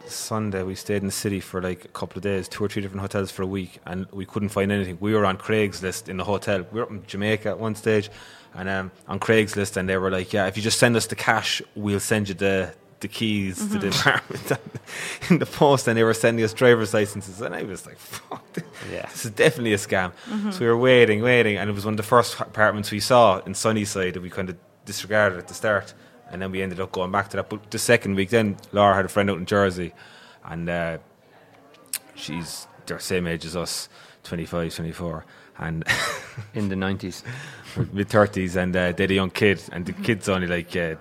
B: Sunday. We stayed in the city for like a couple of days, two or three different hotels for a week, and we couldn't find anything. We were on Craigslist in the hotel. We were up in Jamaica at one stage, and um, on Craigslist, and they were like, "Yeah, if you just send us the cash, we'll send you the the keys to the
D: Mm-hmm.
B: apartment [laughs] in the post, and they were sending us driver's licenses, and I was like, "Fuck, this,
D: Yeah.
B: [laughs] this is definitely a scam." So we were waiting, waiting, and it was one of the first apartments we saw in Sunnyside that we kind of disregarded at the start, and then we ended up going back to that. But the second week, then Laura had a friend out in Jersey, and. Uh, she's they're same age as us 25 24 and [laughs]
D: in the nineties.
B: mid 30s and uh, they had a young kid and the kid's only like uh,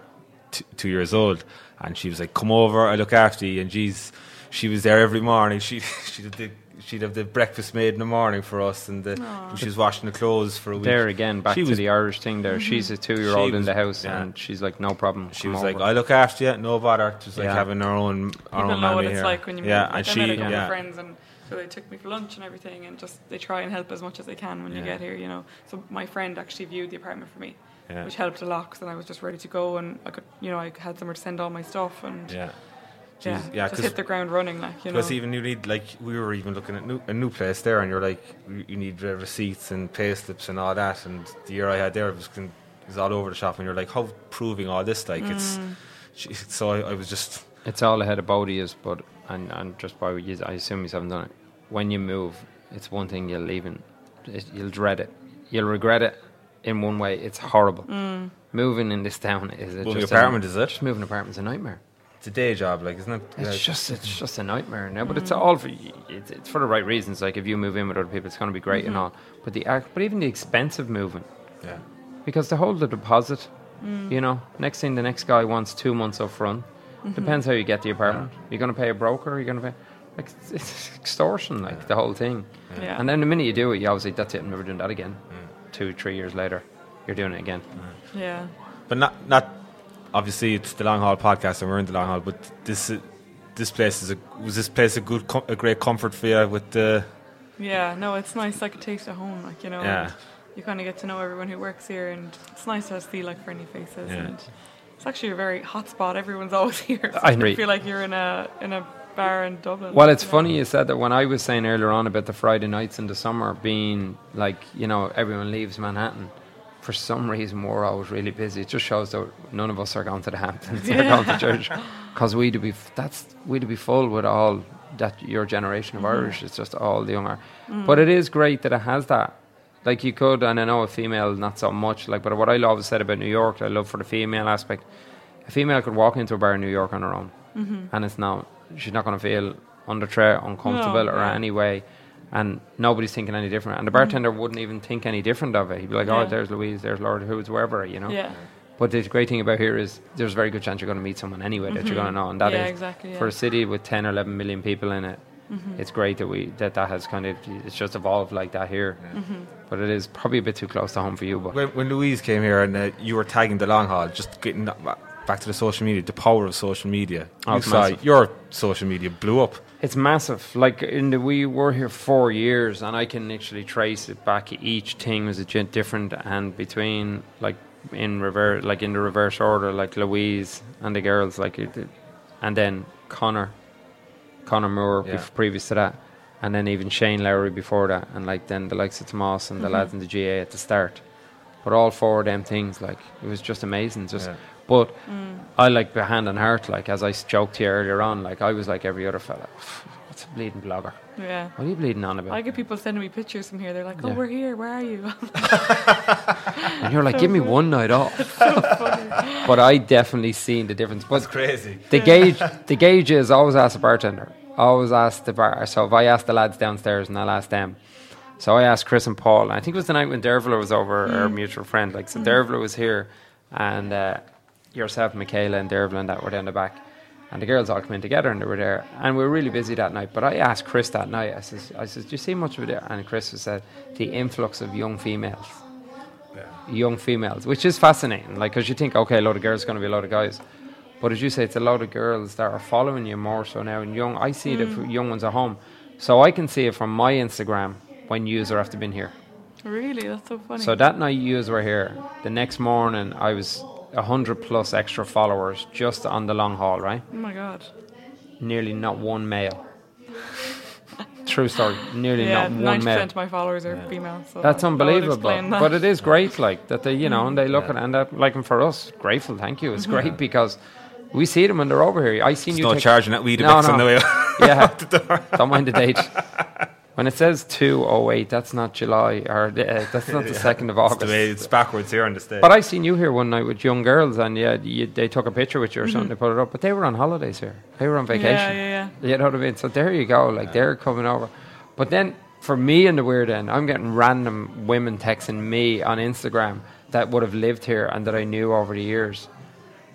B: t- two years old and she was like come over I look after you and she's she was there every morning she [laughs] she'd have the She'd have the breakfast made in the morning for us, and, the, and she was washing the clothes for a week.
D: There again, back
B: She
D: to
B: was-
D: the Irish thing. There, she's a two-year-old
B: She
D: in
B: was-
D: the house,
B: yeah.
D: and she's like, "No problem."
B: [laughs] She
D: come
B: was like,
D: over."
B: "I look after you, no bother." Just like
D: Yeah.
B: having her own, our
C: You
B: own
C: don't know what
B: nanny
C: it's
B: here.
C: like when you
B: yeah,
C: move.
B: and
C: Like, I
B: she,
C: met a couple
B: yeah,
C: of friends, and so they took me for lunch and everything, and just they try and help as much as they can when you
B: Yeah.
C: get here, you know. So my friend actually viewed the apartment for me,
B: Yeah.
C: which helped a lot, because then I was just ready to go, and I could, you know, I had somewhere to send all my stuff, and yeah,
B: yeah, She's- yeah,
C: just
B: 'cause-
C: hit the ground running, like you know.
B: Plus, even you need like we were even looking at new, a new place there, and you're like you you need the receipts and pay slips and all that. And the year I had there it was, con- it was all over the shop, and you're like, how proving all this? Like it's
C: Mm.
B: she- so I, I was just
D: It's all ahead of Bodie is, but and and just by you, I assume you haven't done it. When you move, it's one thing you'll leave, and it, you'll dread it, you'll regret it. In one way, it's horrible. Moving in this town is it
B: Moving
D: just
B: apartment
D: a,
B: is it?
D: Just moving apartment's a nightmare.
B: it's a day job, like isn't it?
D: It's
B: Like,
D: just it's just a nightmare now, but it's all for it's, it's for the right reasons. Like if you move in with other people, it's going to be great and all. But the act, but even the expense of moving,
B: yeah.
D: because to hold the deposit, you know, next thing the next guy wants two months up front. Depends how you get the apartment. You're going to pay a broker. You're going to pay like it's, it's extortion, like the whole thing.
C: Yeah.
D: And then the minute you do it, you obviously that's it. I'm never doing that again. Two, three years later, you're doing it again.
C: yeah,
B: but not not obviously it's the long haul podcast, and we're in the long haul. But this i- this place is a was this place a good com- a great comfort for you with the
C: yeah. No, it's nice, like a taste of home, like you know.
B: Yeah.
C: and You kind of get to know everyone who works here, and it's nice to see like friendly faces.
B: Yeah.
C: And it's actually a very hot spot. Everyone's [laughs] always here. So
D: I
C: you
D: agree.
C: feel like you're in a in a bar in Dublin.
D: Well, it's
C: you know?
D: funny you said that when I was saying earlier on about the Friday nights in the summer being like, you know, everyone leaves Manhattan. For some reason, we're always really busy. It just shows that none of us are going to the Hamptons [laughs] or going to church because we'd be that's we'd be full with all that your generation of Irish. It's just all the younger. But it is great that it has that. Like you could, and I know a female not so much. Like, but what I always said about New York, that I love for the female aspect. A female could walk into a bar in New York on her own,
C: Mm-hmm.
D: and it's not she's not going to feel under threat, uncomfortable,
C: No,
D: or
C: yeah.
D: any way, and nobody's thinking any different. And the bartender wouldn't even think any different of it. He'd be like, "Oh,
C: Mm-hmm. Yeah.
D: there's Louise, there's Laura, who's wherever," you know.
C: Yeah.
D: But the great thing about here is there's a very good chance you're going to meet someone anyway that you're going to know, and that is
C: Mm-hmm. Yeah, exactly, yeah. Mm-hmm.
D: for a city with 10 or 11 million people in it. It's great that we that that has kind of it's just evolved like that here,
C: Mm-hmm.
D: but it is probably a bit too close to home for you. But
B: when, when Louise came here and uh, you were tagging the long haul, just getting that ba- back to the social media, the power of social media.
D: Oh,
B: you
D: it's
B: saw
D: massive.
B: your social media blew up.
D: It's massive. Like in the we were here four years, and I can actually trace it back. Each thing was a gen- different, and between like in reverse, like in the reverse order, like Louise and the girls, like it, it- and then Connor, Connor Moore
B: Yeah.
D: bef- previous to that, and then even Shane Lowry before that, and like then the likes of Tomas and the lads in the GA at the start. But all four of them things, like it was just amazing. Just,
B: Yeah.
D: but I like the hand and heart, like as I s- joked here earlier on, like I was like every other fella. What's a bleeding blogger?
C: Yeah.
D: What are you bleeding on about?
C: I get people sending me pictures from here. They're like, "Oh,
D: Yeah.
C: we're here. Where are you?" [laughs]
D: and you're like, give me one night off. but I definitely seen the difference. But
B: Crazy.
D: the gauge, the gauge is always ask the bartender. Always ask the bar. So if I ask the lads downstairs and I'll ask them. So I asked Chris and Paul. I think it was the night when Dervla was over, our mutual friend. Like so, Dervla was here, and uh, yourself, Michaela, and Dervla and that were down the back. And the girls all came in together and they were there. And we were really busy that night. But I asked Chris that night, I says, I says, Do you see much of it? And Chris said, The influx of young females young females, which is fascinating. Like, because you think, okay, a lot of girls going to be a lot of guys, but as you say, it's a lot of girls that are following you more so now. And young, I see the
C: Mm.
D: f- young ones at home, so I can see it from my Instagram when yous are after been here.
C: really? That's so funny.
D: So that night yous were here. The next morning, I was hundred plus extra followers just on the long haul, right?
C: oh my god.
D: Nearly not one
C: [laughs]
D: male. True story. Nearly
C: Yeah,
D: not one
C: ninety
D: male.
C: percent of my followers are female. So
D: That's
C: that would
D: unbelievable.
C: explain that.
D: But it
B: [laughs]
D: is great, like that they, you know, and they look at and that, like, and for us, grateful. Thank you. It's great because We see them when they're over here. I seen
B: There's
D: you.
B: no
D: take-
B: charging that weed a
D: No,
B: mix on
D: no.
B: the [laughs] way.
D: [laughs] yeah. Don't mind
B: [laughs]
D: the date. When it says 208, that's not July, or uh, that's not
B: [laughs]
D: the 2nd of
B: It's,
D: August.
B: the way- it's backwards here on the stage.
D: But I seen you here one night with young girls, and yeah, you, they took a picture with you or something. They put it up, but they were on holidays here. They were on vacation.
C: Mm-hmm. Yeah, yeah,
D: You know what I mean? So there you go. Like they're coming over. But then for me in the weird end, I'm getting random women texting me on Instagram that would have lived here and that I knew over the years.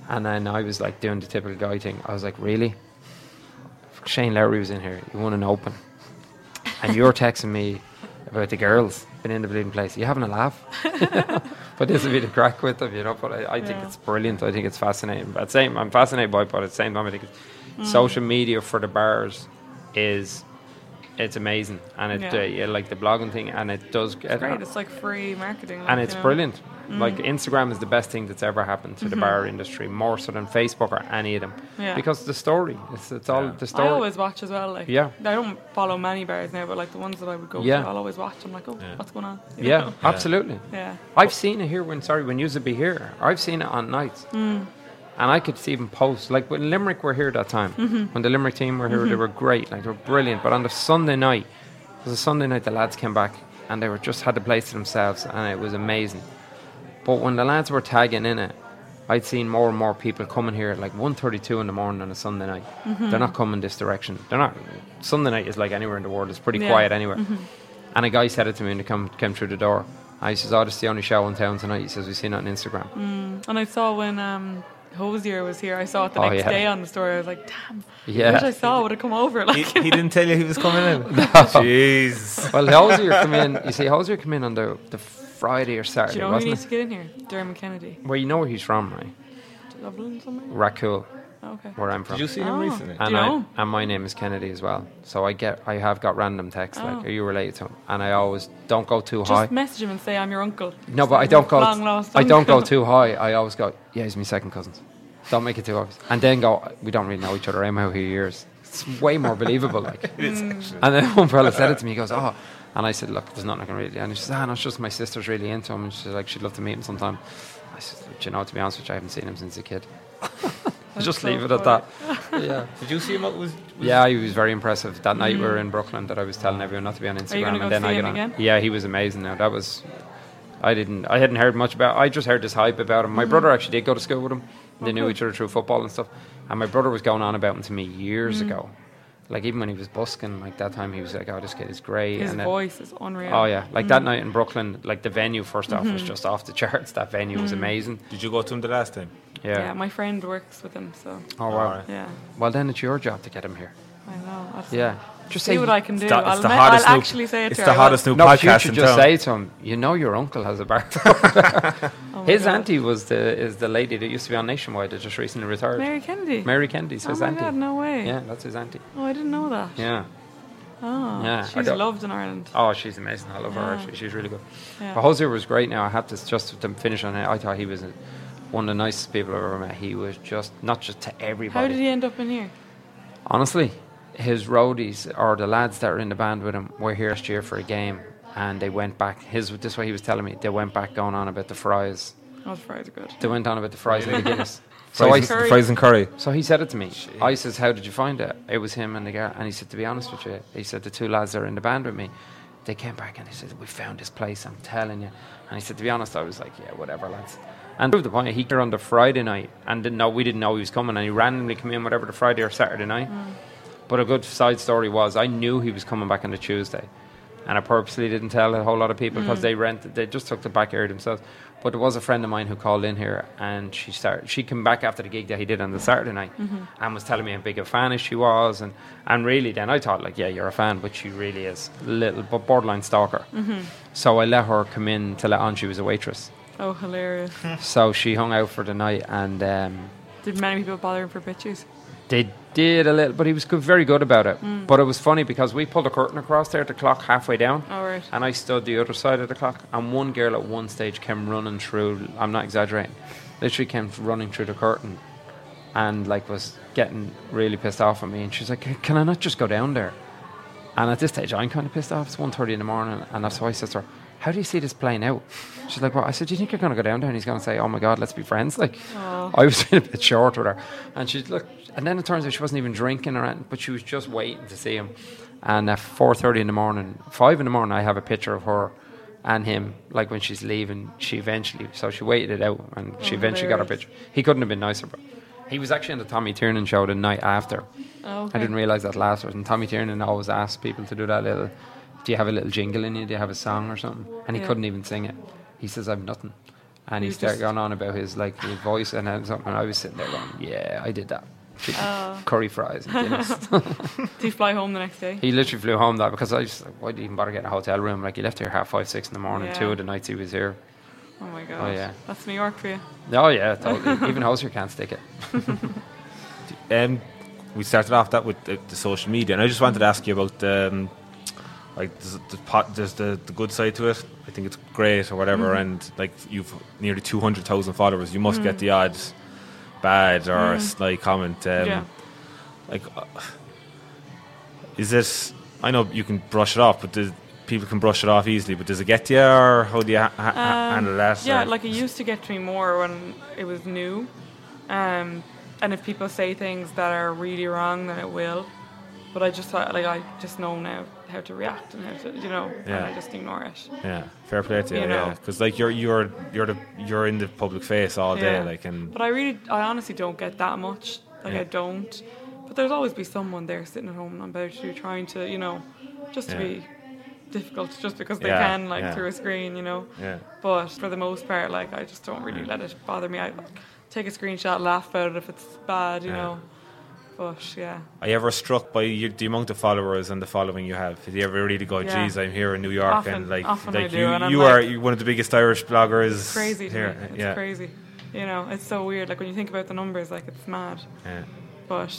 D: And then I was like doing the typical guy thing. I was like, really? Shane Lowry was in here. You won an open. And you're texting me about the girls been in the bleeding place. You having
C: [laughs]
D: a laugh? but this would be the crack with them, you know. But I, I think
C: Yeah.
D: it's brilliant. I think it's fascinating. But same, I'm fascinated by it. But at the same time, I think
C: Mm.
D: it's, social media for the bars is it's amazing, and it
C: Yeah.
D: uh, yeah, like the blogging thing, and it does.
C: yeah. [laughs] Great. It's like free marketing. like,
D: and
C: you
D: it's
C: know.
D: brilliant.
C: Mm.
D: Like Instagram is the best thing that's ever happened to the bar industry, more so than Facebook or any of them,
C: Mm-hmm. Yeah.
D: because the story. It's, it's all the
C: I
D: story.
C: always watch as well. Like,
D: Yeah.
C: I don't follow many bars now, but like the ones that I would go
D: Yeah.
C: to, I'll always watch. I'm like, oh, what's going on? [laughs] You
D: yeah,
C: know?
D: absolutely.
C: yeah,
D: I've seen it here when sorry when you used to be here. I've seen it on nights,
C: Mm.
D: and I could see even post like when Limerick were here that time.
C: Mm-hmm.
D: When the Limerick team were here, they were great, like they were brilliant. But on the Sunday night, it was a Sunday night. The lads came back and they were just had the place to themselves, and it was amazing. But when the lads were tagging in it, I'd seen more and more people coming here at like 1.32 in the morning on a Sunday night.
C: Mm-hmm.
D: They're not coming this direction. They're not. Sunday night is like anywhere in the world. It's pretty
C: Yeah. Mm-hmm.
D: quiet anywhere. And a guy said it to me when he come, came through the door. I says, oh, this is the only show in town tonight. He says, we've seen it on Instagram.
C: and I saw when um, Hosier was here. I saw it the
D: Oh,
C: next
D: yeah.
C: day on the story. I was like, damn, I wish I
D: Yeah.
C: saw. Would have come over. [laughs] Like,
B: he, he didn't tell you he was coming [laughs] in. Jeez.
D: well,
C: [laughs]
D: Hosier come in. You see, Hosier come in on the, the Friday or
C: do
D: Saturday,
C: you know who
D: wasn't
C: needs
D: it?
C: to get in here? Dermot Kennedy,
D: Well, you know where he's from, right?
C: Dublin somewhere. Oh,
D: Rakul,
C: Okay.
D: where I'm from.
B: Did you see him
C: Oh.
B: recently?
C: Do
D: and
C: you
D: I,
C: know?
D: and my name is Kennedy as well. So I get, I have got random texts
C: Oh.
D: like, "Are you related to him?" And I always don't go too
C: Just
D: high.
C: message him and say I'm your uncle.
D: No,
C: Just
D: but I
C: like,
D: don't go.
C: Long lost.
D: I don't go
C: uncle.
D: too high. I always go, yeah, he's my second cousin. Don't make it too obvious. And then go, we don't really know each other. I'm out here years. It's way more believable.
B: [laughs]
D: Like,
B: It
C: Mm.
B: is actually.
D: and then one fella said it to me. He goes, oh, and I said, look, there's nothing I can really. do." And she says, ah, no, it's just my sister's really into him. And she's like, she'd love to meet him sometime. I said, "Look, you know, to be honest with you, I haven't seen him since a kid. [laughs] just
C: so
D: leave it at that. yeah.
B: Did you see him? What was, was
D: Yeah, he was very impressive. That night we were in Brooklyn that I was telling everyone not to be on Instagram
C: Mm. you gonna go
D: and then
C: see
D: I
C: him
D: got on.
C: again?
D: Yeah, he was amazing now. That was I didn't I hadn't heard much about I just heard this hype about him. My
C: Mm-hmm.
D: brother actually did go to school with him. They
C: Oh,
D: knew each other through football and stuff. And my brother was going on about him to me
C: Mm.
D: years ago. Like even when he was busking, like that time he was like, Oh, this kid is great
C: His
D: and then-
C: voice Mm. is unreal.
D: Oh yeah. Like that night in Brooklyn, like the venue first off
C: Mm-hmm.
D: was just off the charts. That venue was amazing.
B: Did you go to him the last time?
D: Yeah.
C: Mm. yeah. My friend works with him, so
D: Oh wow.
B: Alright.
C: yeah,
D: Well then it's your job to get him here.
C: I know. I'll just
D: Yeah. Just
C: See
D: say
C: what I can do.
B: It's the,
C: I'll,
B: it's the
C: me-
B: hottest
C: I'll
B: new,
C: actually say it
B: It's
C: to
B: the
C: her, I
B: hottest
C: will.
B: new
D: No, but you
B: podcast
D: should
B: in
D: just
B: town.
D: say to him, you know, your uncle has a
C: [laughs]
D: bar.
C: Oh my
D: His
C: God.
D: auntie was the is the lady that used to be on Nationwide that just recently retired.
C: Mary Kennedy.
D: Mary Kennedy's
C: oh
D: his
C: my
D: auntie.
C: god, no way.
D: Yeah, that's his auntie.
C: Oh, I didn't know that.
D: Yeah.
C: Oh,
D: Yeah, I
C: she's
D: don't-
C: loved in Ireland.
D: Oh, she's amazing. I love her.
C: Yeah.
D: Actually, she's really good.
C: Yeah.
D: But Jose was great. Now I have to just to finish on it. I thought he was one of the nicest people I've ever met. He was just not just to everybody.
C: How did he end up in here?
D: Honestly, his roadies or the lads that are in the band with him were here last year for a game, and they went back. His this way he was telling me they went back going on about the fries.
C: Oh, the fries are good.
D: They went on about the fries and the Guinness. so I
B: Fries,
C: Fries.
B: and- fries and curry.
D: So he said it to me. I says, "How did you find it?" It was him and the guy, and he said, "To be honest with you," he said, "the two lads that are in the band with me, they came back and he said we found this place. I'm telling you." And he said, "To be honest," I was like, "Yeah, whatever, lads." And proved the point. He came on the Friday night, and didn't know we didn't know he was coming, and he randomly came in whatever the Friday or Saturday night. But a good side story was I knew he was coming back on the Tuesday, and I purposely didn't tell a whole lot of people because they rented. They just took the back area themselves. But there was a friend of mine who called in here, and she started. She came back after the gig that he did on the Saturday night, and was telling me how big a fan she was, and and really, then I thought like, yeah, you're a fan, but she really is a little, but borderline stalker. So I let her come in to let on she was a waitress.
C: Oh, hilarious.
B: Hmm.
D: so she hung out for the night, and. Um,
C: did many people bother him for pictures?
D: they did a little, but he was good, very good about it. But it was funny because we pulled a curtain across there, the clock halfway down,
C: All right.
D: and I stood the other side of the clock. And one girl at one stage came running through. I'm not exaggerating. Literally came running through the curtain, and like was getting really pissed off at me. And she's like, "Can- "Can I not just go down there?" And at this stage, I'm kind of pissed off. It's 1.30 in the morning, and that's why I said to her, how do you see this playing out? She's like, well, I said, do you think you're going to go down there? And he's going to say, oh my God, let's be friends. Like,
C: Aw.
D: I was [laughs] being a bit short with her. And she's look, and then it turns out she wasn't even drinking or anything, but she was just waiting to see him. And at 4.30 in the morning, 5 in the morning, I have a picture of her and him, like when she's leaving, she eventually, so she waited it out and she eventually got her
C: hilarious.
D: picture. He couldn't have been nicer, but he was actually on the Tommy Tiernan show the night after.
C: Oh,
D: I
C: okay.
D: didn't realize that last year. And Tommy Tiernan always asks people to do that little. Do you have a little jingle in you? Do you have a song or something? And he
C: Yeah.
D: couldn't even sing it. He says, "I've nothing," and he
C: You
D: started
C: just-
D: going on about his like his voice and then something. And I was sitting there going, "Yeah, I did that." Chicken-
C: Oh.
D: Curry fries.
C: [laughs]
D: And dinner.
C: Did he fly home the next day?
D: [laughs] he literally flew home that because I just like, why did you even bother getting a hotel room? Like he left here half five six in the morning.
C: Yeah.
D: Two of the nights he was here.
C: Oh my god.
D: yeah.
C: That's New York for you.
D: Oh yeah, totally. even Hosier can't stick it.
B: Um, we started off that with the, the social media, and I just wanted to ask you about um, like there's the, pot, there's the, the good side to it. I think it's great or whatever,
C: Mm-hmm.
B: and like you've nearly two hundred thousand followers, you must get
C: Mm.
B: the odds bad or slight comment. Um,
C: yeah.
B: Like, uh, is this? I know you can brush it off, but does, people can brush it off easily. But does it get you, or how do you ha- ha- ha-
C: Um,
B: handle that?
C: Yeah,
B: or-
C: like it used to get to me more when it was new. Um, and if people say things that are really wrong, then it will. But I just thought, like, I just know now how to react and how to, you know, and
B: Yeah.
C: I just ignore it.
B: yeah, fair play to you,
C: You know.
B: yeah, because like you're you're you're the you're in the public face all day,
C: Yeah.
B: like and
C: But I really, I honestly don't get that much. Like,
B: Yeah.
C: I don't. But there's always be someone there sitting at home and about you, trying to, you know, just to
B: Yeah.
C: be difficult, just because they
B: Yeah,
C: can, like,
B: yeah.
C: through a screen, you know.
B: yeah.
C: But for the most part, like I just don't really let it bother me. I take a screenshot, laugh about it if it's bad, you
B: Yeah.
C: know. But yeah,
B: Are you ever struck by you, the amount of followers and the following you have? Do you ever really go,
C: Yeah.
B: "Geez, I'm here in New York,"
C: Often-
B: and like,
C: often I
B: like
C: do,
B: you,
C: and I'm
B: you
C: like-
B: are you- one of the biggest Irish bloggers
C: crazy to
B: here.
C: me. It's
B: yeah,
C: crazy. You know, it's so weird. Like when you think about the numbers, like it's mad.
B: yeah,
C: But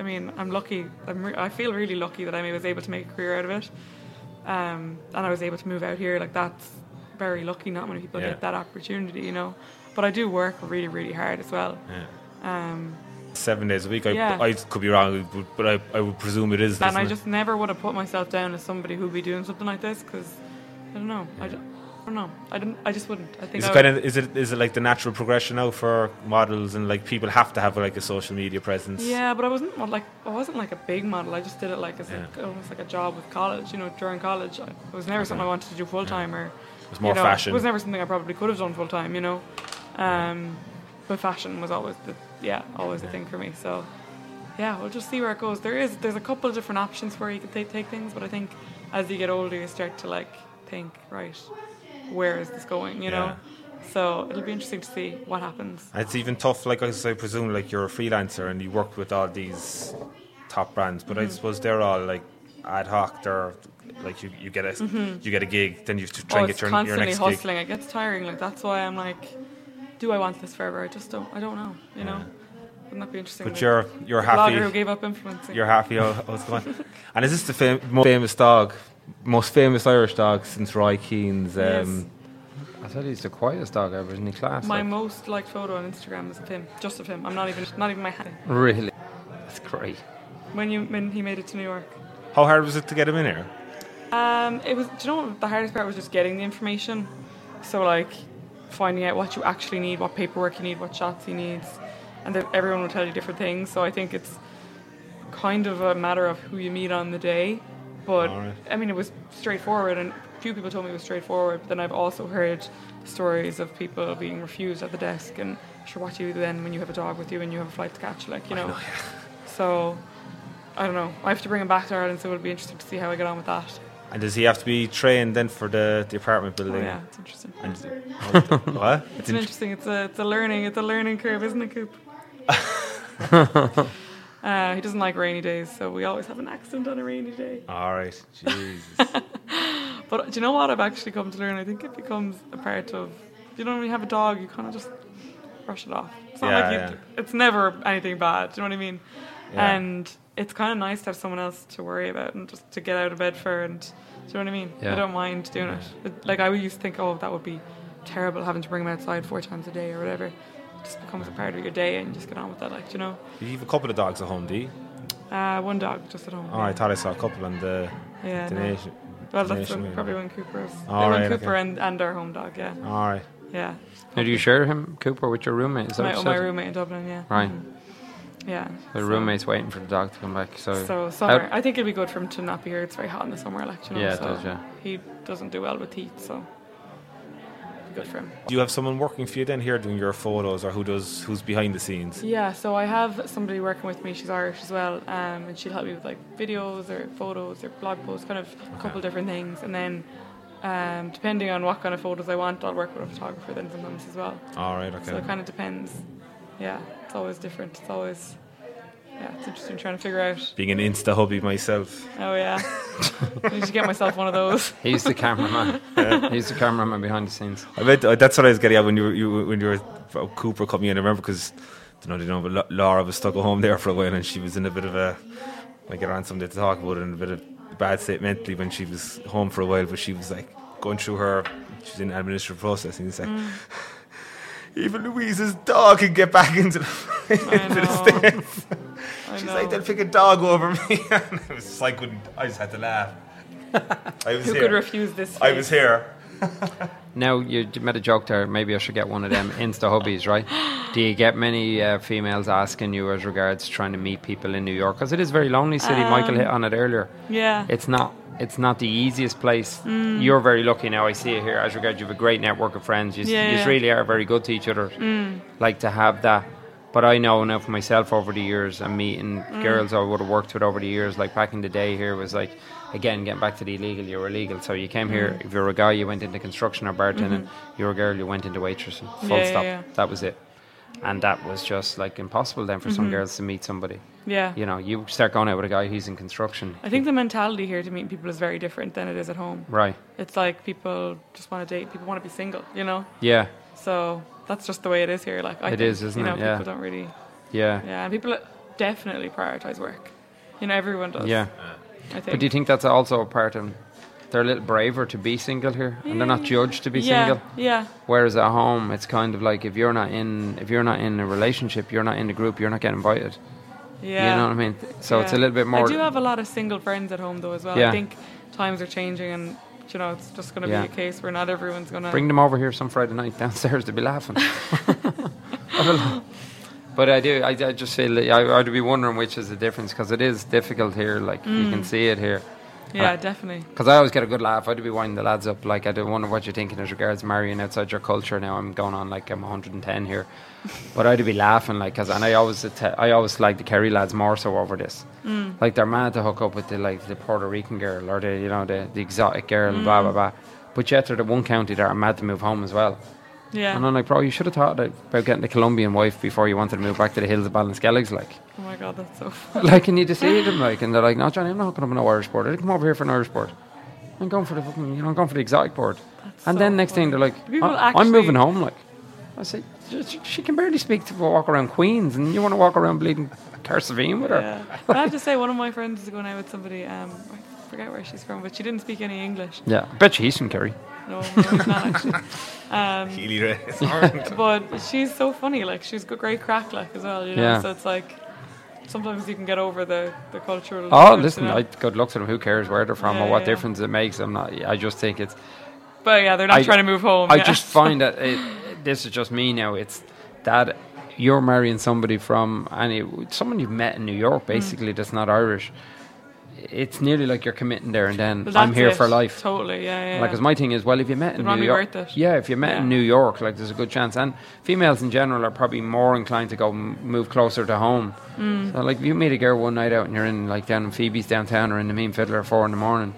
C: I mean, I'm lucky. I'm re- I feel really lucky that I was able to make a career out of it, um, and I was able to move out here. Like that's very lucky. Not many people
B: Yeah.
C: get that opportunity, you know. But I do work really, really hard as well.
B: yeah.
C: Um,
B: Seven days a week. I,
C: Yeah.
B: I could be wrong, but- but I, I would presume it is.
C: And
B: doesn't
C: I
B: it?
C: just never would have put myself down as somebody who'd be doing something like this because I don't know. I, ju- I don't know. I didn't. I just wouldn't. I think
B: Is
C: I
B: it kind of is it is it like the natural progression now for models and like people have to have like a social media presence?
C: Yeah, but I wasn't well, like I wasn't like a big model. I just did it like as
B: Yeah.
C: like, almost like a job with college. You know, during college, I, it was never something I wanted to do full time or. It
B: was more
C: you know,
B: fashion.
C: It was never something I probably could have done full time. You know, um, but fashion was always the yeah always the thing for me. So. Yeah, we'll just see where it goes. There is there's a couple of different options where you can take take things, but I think as you get older, you start to like think, right, where is this going? You know, so it'll be interesting to see what happens.
B: And it's even tough. Like I s- I presume, like you're a freelancer and you work with all these top brands, but
C: Mm-hmm.
B: I suppose they're all like ad hoc. They're like you, you get a you get a gig, then you have to try
C: Mm-hmm. oh,
B: and get
C: it's
B: your, your
C: constantly
B: next
C: hustling. It gets tiring. Like that's why I'm like, do I want this forever? I just don't. I don't know. You know, wouldn't that be interesting?
B: gig. But you're
C: Like,
B: you're
C: the blogger who
B: happy.
C: gave up influencing.
B: You're happy. How, how it's going.
C: [laughs]
B: and is this the fam- most famous dog, most famous Irish dog since Roy Keane's?
C: Yes.
B: Um,
D: I thought he's the quietest dog ever, isn't he? Class.
C: My
D: like.
C: most liked photo on Instagram is of him, just of him. I'm not even not even my hand.
D: really, that's great.
C: When you when he made it to New York.
B: How hard was it to get him in here?
C: Um, it was. Do you know what the hardest part was? Just getting the information. So like, finding out what you actually need, what paperwork you need, what shots he needs, and that everyone will tell you different things. So I think it's kind of a matter of who you meet on the day. But
B: All right.
C: I mean, it was straightforward, and few people told me it was straightforward. But then I've also heard stories of people being refused at the desk, and sure, what do you do then when you have a dog with you and you have a flight to catch? Like you know. So. I don't know. I have to bring him back to Ireland, so it'll be interesting to see how I get on with that.
B: And does he have to be trained then for the, the apartment building?
C: Oh, yeah, it's interesting. [laughs]
B: And what?
C: It's an interesting. It's a it's a learning. It's a learning curve, isn't it, [laughs] Coop? uh, he doesn't like rainy days, so we always have an accident on a rainy day.
B: All right, Jesus.
C: But do you know what? I've actually come to learn. I think it becomes a part of. You know, when you have a dog, you kind of just brush it off. It's not
B: Yeah,
C: like you,
B: yeah.
C: it's never anything bad. Do you know what I mean?
B: Yeah.
C: And it's kind of nice to have someone else to worry about and just to get out of bed for. And do you know what I mean?
D: Yeah.
C: I don't mind doing it. it. Like I used to think, oh, that would be terrible having to bring him outside four times a day or whatever. It just becomes a part of your day and you just get on with that. Like do you know,
B: you have a couple of dogs at home, do you?
C: uh, one dog just at home.
B: Oh, I thought I saw a couple on the
C: Yeah,
B: the
C: no.
B: nation.
C: Well, that's
B: Nation,
C: when-
B: yeah.
C: probably when Cooper's.
B: All
C: when
B: right,
C: Cooper
B: okay.
C: and, and our home dog, yeah.
B: All right.
C: Yeah.
D: Now, do you share him, Cooper, with your roommate? Is that
C: My,
D: what you
C: my
D: said?
C: roommate in Dublin, yeah. Mm-hmm.
D: Right.
C: Yeah.
D: The
C: so-
D: roommate's waiting for the dog to come back. So,
C: So summer, I think it'd be good for him to not be here. It's very hot in the summer, like you know.
D: Yeah, it
C: so
D: does, yeah.
C: He doesn't do well with heat, so it'd be good for him.
B: Do you have someone working for you then here doing your photos, or who does who's behind the scenes?
C: Yeah, so I have somebody working with me. She's Irish as well, um, and she'll help me with like videos or photos or blog posts, kind of a couple different things. And then, um, depending on what kind of photos I want, I'll work with a photographer then sometimes as well.
B: All right. Okay.
C: So it kind of depends. Yeah, it's always different. It's always yeah, it's interesting trying to figure out.
B: Being an Insta hubby myself.
C: Oh yeah, I need to get myself one of
B: [laughs]
C: those.
D: he's the
C: [laughs]
D: cameraman. He's the cameraman behind the scenes.
B: I meant uh, that's what I was getting at when you, were- you were- when you were uh, Cooper coming in. I remember because I don't know, you know, but La- Laura was stuck at home there for a while, and she was in a bit of a. I get her on someday to talk about it, and a bit of bad state mentally when she was home for a while, but she was like going through her. She's in administrative processing. It's like
C: Mm.
B: even Louise's dog can get back [laughs] into the.
C: I know. I
B: She's
C: know.
B: like, they'll pick a dog over me. [laughs] and it was just like, couldn't- I just had to laugh. I was
C: Who could
B: here.
C: refuse this?
B: I was
C: fate?
B: here.
D: Now you d- made a joke there. Maybe I should get one of them Insta
C: [gasps]
D: hubbies, right? Do you get many uh, females asking you as regards trying to meet people in New York? Because it is a very lonely city.
C: Um,
D: Michael hit on it earlier.
C: Yeah.
D: It's not. It's not the easiest place.
C: Mm.
D: You're very lucky now. I see it here. As regards, you have a great network of friends. You,
C: Yeah, Mm.
D: you
C: yeah.
D: really are very good to each other. Like to have that. But I know now for myself over the years, and meeting
C: Mm.
D: girls I would have worked with over the years. Like back in the day, here was like, again, getting back to the illegal, you were illegal. So you came here.
C: Mm.
D: If you were a guy, you went into construction or bartending. You were a girl, you went into waitressing. Full
C: Mm-hmm. Yeah, yeah,
D: stop.
C: yeah.
D: That was it. And that was just like impossible then for some
C: Mm-hmm.
D: girls to meet somebody.
C: Yeah.
D: You know, you start going out with a guy who's in construction.
C: I think the mentality here to meet people is very different than it is at home.
D: Right.
C: It's like people just want to date. People want to be single. You know.
D: Yeah.
C: So that's just the way it is here. Like I
D: It
C: think,
D: is, isn't
C: you know,
D: it? Yeah.
C: People don't really.
D: Yeah.
C: Yeah, and people definitely prioritize work. You know, everyone does.
D: Yeah.
C: I think.
D: But do you think that's also a part of they're a little braver to be single here and they're not judged to be
C: Mm, yeah,
D: single?
C: Yeah.
D: Whereas at home it's kind of like if you're not in if you're not in a relationship, you're not in the group, you're not getting invited.
C: Yeah.
D: You know what I mean? So it's a
C: Yeah.
D: little bit more
C: I do have a lot of single friends at home though as well.
D: Yeah.
C: I think times are changing, and you know, it's just going to
D: Yeah.
C: be a case where not everyone's going to
D: bring them over here some Friday night downstairs to be
C: [laughs]
D: laughing. [laughs] Have a laugh. but I do I, I just feel that I, I'd be wondering which is the difference because it is difficult here, like you
C: Mm.
D: can see it here.
C: Yeah, definitely.
D: Because I always get a good laugh. I'd be winding the lads up. Like, I don't wonder what you're thinking as regards marrying outside your culture. Now I'm going on like I'm 110 here, but I'd be laughing like, cause, and I always att- I always like the Kerry lads more so over this. Like they're mad to hook up with the like the Puerto Rican girl or the you know the, the exotic girl, blah blah blah. But yet they're the one county that are mad to move home as well.
C: Yeah.
D: And I'm like, bro, you should have thought about getting a Colombian wife before you wanted to move back to the hills of Ballinskelligs, like.
C: Oh my god, that's so. [laughs] Funny.
D: Like, and you just see them, like, and they're like, no, Johnny, I'm not hooking up on no Irish board. I come over here for an Irish board. I'm going for the fucking, you know, I'm going for the exotic board. and
C: so
D: then next thing they're like,
C: Do people
D: I, am moving
C: actually-
D: home, like. I say, "She- she- she can barely speak to walk around Queens, and you want to walk around bleeding Carsavine with her?
C: Yeah. I have to say, one of my friends is going out with somebody. Um, I forget where she's from, but she didn't speak any English.
D: Yeah, I bet you he's from Kerry.
C: No, no she's not actually. Um,
B: Healy Ray.
C: [laughs]
B: Sorry.
C: but she's so funny. Like she's got great crack, like as well. You know,
D: Yeah.
C: so it's like sometimes you can get over the the cultural.
D: Oh,
C: difference,
D: listen,
C: you know?
D: I, good luck to them. Who cares where they're from
C: Yeah,
D: or what
C: yeah.
D: difference it makes? I'm not, I just think it's,
C: but yeah, they're not
D: I-
C: trying to move home.
D: I
C: yeah.
D: just find that it, this is just me now. It's that you're marrying somebody from any someone you've met in New York, basically
C: Mm.
D: that's not Irish. It's nearly like you're committing there and
C: [laughs]
D: then.
C: But
D: I'm
C: that's
D: here
C: it.
D: for life.
C: Totally, yeah, yeah.
D: Like,
C: yeah.
D: because my thing is, well, if you met in
C: It might
D: New
C: be
D: York,
C: worth it.
D: yeah, if you met in
C: Yeah.
D: New York, like, there's a good chance. And females in general are probably more inclined to go m- move closer to home.
C: Mm.
D: So, like, if you meet a girl one night out and you're in like down in Phoebe's downtown or in the Mean Fiddler at four in the morning,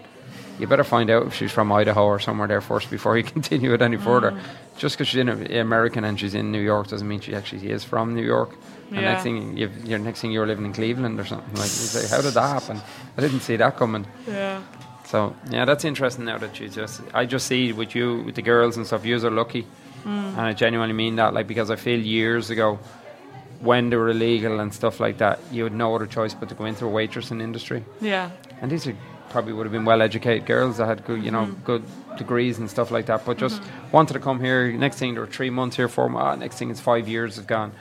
D: you better find out if she's from Idaho or somewhere there first before you [laughs] continue it any
C: Mm.
D: further. Just because she's in a, American and she's in New York doesn't mean she actually is from New York. And
C: Yeah.
D: next thing, you've, your next thing, you're living in Cleveland or something. Like, you say, how did that happen? I didn't see that coming.
C: yeah.
D: So yeah, that's interesting. Now that you just, I just see with you, with the girls and stuff. You are lucky, and I genuinely mean that. Like because I feel years ago, when they were illegal and stuff like that, you had no other choice but to go into a waitressing industry.
C: Yeah.
D: And these are probably would have been well-educated girls that had good, you know, good degrees and stuff ah, like that. But just wanted to come here. Next thing, there were three months here, four months. next thing, it's five years have gone.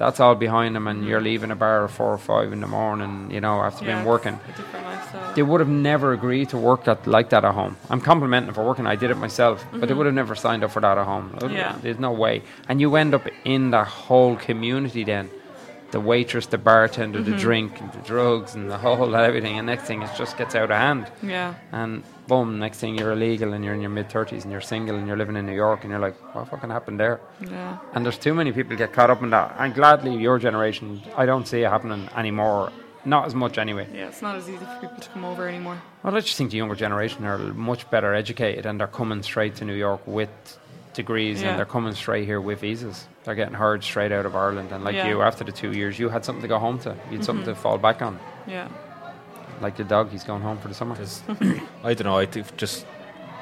D: that's all behind them, and you're leaving a bar at four or five in the morning, you know, after
C: Yeah,
D: being working.
C: it's a different lifestyle.
D: They would have never agreed to work that like that at home. I'm complimenting them for working. I did it myself, but they would have never signed up for that at home.
C: Mm-hmm. Yeah.
D: There's no way. And you end up in that whole community then. The waitress, the bartender, the
C: Mm-hmm.
D: drink, and the drugs, and the [laughs] whole everything. And next thing, it just gets out of hand.
C: yeah,
D: And boom, next thing you're illegal and you're in your mid 30s and you're single and you're living in New York and you're like, what fucking happened there?
C: yeah,
D: And there's too many people get caught up in that. And gladly, your generation, I don't see it happening anymore. Not as much anyway.
C: yeah. It's not as easy for people to come over anymore.
D: Well, I just think the younger generation are much better educated and they're coming straight to New York with degrees
C: Yeah.
D: and they're coming straight here with visas. They're getting hired straight out of Ireland. And like
C: Yeah. Mm-hmm.
D: you, after the two years, you had something to go home to. You had something to fall back on.
C: Yeah,
D: Like the dog, he's going home for the summer.
B: Because I don't know. I think just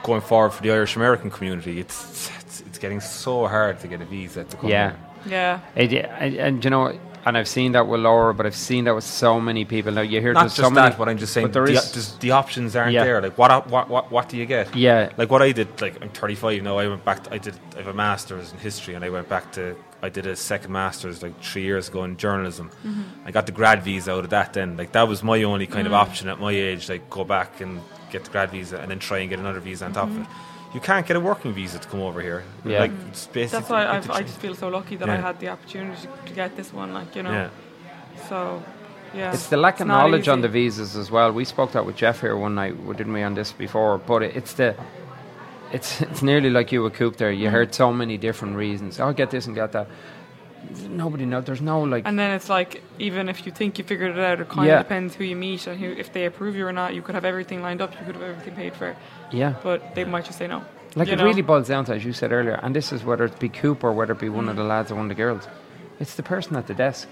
B: going forward for the Irish American community, it's, it's it's getting so hard to get a visa to come.
D: Yeah.
B: here.
C: yeah,
D: It, and, and you know, and I've seen that with Laura, but I've seen that with so many people. Now you hear
B: Not
D: there's
B: just
D: so many,
B: that, but I'm just saying
D: but there
B: the,
D: is-
B: just the options aren't
D: Yeah.
B: there. Like what, op- what what what do you get?
D: Yeah.
B: Like what I did. Like I'm 35 now. I went back. To, I did. I have a master's in history, and I went back to. I did a second master's like three years ago in journalism.
C: Mm-hmm.
B: I got the grad visa out of that. Then like that was my only kind of option at my age. Like go back and get the grad visa, and then try and get another visa on top of it. You can't get a working visa to come over here.
D: Yeah.
B: Like it's basically.
C: Mm-hmm. that's why
B: like,
C: I've,
B: the
C: I
B: tr-
C: just feel so lucky that I
B: Yeah.
C: had the opportunity to get this one. Like you know,
B: yeah.
C: so yeah,
D: It's the lack of
C: not
D: knowledge on
C: easy.
D: the visas as well. We spoke that with Jeff here one night, w- didn't we, on this before? But it, it's the, it's [laughs] it's nearly like you were Coop there. You
C: Mm.
D: heard so many different reasons. Oh, get this and get that. Nobody knows. There's no like.
C: And then it's like, even if you think you figured it out, it kind of
D: Yeah.
C: depends who you meet and who, if they approve you or not. You could have everything lined up, you could have everything paid for,
D: yeah.
C: but they might just say no.
D: Like
C: you
D: it
C: know?
D: really boils down to, as you said earlier, and this is whether it be Coop or whether it be one
C: Mm.
D: of the lads or one of the girls. It's the person at the desk.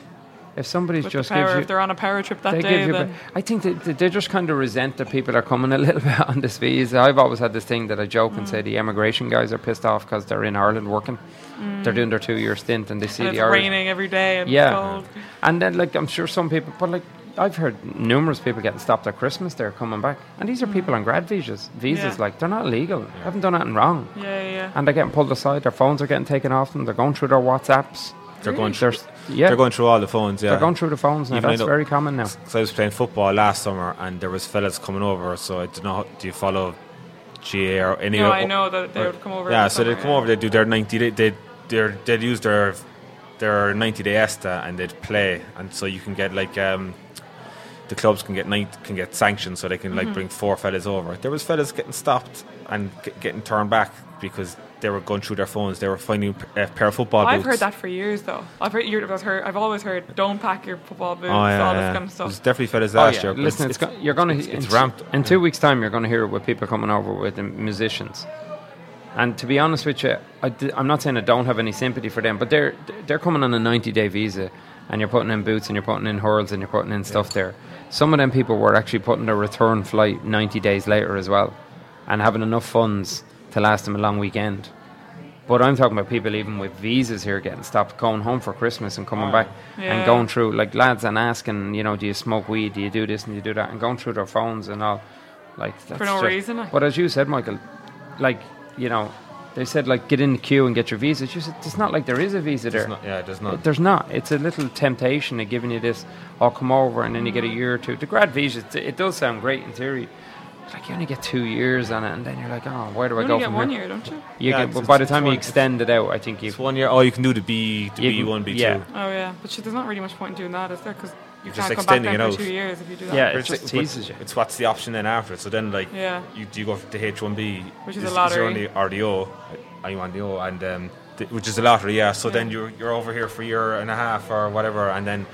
D: If somebody's
C: With
D: just
C: the power,
D: gives you,
C: if they're on a power trip that
D: They
C: day,
D: give you.
C: then
D: ba- I think that that they just kind of resent that people are coming a little [laughs] bit on this visa. I've always had this thing that I joke and
C: Mm.
D: say the immigration guys are pissed off because they're in Ireland working. They're doing their two year stint and they see
C: Mm. and it's
D: the Irish.
C: raining every day and
D: Yeah.
C: it's cold.
D: And then, like, I'm sure some people, but like, I've heard numerous people getting stopped at Christmas. They're coming back, and these are people on grad visas. Visas,
C: Mm. Yeah.
D: like, they're not illegal. They haven't done anything wrong,
C: Yeah, yeah, yeah.
D: and they're getting pulled aside. Their phones are getting taken off them. They're going through their WhatsApps.
B: They're going.
D: They're,
B: Through,
D: s- yeah,
B: They're going through all the phones. Yeah.
D: they're going through the phones now.
B: Even I
D: That's
B: know-
D: very common now.
B: So I was playing football last summer, and there was fellas coming over. So I don't know. how- Do you follow GA or any?
C: No,
B: o-
C: I know that they
B: or-
C: would come over
B: Yeah,
C: in
B: so they'd
C: summer,
B: come
C: yeah.
B: over. They'd do their ninety. Day, they'd they're, they'd use their their ninety day ESTA, and they'd play. And so you can get like um, the clubs can get nine, can get sanctioned, so they can
C: Mm-hmm.
B: like bring four fellas over. There was fellas getting stopped and g- getting turned back because they were going through their phones. They were finding p- a pair of football
C: I've
B: boots.
C: heard that for years, though. I've heard, you've heard, I've always heard, don't pack your football boots,
B: Oh yeah,
C: all this
B: yeah.
C: kind of
B: There's
C: stuff.
B: definitely fellas last
D: Oh, yeah.
B: year. but
D: Listen, it's, go- you're going to
B: it's, it's ramped.
D: in two weeks' time. You're going to hear it with people coming over with the musicians. And to be honest with you, I am not saying I don't have any sympathy for them, but they're they're coming on a 90 day visa, and you're putting in boots, and you're putting in hurls, and you're putting in stuff there. Some of them people were actually putting their return flight 90 days later as well, and having enough funds to last them a long weekend. But I'm talking about people even with visas here getting stopped, going home for Christmas and coming back and
C: Yeah.
D: going through like lads and asking, you know, do you smoke weed? Do you do this and do you do that? And going through their phones and all, like that's
C: no
D: just-
C: reason, like.
D: But as you said, Michael, like you know, they said like get in the queue and get your visa. It's just it's not like there is a visa there.
B: It's not, yeah, it does not.
D: There's not. It's a little temptation of giving you this. I'll come over, and then you get a year or two. The grad visa, it, it does sound great in theory. It's Like you only get two years on it, and then you're like, oh, where do I
C: You
D: go
C: only get
D: from
C: one
D: here?
C: year, don't you?
D: You
B: Yeah,
D: get,
B: it's-
D: but by the
B: it's
D: time you
B: one-
D: extend it out, I think you
B: It's one year. Oh, you can do the B, the
D: You
B: B
D: can-
B: one, B two.
D: yeah.
C: Oh, yeah. But shit, there's not really much point in doing that, is there? Because you
B: Just
C: can't come back
B: extending
C: down
B: it
C: for
B: out.
C: two years if you do that.
D: yeah, it
B: It's,
D: just
B: it's, what-
D: teases you.
B: it's what's the option then after. So then, like,
C: Yeah.
B: you do you go to H one B,
C: Which is a
B: You're
C: lottery.
B: on the RDO. Are you on uh, the O? And um, th- which is a lottery, yeah. So then
C: Yeah.
B: you're you're over here for a year and a half or whatever, and then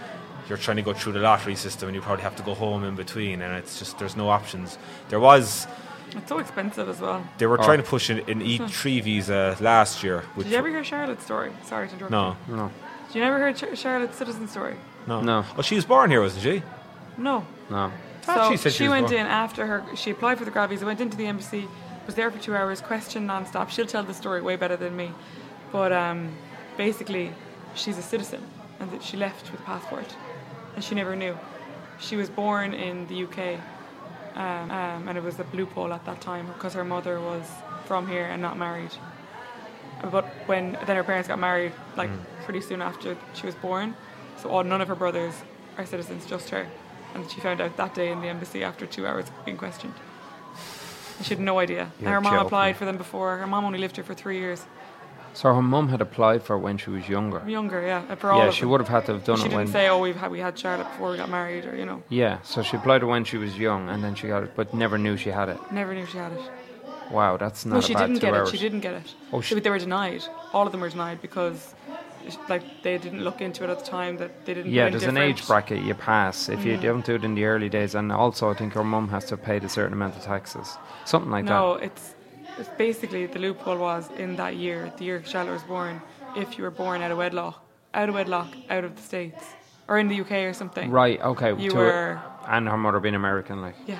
B: you're trying to go through the lottery system, and you probably have to go home in between, and it's just there's no options. There was
C: It's so expensive as well.
B: they were
D: Oh.
B: trying to push an, an E three visa last year, which
C: Hmm. Did you ever hear Charlotte's story? Sorry to interrupt.
B: no,
D: No,
C: Did you ever hear Char- Charlotte's citizen story?
B: no,
D: No.
B: Well, she was born here, wasn't she?
C: No.
D: no.
B: thought
C: So
B: she
C: she,
B: said she was
C: went
B: born-
C: in after her. She applied for the grad visa, went into the embassy, was there for two hours, questioned nonstop. She'll tell the story way better than me, but um, basically, she's a citizen, and that she left with a passport, and she never knew. She was born in the UK, um, um, and it was a loophole at that time because her mother
D: Mm.
C: was from here and not married. But when then her parents got married, like pretty soon after she was born. So all, none of her brothers are citizens, just her. And she found out that day in the embassy after two hours being questioned. And she had no idea. And
D: You're
C: her mom
D: joking.
C: applied for them before. Her mom only lived here for three years.
D: So her mum had applied for it when she was younger.
C: Younger, yeah, for all
D: Yeah,
C: of
D: she
C: them.
D: would have had to have done
C: She
D: it
C: didn't
D: when.
C: say, "Oh, we've had, we had Charlotte before we got married," or you know,
D: Yeah, so she applied it when she was young, and then she got it, but never knew she had it.
C: never knew she had it.
D: Wow, that's not
C: No,
D: a
C: she
D: bad
C: didn't
D: two
C: get
D: hours.
C: it. She didn't get it.
D: Oh,
C: Oh,
D: she-
C: they were denied. All of them were denied because, like, they didn't look into it at the time. That they didn't.
D: Yeah,
C: put in
D: there's an
C: different-
D: age bracket you pass if
C: Mm.
D: you don't do it in the early days, and also I think her mum has to pay a certain amount of taxes, something like
C: No, it's, it's basically the loophole was in that year, the year Charlotte was born. If you were born out of wedlock, out of wedlock, out of the states, or in the UK or something.
D: that. Right? Okay.
C: You
D: to-
C: were.
D: and her mother being American, like
C: Yeah.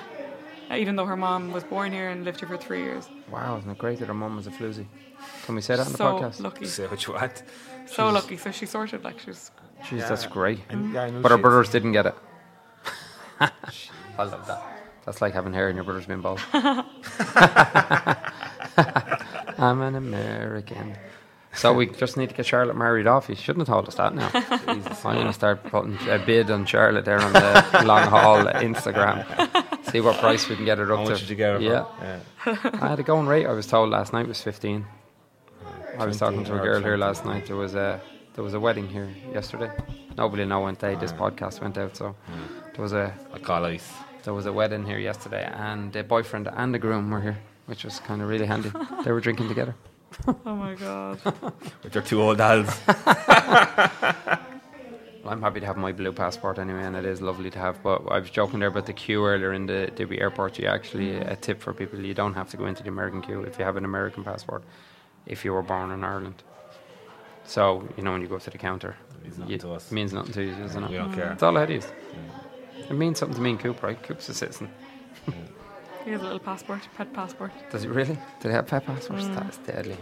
C: Uh, Even though her mom was born here and lived here for three years,
D: wow, isn't it great that her mum was a floozy? Can we say that on the
C: so
D: podcast?
C: lucky,
B: Say what you want.
C: so lucky. So she sorted like she was
D: Jeez, that's great.
B: And, yeah, I know
D: But her
B: she's-
D: brothers didn't get it. [laughs] I love that. That's like having hair and your brother's been bald. [laughs] I'm an American. So we just need to get Charlotte married off. You shouldn't have told
B: [laughs]
D: us that now. I'm going to start putting a bid on Charlotte there on the
B: [laughs]
D: long haul Instagram. See what price we can get it up
B: How
D: to.
B: much did you get? her for?
D: Yeah.
B: yeah.
D: I had a going rate. I was told last night was fifteen. I was talking to a
B: 20 or
D: girl
B: 20.
D: here last night. There was a there was a wedding here yesterday. Nobody know what day this podcast went out. So there was a
B: I call ice.
D: there was a wedding here yesterday, and the boyfriend and the groom were here, which was kind of really handy. they were drinking together.
C: Oh my
D: [laughs]
C: god.
B: With your two old dads.
D: Well, I'm happy to have my blue passport anyway, and it is lovely to have. But I was joking there about the queue earlier in the Derby airport. You actually a tip for people: you don't have to go into the American queue if you have an American passport, if you were born in Ireland. So you know when you go up to the counter,
B: means nothing
D: you-
B: to us.
D: it means nothing to you, doesn't it?
B: We don't care.
D: That's all it is. It means something to me and Coop, right? Coop's a citizen.
C: He has a little passport, pet passport.
D: Does it really? Do they have pet passports? That is deadly.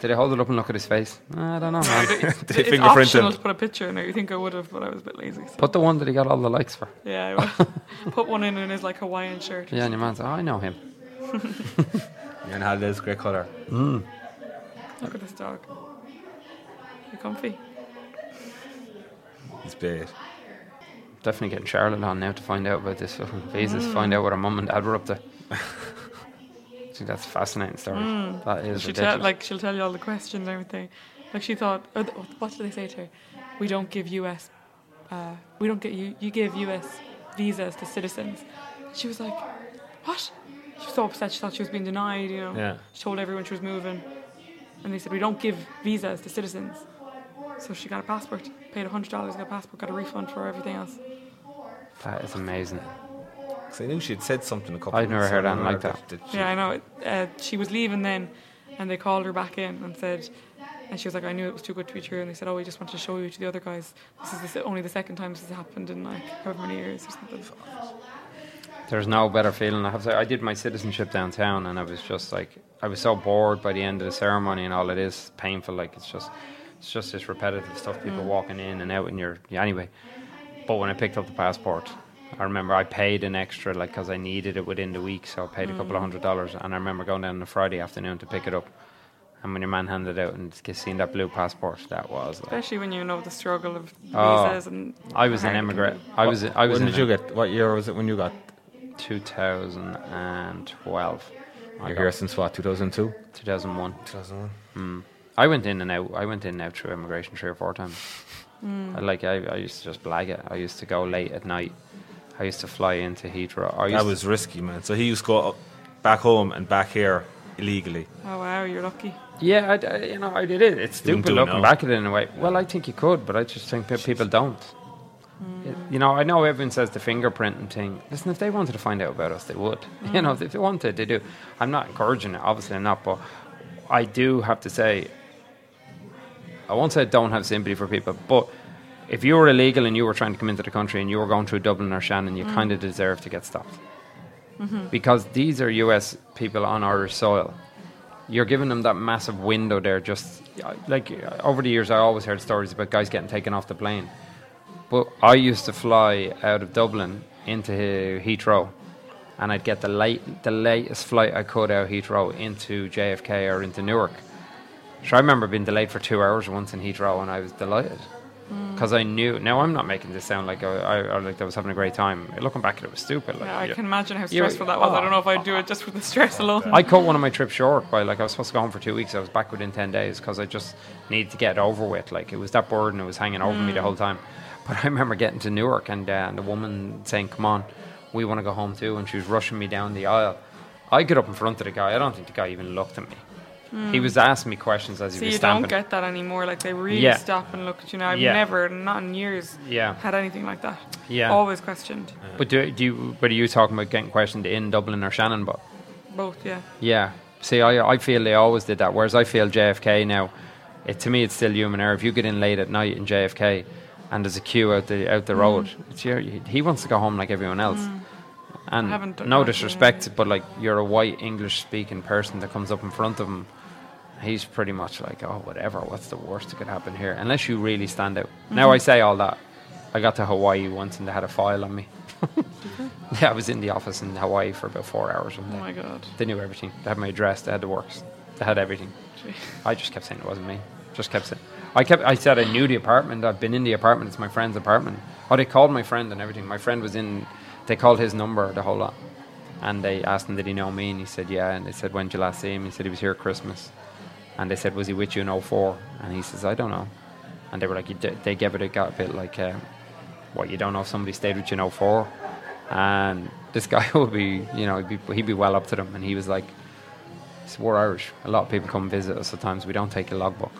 D: Did they hold it up and look at his face? I don't
B: [laughs]
D: know. man.
B: [laughs] They
C: it's
B: fingerprint
C: optional
B: him.
C: to put a picture in there. You think I would have, but I was a bit lazy. So.
D: Put the one that he got all the likes for.
C: Yeah,
D: [laughs]
C: I would. put one in in his like Hawaiian shirt.
D: Yeah, and your man's, oh, I know him.
B: You're in holidays, great colour.
C: Look at this dog. You comfy?
B: He's big.
D: Definitely getting Charlotte on now to find out about this fucking visas, find out what her mum and dad were
C: [laughs]
D: up to. I think that's a fascinating story.
C: Hmm.
D: That is
C: She
D: ridiculous.
C: tell like she'll tell you all the questions and everything. Like she thought, or th- what did they say to her? We don't give U.S. Uh, we don't get you. You give U.S. visas to citizens. She was like, what? She was so upset. She thought she was being denied. You know.
B: Yeah.
C: She told everyone she was moving, and they said we don't give visas to citizens. So she got a passport, paid hundred dollars, got a passport, got a refund for everything else.
D: that is amazing.
B: 'Cause I knew she'd said something a couple
D: I'd never
B: weeks
D: heard
B: earlier
D: anything like that.
B: she-
C: Yeah, I know. Uh, she was leaving then, and they called her back in and said, and she was like, "I knew it was too good to be true." And they said, "Oh, we just wanted to show you to the other guys. This is the, se- only the second time this has happened in like however many years or something."
D: There's no better feeling. I have to, I did my citizenship downtown, and I was just like, I was so bored by the end of the ceremony, and all it is painful. Like it's just, it's just this repetitive stuff. People
B: Mm.
D: walking in and out, and you're yeah, anyway. But when I picked up the passport, I remember I paid an extra, like because I needed it within the week, so I paid a couple
B: Mm.
D: of hundred dollars. And I remember going down on a Friday afternoon to pick it up, and when your man handed it out and just seeing that blue passport, that was. Like,
C: Especially when you know the struggle of
D: Oh,
C: visas and.
D: I was an
C: American
D: immigrant.
C: people.
D: I was. I was.
B: when
D: in
B: did you get? What year was it when you got?
D: 2012. I
B: You're
D: got
B: here since what? 2002.
D: 2001.
B: 2001.
D: I went in and out. I went in and out through immigration three or four times. I, like I, I used to just blag it. I used to go late at night. I used to fly into Heathrow. I used
B: That was risky, man. So he used to go back home and back here illegally.
C: Oh wow, you're lucky.
D: yeah. I, I- you know, I did it. It's
B: You wouldn't
D: stupid
B: do it
D: looking
B: now.
D: back at it in a way. Well, I think you could, but I just think that people don't. It- You know, I know everyone says the fingerprinting thing. Listen, if they wanted to find out about us, they would. [laughs] You know, if they wanted, they do. I'm not encouraging it. Obviously, I'm not. But I do have to say, I won't say I don't have sympathy for people, but if you were illegal and you were trying to come into the country and you were going through Dublin or Shannon, you kind of deserve to get stopped. Because these are US people on Irish soil. You're giving them that massive window there. Just like over the years, I always heard stories about guys getting taken off the plane. But I used to fly out of Dublin into Heathrow, and I'd get the late, the latest flight I could out of Heathrow into JFK or into Newark. Sure, I remember being delayed for two hours once in Heathrow, and I was delighted
C: Mm.
D: because I knew. Now I'm not making this sound like I, I, I like I was having a great time. Looking back at it, was stupid. Like,
C: Yeah, I
D: you-
C: can imagine how
D: Yeah,
C: stressful that was. I don't know if I'd do it just for the stress alone.
D: I cut one of my trips short by like I was supposed to go home for two weeks. I was back within ten days because I just needed to get it over with. Like it was that burden that was hanging over me the
C: Mm.
D: whole time. But [laughs] I remember getting to Newark and, uh, and the woman saying, "Come on, we want to go home too," and she was rushing me down the aisle. I get up in front of the guy. I don't think the guy even looked at me. He was asking me questions as he
C: Mm. so
D: was
C: you
D: stamping.
C: don't get that anymore. Like they really
D: Yeah.
C: stop and look at you now. I've
D: Yeah.
C: never, not in years,
D: Yeah.
C: had anything like that.
D: Yeah.
C: Always questioned.
D: But do, do you? But are you talking about getting questioned in Dublin or Shannon? But
C: Both, yeah.
D: yeah, see, I, I feel they always did that. Whereas I feel JFK now, it, to me, it's still human error. If you get in late at night in JFK, and there's a queue out the out the road, it's your, he wants to go home like everyone else.
C: Mm. I haven't
D: And
C: done
D: no
C: that, yeah.
D: disrespect, but like you're a white English speaking person that comes up in front of him. He's pretty much like, oh, whatever. What's the worst that could happen here? Unless you really stand out.
C: Mm-hmm.
D: Now I say all that. I got to Hawaii once and they had a file
C: [laughs]
D: on me. yeah, I was in the office in Hawaii for about four hours one
C: Oh
D: day.
C: my god.
D: They knew everything. They had my address. They had the works. They had everything.
C: Gee.
D: I just kept saying it wasn't me. Just kept saying. I kept. I said I knew the apartment. I've been in the apartment. It's my friend's apartment. Oh, they called my friend and everything. My friend was in. They called his number the whole lot, and they asked him did he know me, and he said yeah. And they said when did you last see him? He said he was here at Christmas, and they said was he with you in 04? And he says I don't know, and they were like you d- they gave it a, got a bit like. Uh, what you don't know if somebody stayed with you in 04 and this guy [laughs] would be you know he'd be, he'd be well up to them and he was like so we're Irish a lot of people come visit us sometimes we don't take a logbook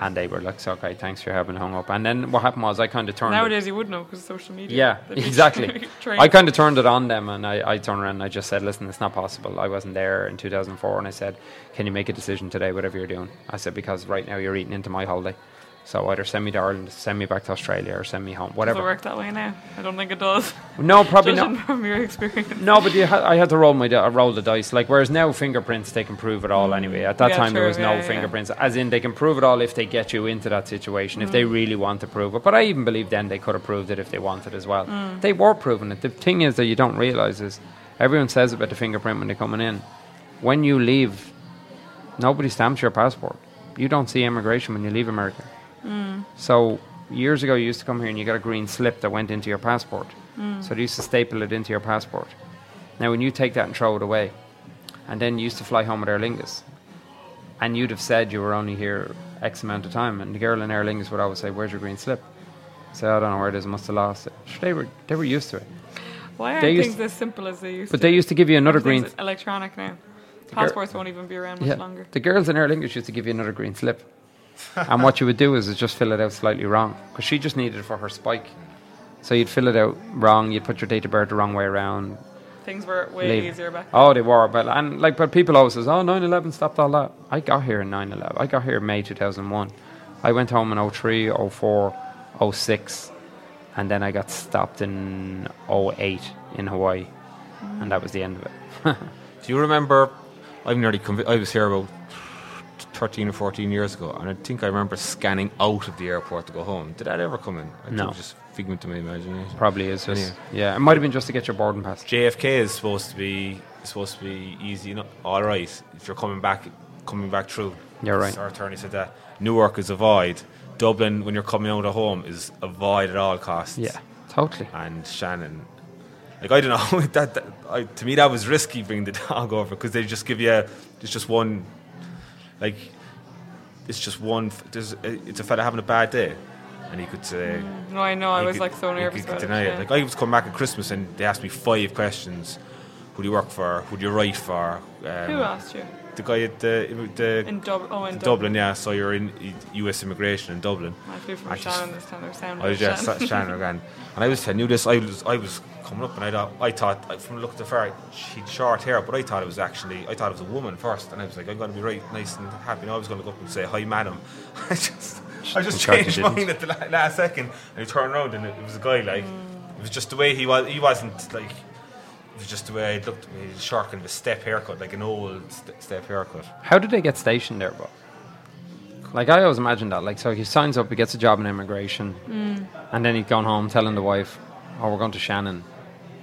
D: and they were like so okay thanks for having hung up and then what happened was I kind of turned it-
C: Nowadays you would know because social media.
D: yeah, [laughs]
C: They'd be [laughs]
D: exactly.
C: trained.
D: I kind of turned it on them and I, I turned around and I just said, listen, it's not possible. I wasn't there in 2004 and I said, can you make a decision today, whatever you're doing? I said, because right now you're eating into my holiday. So either send me to Ireland, send me back to Australia or send me home,
C: Does it
D: whatever.
C: work that way now? I don't think it does.
D: No, [laughs] probably
C: Judging
D: not.
C: from your experience.
D: No, but you ha- I had to roll my di- roll the dice. Like whereas now fingerprints they can prove it all anyway. At that
C: Yeah,
D: time there
C: true,
D: was no
C: yeah, yeah.
D: fingerprints, as in they can prove it all if they get you into that situation, if they
C: Mm.
D: really want to prove it. But I even believe then they could have proved it if they wanted as well.
C: Mm.
D: They were proving it. The thing is that you don't realize is everyone says about the fingerprint when they're coming in. When you leave, nobody stamps your passport. You don't see immigration when you leave America.
C: Mm.
D: So years ago, you used to come here and you got a green slip that went into your passport.
C: Mm.
D: So they used to staple it into your passport. Now, when you take that and throw it away, and then you used to fly home with Aer Lingus, and you'd have said you were only here X amount of time, and the girl in Aer Lingus would always say, "Where's your green slip?" I say, "I don't know where it is. Must have lost it." Sure, They were they were used to it,
C: Why are
D: They used-
C: things as simple as they used
D: but
C: to?
D: they used to give you another green.
C: Everything's electronic now. Passports won't even be around much longer.
D: The girls in Aer Lingus used to give you another green slip. and what you would do is, is just fill it out slightly wrong because she just needed it for her spike. So you'd fill it out wrong, you'd put your date of birth the wrong way around.
C: Things were way
D: leave.
C: easier back.
D: Oh, they were. But, and like, but people always says, oh, 9-11 stopped all that. I got here in 9-11. I got here in May 2001. I went home in 03, 04, 06. And then I got stopped in 08 in Hawaii. And that was the end of it. [laughs]
B: Do you remember? I'm nearly convi- I was here about 13 or 14 years ago, and I think I remember scanning out of the airport to go home. Did that ever come in? I think
D: No.
B: it was just a figment of my imagination.
D: Probably is just, yeah. It might have been just to get your boarding pass.
B: JFK is supposed to be supposed to be easy. enough. all right, if you're coming back, coming back through.
D: You're right.
B: Our attorney said that Newark is a void. Dublin, when you're coming out of home, is a void at all costs.
D: Yeah, totally.
B: and Shannon. Like I don't know [laughs] that, that I, to me that was risky bringing the dog [laughs] over because they just give you a, it's just one like it's just one f- there's it's a fella having a bad day and he could say
C: No, I know. Mm. I
B: he
C: was
B: could-
C: like so
B: he
C: nervous
B: could
C: about
B: deny
C: it.
B: it.
C: yeah.
B: Like I was coming back at Christmas and they asked me five questions: Who do you work for? Who do you write for? Um,
C: Who asked you?
B: The guy at the the
C: In Dublin. Oh, in
B: Dublin, yeah. So you're in U.S. immigration in Dublin.
C: I flew from
B: I just-
C: Shannon this time. They were sound
B: I was
C: like
B: just
C: Shannon. [laughs]
B: sat Shannon again, and I was I knew this. I was I was coming up, and I thought I thought like, from the look at the far she'd short hair, but I thought it was actually I thought it was a woman first, and I was like I'm going to be right nice and happy. And I was going to go up and say hi, madam. [laughs] I just I just
D: glad you
B: changed
D: didn't.
B: mine at the la- last second, and he turned around, and it, it was a guy like
C: Mm.
B: it was just the way he was. He wasn't like it was just the way I looked. at me, short kind of a step haircut, like an old st- step haircut.
D: How did they get stationed there, bro? Like I always imagined that. Like so, he signs up, he gets a job in immigration, and then he'd gone home telling the wife, "Oh, we're going to Shannon."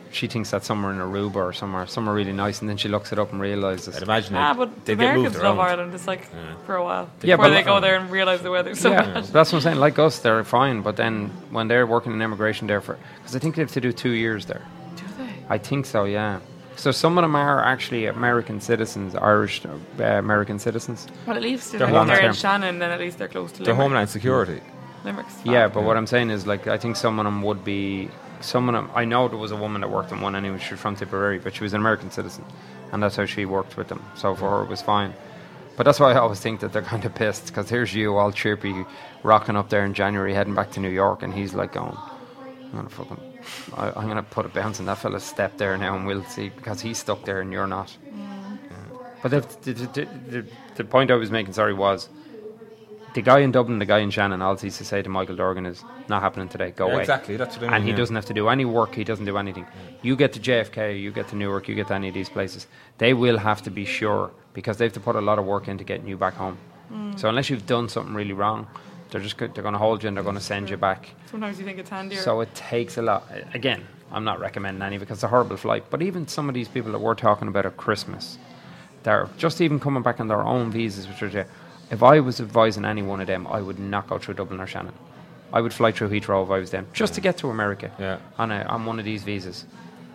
D: she thinks that's somewhere in Aruba or somewhere, somewhere really nice, and then she looks it up and realizes.
B: I'd imagine
C: Ah,
B: they'd-
C: but
B: they'd get
C: Americans
B: moved
C: love
B: around.
C: Ireland. It's like for a while
D: Yeah,
C: before
D: but-
C: they go there and realize the weather. So
D: yeah, that's what I'm saying. Like us, they're fine, but then when they're working in immigration there for, because I think they have to do two years there.
C: [laughs] do they?
D: I think so, yeah. So some of them are actually American citizens, Irish uh, American citizens.
C: Well, at least if
B: They're
C: they're, in
B: homeless.
C: Shannon, then at least they're close to
B: Their
C: Limerick.
B: homeland security.
C: Limerick's fab.
D: Yeah, but what I'm saying is, like, I think some of them would be. Some of them, I know there was a woman that worked in one anyway. She was from Tipperary, but she was an American citizen, and that's how she worked with them. So for her, it was fine. But that's why I always think that they're kind of pissed because here's you all chirpy, rocking up there in January, heading back to New York, and he's like going, "I'm gonna fucking, I, I'm gonna put a bounce in that fella's step there now, and we'll see because he's stuck there and you're not." But the, the, the, the, the point I was making, sorry, was the guy in Dublin, the guy in Shannon, all he used to say to Michael Dorgan is not happening today. Go
B: Yeah,
D: away.
B: exactly, that's what I mean,
D: And he
B: yeah.
D: doesn't have to do any work. He doesn't do anything. You get to JFK, you get to Newark, you get to any of these places. They will have to be sure because they have to put a lot of work into getting you back home. So unless you've done something really wrong, they're just go- they're going to hold you and they're going to send you back.
C: Sometimes you think it's handier.
D: So it takes a lot. A- Again, I'm not recommending any because it's a horrible flight. But even some of these people that we're talking about at Christmas, they're just even coming back on their own visas, which are there. If I was advising any one of them, I would not go through Dublin or Shannon. I would fly through Heathrow if I was them, just to get to America
B: Yeah.
D: on, a, on one of these visas.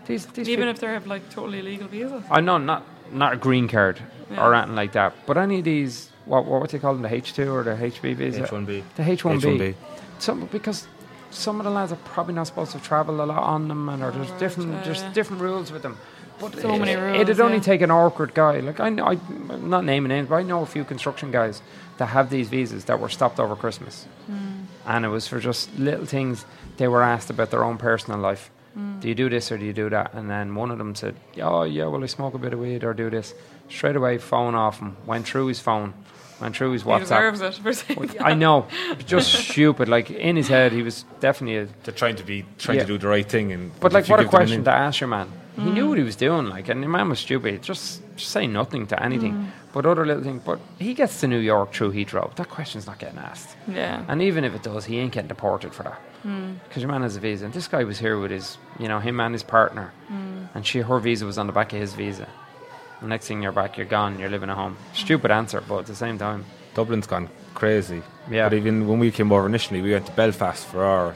D: These, these
C: even
D: people-
C: if they have like totally illegal visas.
D: I know not not a green card
C: Yeah.
D: or anything like that, but any of these what what, what do you call them the H two or the HB visa
B: H1B.
D: the H one B
B: H1B.
D: some because some of the lads are probably not supposed to travel a lot on them and or there's
C: Alright,
D: different
C: yeah,
D: there's
C: yeah.
D: different rules with them. But
C: So many rules,
D: It'd only
C: yeah.
D: take an awkward guy. Like I, kn- I, am not naming names, but I know a few construction guys that have these visas that were stopped over Christmas,
C: Hmm.
D: and it was for just little things. They were asked about their own personal life.
C: Hmm.
D: Do you do this or do you do that? And then one of them said, "Oh yeah, well I smoke a bit of weed or do this." Straight away, phone off him. Went through his phone. Went through his
C: He
D: WhatsApp.
C: deserves it for saying that.
D: I know, just stupid. Like in his head, he was definitely a
B: They're trying to be trying
D: Yeah.
B: to do the right thing. And
D: but
B: if
D: like,
B: you
D: what a
B: give them an
D: question to ask your man. He knew what he was doing, like, and the man was stupid. Just, just say nothing to anything. But other little thing. But he gets to New York through Heathrow. That question's not getting asked.
C: [laughs] Yeah.
D: And even if it does, he ain't getting deported for that. Because your man has a visa. And this guy was here with his, you know, him and his partner. And she, her visa was on the back of his visa. And next thing you're back, you're gone, you're living at home. Stupid answer, but at the same time.
B: in- Dublin's gone crazy.
D: Yeah.
B: But even when we came over initially, we went to Belfast for our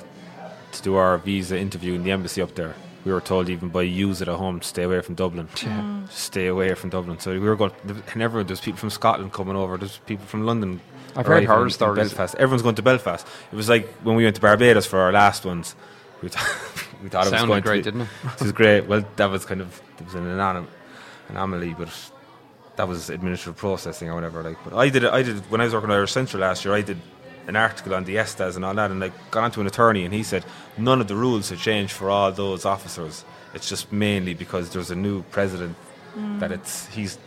B: to do our visa interview in the embassy up there. We were told even by yous at home to stay away from Dublin.
D: Yeah.
B: Stay away from Dublin. So we were going, and everyone. There's people from Scotland coming over. There's people from London.
D: I've heard
B: arriving
D: horror
B: in
D: stories.
B: Belfast. Everyone's going to Belfast. It was like when we went to Barbados for our last ones. We, th- we thought [laughs] it was
D: Sounded
B: going
D: great,
B: to be,
D: didn't it?
B: [laughs] It was great. Well, that was kind of it was an anonym, anomaly, but that was administrative processing or whatever. Like, but I did it. I did when I was working at Irish Central last year. I did an article on the Estas and all that, and I got onto an attorney, and he said none of the rules have changed for all those officers. It's just mainly because there's a new president that it's he's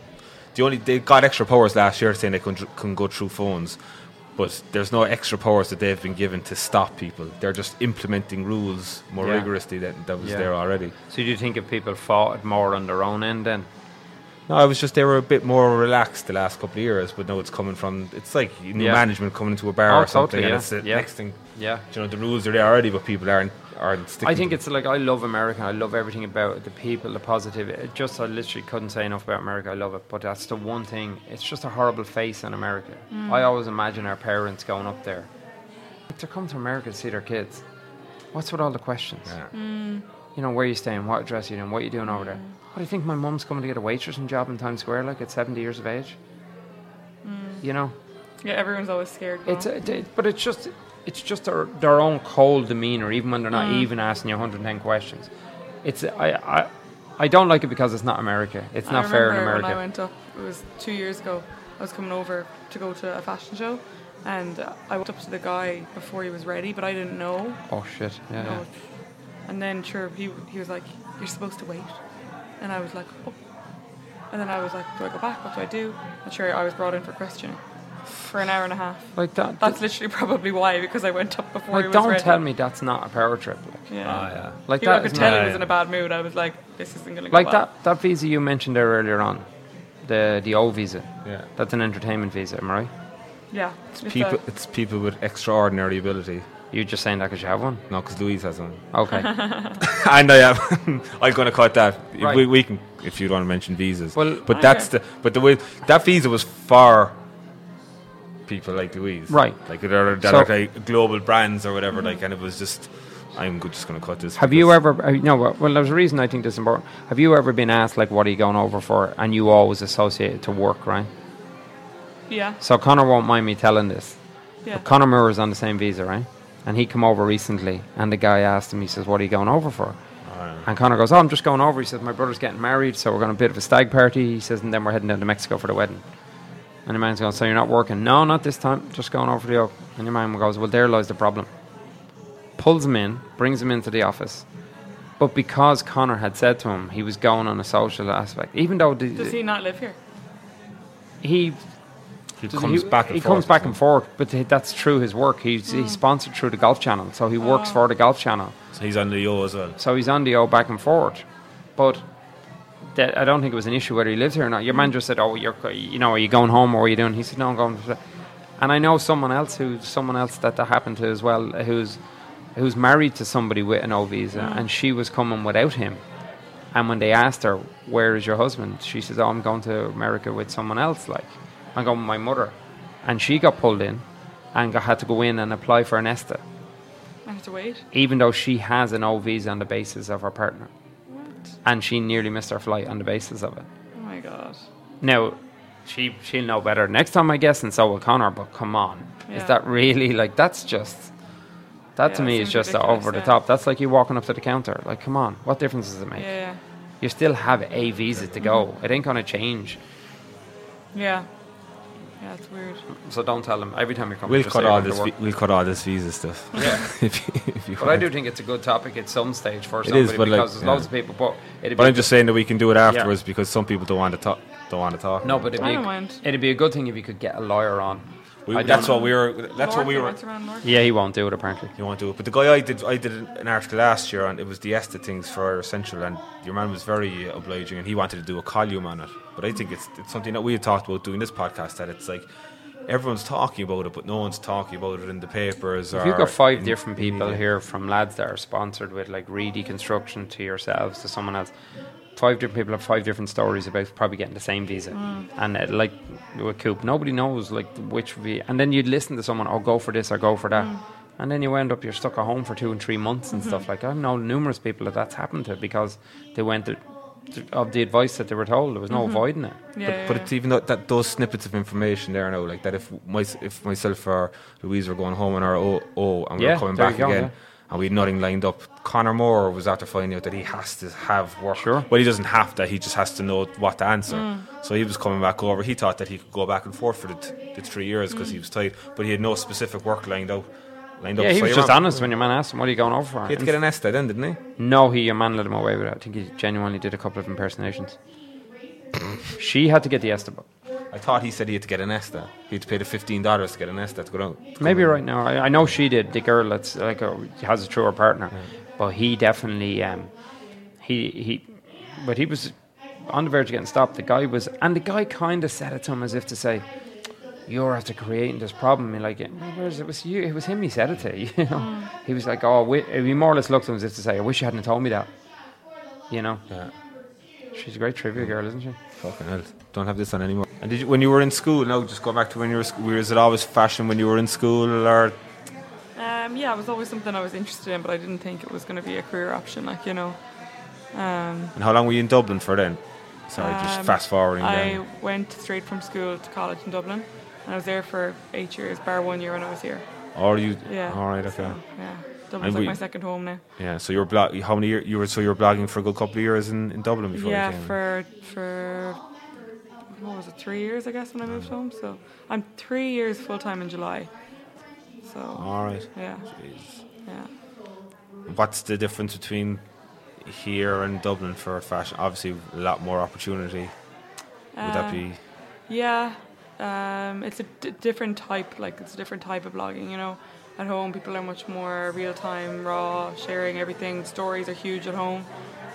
B: the only they got extra powers last year saying they can, can go through phones. But there's no extra powers that they've been given to stop people. They're just implementing rules more
D: Yeah.
B: rigorously than that was
D: Yeah.
B: there already.
D: So do you think if people fought it more on their own end then?
B: No, I was just they were a bit more relaxed the last couple of years, but now it's coming from it's like new
D: Yeah.
B: management coming into a bar
D: Oh,
B: or something,
D: totally, yeah,
B: and it's the
D: yeah.
B: next thing.
D: Yeah.
B: You know, the rules are there already, but people aren't aren't sticking.
D: I think
B: to
D: it's like I love America. I love everything about it, the people, the positive. It just I literally couldn't say enough about America. I love it, but that's the one thing. It's just a horrible face in America. I always imagine our parents going up there. Like they're coming to America to see their kids. What's with all the questions?
B: Yeah.
D: You know, where you staying? What address you in? What you doing over there? What do you think my mum's coming to get a waitressing job in Times Square like at 70 years of age? You know?
C: yeah, everyone's always scared. now.
D: It's uh, d- but it's just it's just their, their own cold demeanor, even when they're
C: Hmm.
D: not even asking you 110 questions. It's I, I I don't like it because it's not America. It's not
C: I
D: fair in
C: remember When I
D: America.
C: went up, it was two years ago. I was coming over to go to a fashion show, and uh, I walked up to the guy before he was ready, but I didn't know.
D: Oh shit! Yeah,
C: No.
D: yeah.
C: And then sure, he he was like, "You're supposed to wait," and I was like, "Oh." And then I was like, "Do I go back? What do I do?" And sure, I was brought in for questioning for an hour and a half.
D: like that.
C: That's literally [laughs] probably why, because I went up before he
D: like
C: was
D: don't
C: ready.
D: tell me that's not a power trip. Like,
C: Ah, Yeah.
B: Ah, yeah.
D: like
C: He- I
D: that.
C: could
D: is
C: tell
D: not-
C: he was in a bad mood. I was like, "This isn't going to go
D: like
C: well."
D: that that visa you mentioned there earlier on, the the O visa.
B: Yeah.
D: That's an entertainment visa, am I right?
C: Yeah.
B: people. It's people with extraordinary ability
D: You're just saying that because you have one.
B: No, because Louise has one. [laughs]
C: [laughs]
D: Okay.
B: and I am. [laughs] I'm going to cut that. If
D: Right.
B: We, we can, if you want to mention visas.
D: Well-
B: but that's the. But the way that visa was for people like Louise,
D: Right.
B: Like that are, that
D: So- Mm-hmm.
B: are like global brands or whatever. Like, and it was just. I'm go- just going to cut this.
D: have you ever? uh, No. Well, well, there's a reason I think this is important. Have you ever been asked like, "What are you going over for?" And you always associate it to work, right?
C: Yeah.
D: So Connor won't mind me telling this.
C: Yeah.
D: Connor Moore is on the same visa, right? And he come over recently, and the guy asked him, he says, "What are you going over for?" And Connor goes, "Oh, I'm just going over." He says, "My brother's getting married, so we're going to a bit of a stag party." He says, "And then we're heading down to Mexico for the wedding." And your man's going, "So you're not working?" No, not this time. Just going over to the oak. And your man goes, "Well, there lies the problem." Pulls him in, brings him into the office. But because Connor had said to him he was going on a social aspect, even though the,
C: Does he not live here?
D: he
B: He
D: does
B: comes
D: he,
B: back. And
D: he
B: forth,
D: comes back
B: doesn't
D: and forth, but th- that's true. His work, he's, he's sponsored through the Golf Channel, so he works for the Golf Channel.
B: he? So he's on the O as well.
D: So he's on the O back and forward. But that, I don't think it was an issue whether he lives here or not. Your man just said, "Oh, you're, go- you know, are you going home or are you doing?" He said, "No, I'm going." for that." And I know someone else who, someone else that that happened to as well, who's who's married to somebody with an O visa, and she was coming without him. And when they asked her, "Where is your husband?" she says, "Oh, I'm going to America with someone else. Like, I'm going with my mother." And she got pulled in, and got, had to go in and apply for an E ESTA
C: I have to wait.
D: even though she has an O visa on the basis of her partner,
C: What?
D: and she nearly missed her flight on the basis of it.
C: Oh my god.
D: Now, she she'll know better next time, I guess, and so will Connor. But come on, is
C: Yeah.
D: that really like that's just that to
C: Yeah, it
D: me is
C: seems
D: just
C: ridiculous,
D: over the
C: yeah.
D: top. That's like you walking up to the counter. Like, come on, what difference does it
C: Yeah, Mm-hmm.
D: make?
C: yeah.
D: You still have a visa to go. It ain't gonna change.
C: Yeah. Yeah, it's weird.
D: So don't tell them every time you come.
B: We'll
D: just
B: cut
D: say
B: all
D: I'm to
B: this.
D: work.
B: vi- we'll cut all this visa stuff.
D: [laughs] Yeah.
B: [laughs] if you, if you
D: But I do think it's a good topic at some stage for
B: is,
D: somebody
B: but,
D: because
B: like,
D: there's loads
B: yeah.
D: of people. But it'd
B: But
D: be
B: I'm just saying that we can do it afterwards because some people don't want to talk. Don't want to talk.
D: No, but it'd
C: I
D: be,
C: don't
D: a,
C: mind.
D: it'd be a good thing if you could get a lawyer on. I
B: we,
D: don't
B: that's
D: know.
B: what we were. That's what
C: Lorca,
B: we were.
C: what's around Lorca?
D: Yeah, he won't do it apparently.
B: You want to do it, but the guy I did, I did an article last year, and it was the Esther things for Central, and your man was very obliging, and he wanted to do a column on it. But I think it's, it's something that we had talked about doing this podcast that it's like everyone's talking about it, but no one's talking about it in the papers.
D: If
B: or
D: you've got five
B: in-
D: different
B: in
D: people
B: media.
D: here from lads that are sponsored with like Reedy Construction to yourselves to someone else, five different people have five different stories about probably getting the same visa, and uh, like with Coop, nobody knows like which visa, and then you'd listen to someone, oh go for this or go for that. And then you end up you're stuck at home for two and three months and stuff like. I know numerous people that that's happened to because they went to, of the advice that they were told. There was no avoiding it.
C: Yeah,
B: But,
C: yeah,
B: but
C: yeah.
B: it's even that, that those snippets of information there now, like that if my, if myself or Louise were going home on our oh, oh and we
D: Yeah,
B: were coming
D: there
B: back
D: you go,
B: again
D: yeah.
B: and we had nothing lined up, Connor Moore was after finding out that he has to have work.
D: Sure.
B: Well, he doesn't have to, he just has to know what to answer.
C: Mm.
B: So he was coming back over. He thought that he could go back and forth for the, t- the three years because he was tight, but he had no specific work lined out. Lined
D: Yeah,
B: up.
D: he
B: So
D: was
B: your
D: just Mm.
B: man-
D: honest when your man asked him, "What are you going over for?"
B: He had to
D: And
B: get an ESTA then, didn't he?
D: No, he your man let him away with it. I think he genuinely did a couple of impersonations. [laughs] she had to get the Esteban.
B: I thought he said he had to get an ESTA. He had to pay the $15 to get an ESTA to go down. to come
D: Maybe
B: in.
D: right now. I, I know she did. The girl that's like a, has a truer partner, but he definitely um, he he, but he was on the verge of getting stopped. The guy was, and the guy kind of said it to him as if to say, "You're after creating this problem." You're like, "Well, "Where's it was you? It was him. He said it to [laughs] you." know, he was like, "Oh, wi-, he more or less looked at him as if to say, I wish you hadn't told me that." You know,
B: Yeah.
D: she's a great trivia girl, isn't she?
B: Fucking hell. Don't have this on anymore. And did you, when you were in school, no, just go back to when you were sc- were is it always fashion when you were in school or
C: Um, yeah, it was always something I was interested in, but I didn't think it was going to be a career option. Like you know, um,
B: and how long were you in Dublin for then? Sorry, just
C: Um,
B: fast forwarding
C: I
B: then.
C: went straight from school to college in Dublin, and I was there for eight years, bar one year when I was here.
B: Or you
C: Yeah.
B: all right, okay.
C: Yeah, Dublin's
B: And
C: like
B: we-
C: my second home now.
B: Yeah, so you were blog how many years you were so you were blogging for a good couple of years in, in Dublin before
C: Yeah,
B: you came.
C: for for what was it, three years I guess when I moved home. So I'm three years full time in July. So
B: all right.
C: yeah,
B: Jeez.
C: yeah.
B: What's the difference between here and Dublin for fashion? Obviously a lot more opportunity. Would that
C: Um,
B: be
C: Yeah, um, it's a d- different type. Like it's a different type of blogging. You know, at home people are much more real time, raw, sharing everything. Stories are huge at home.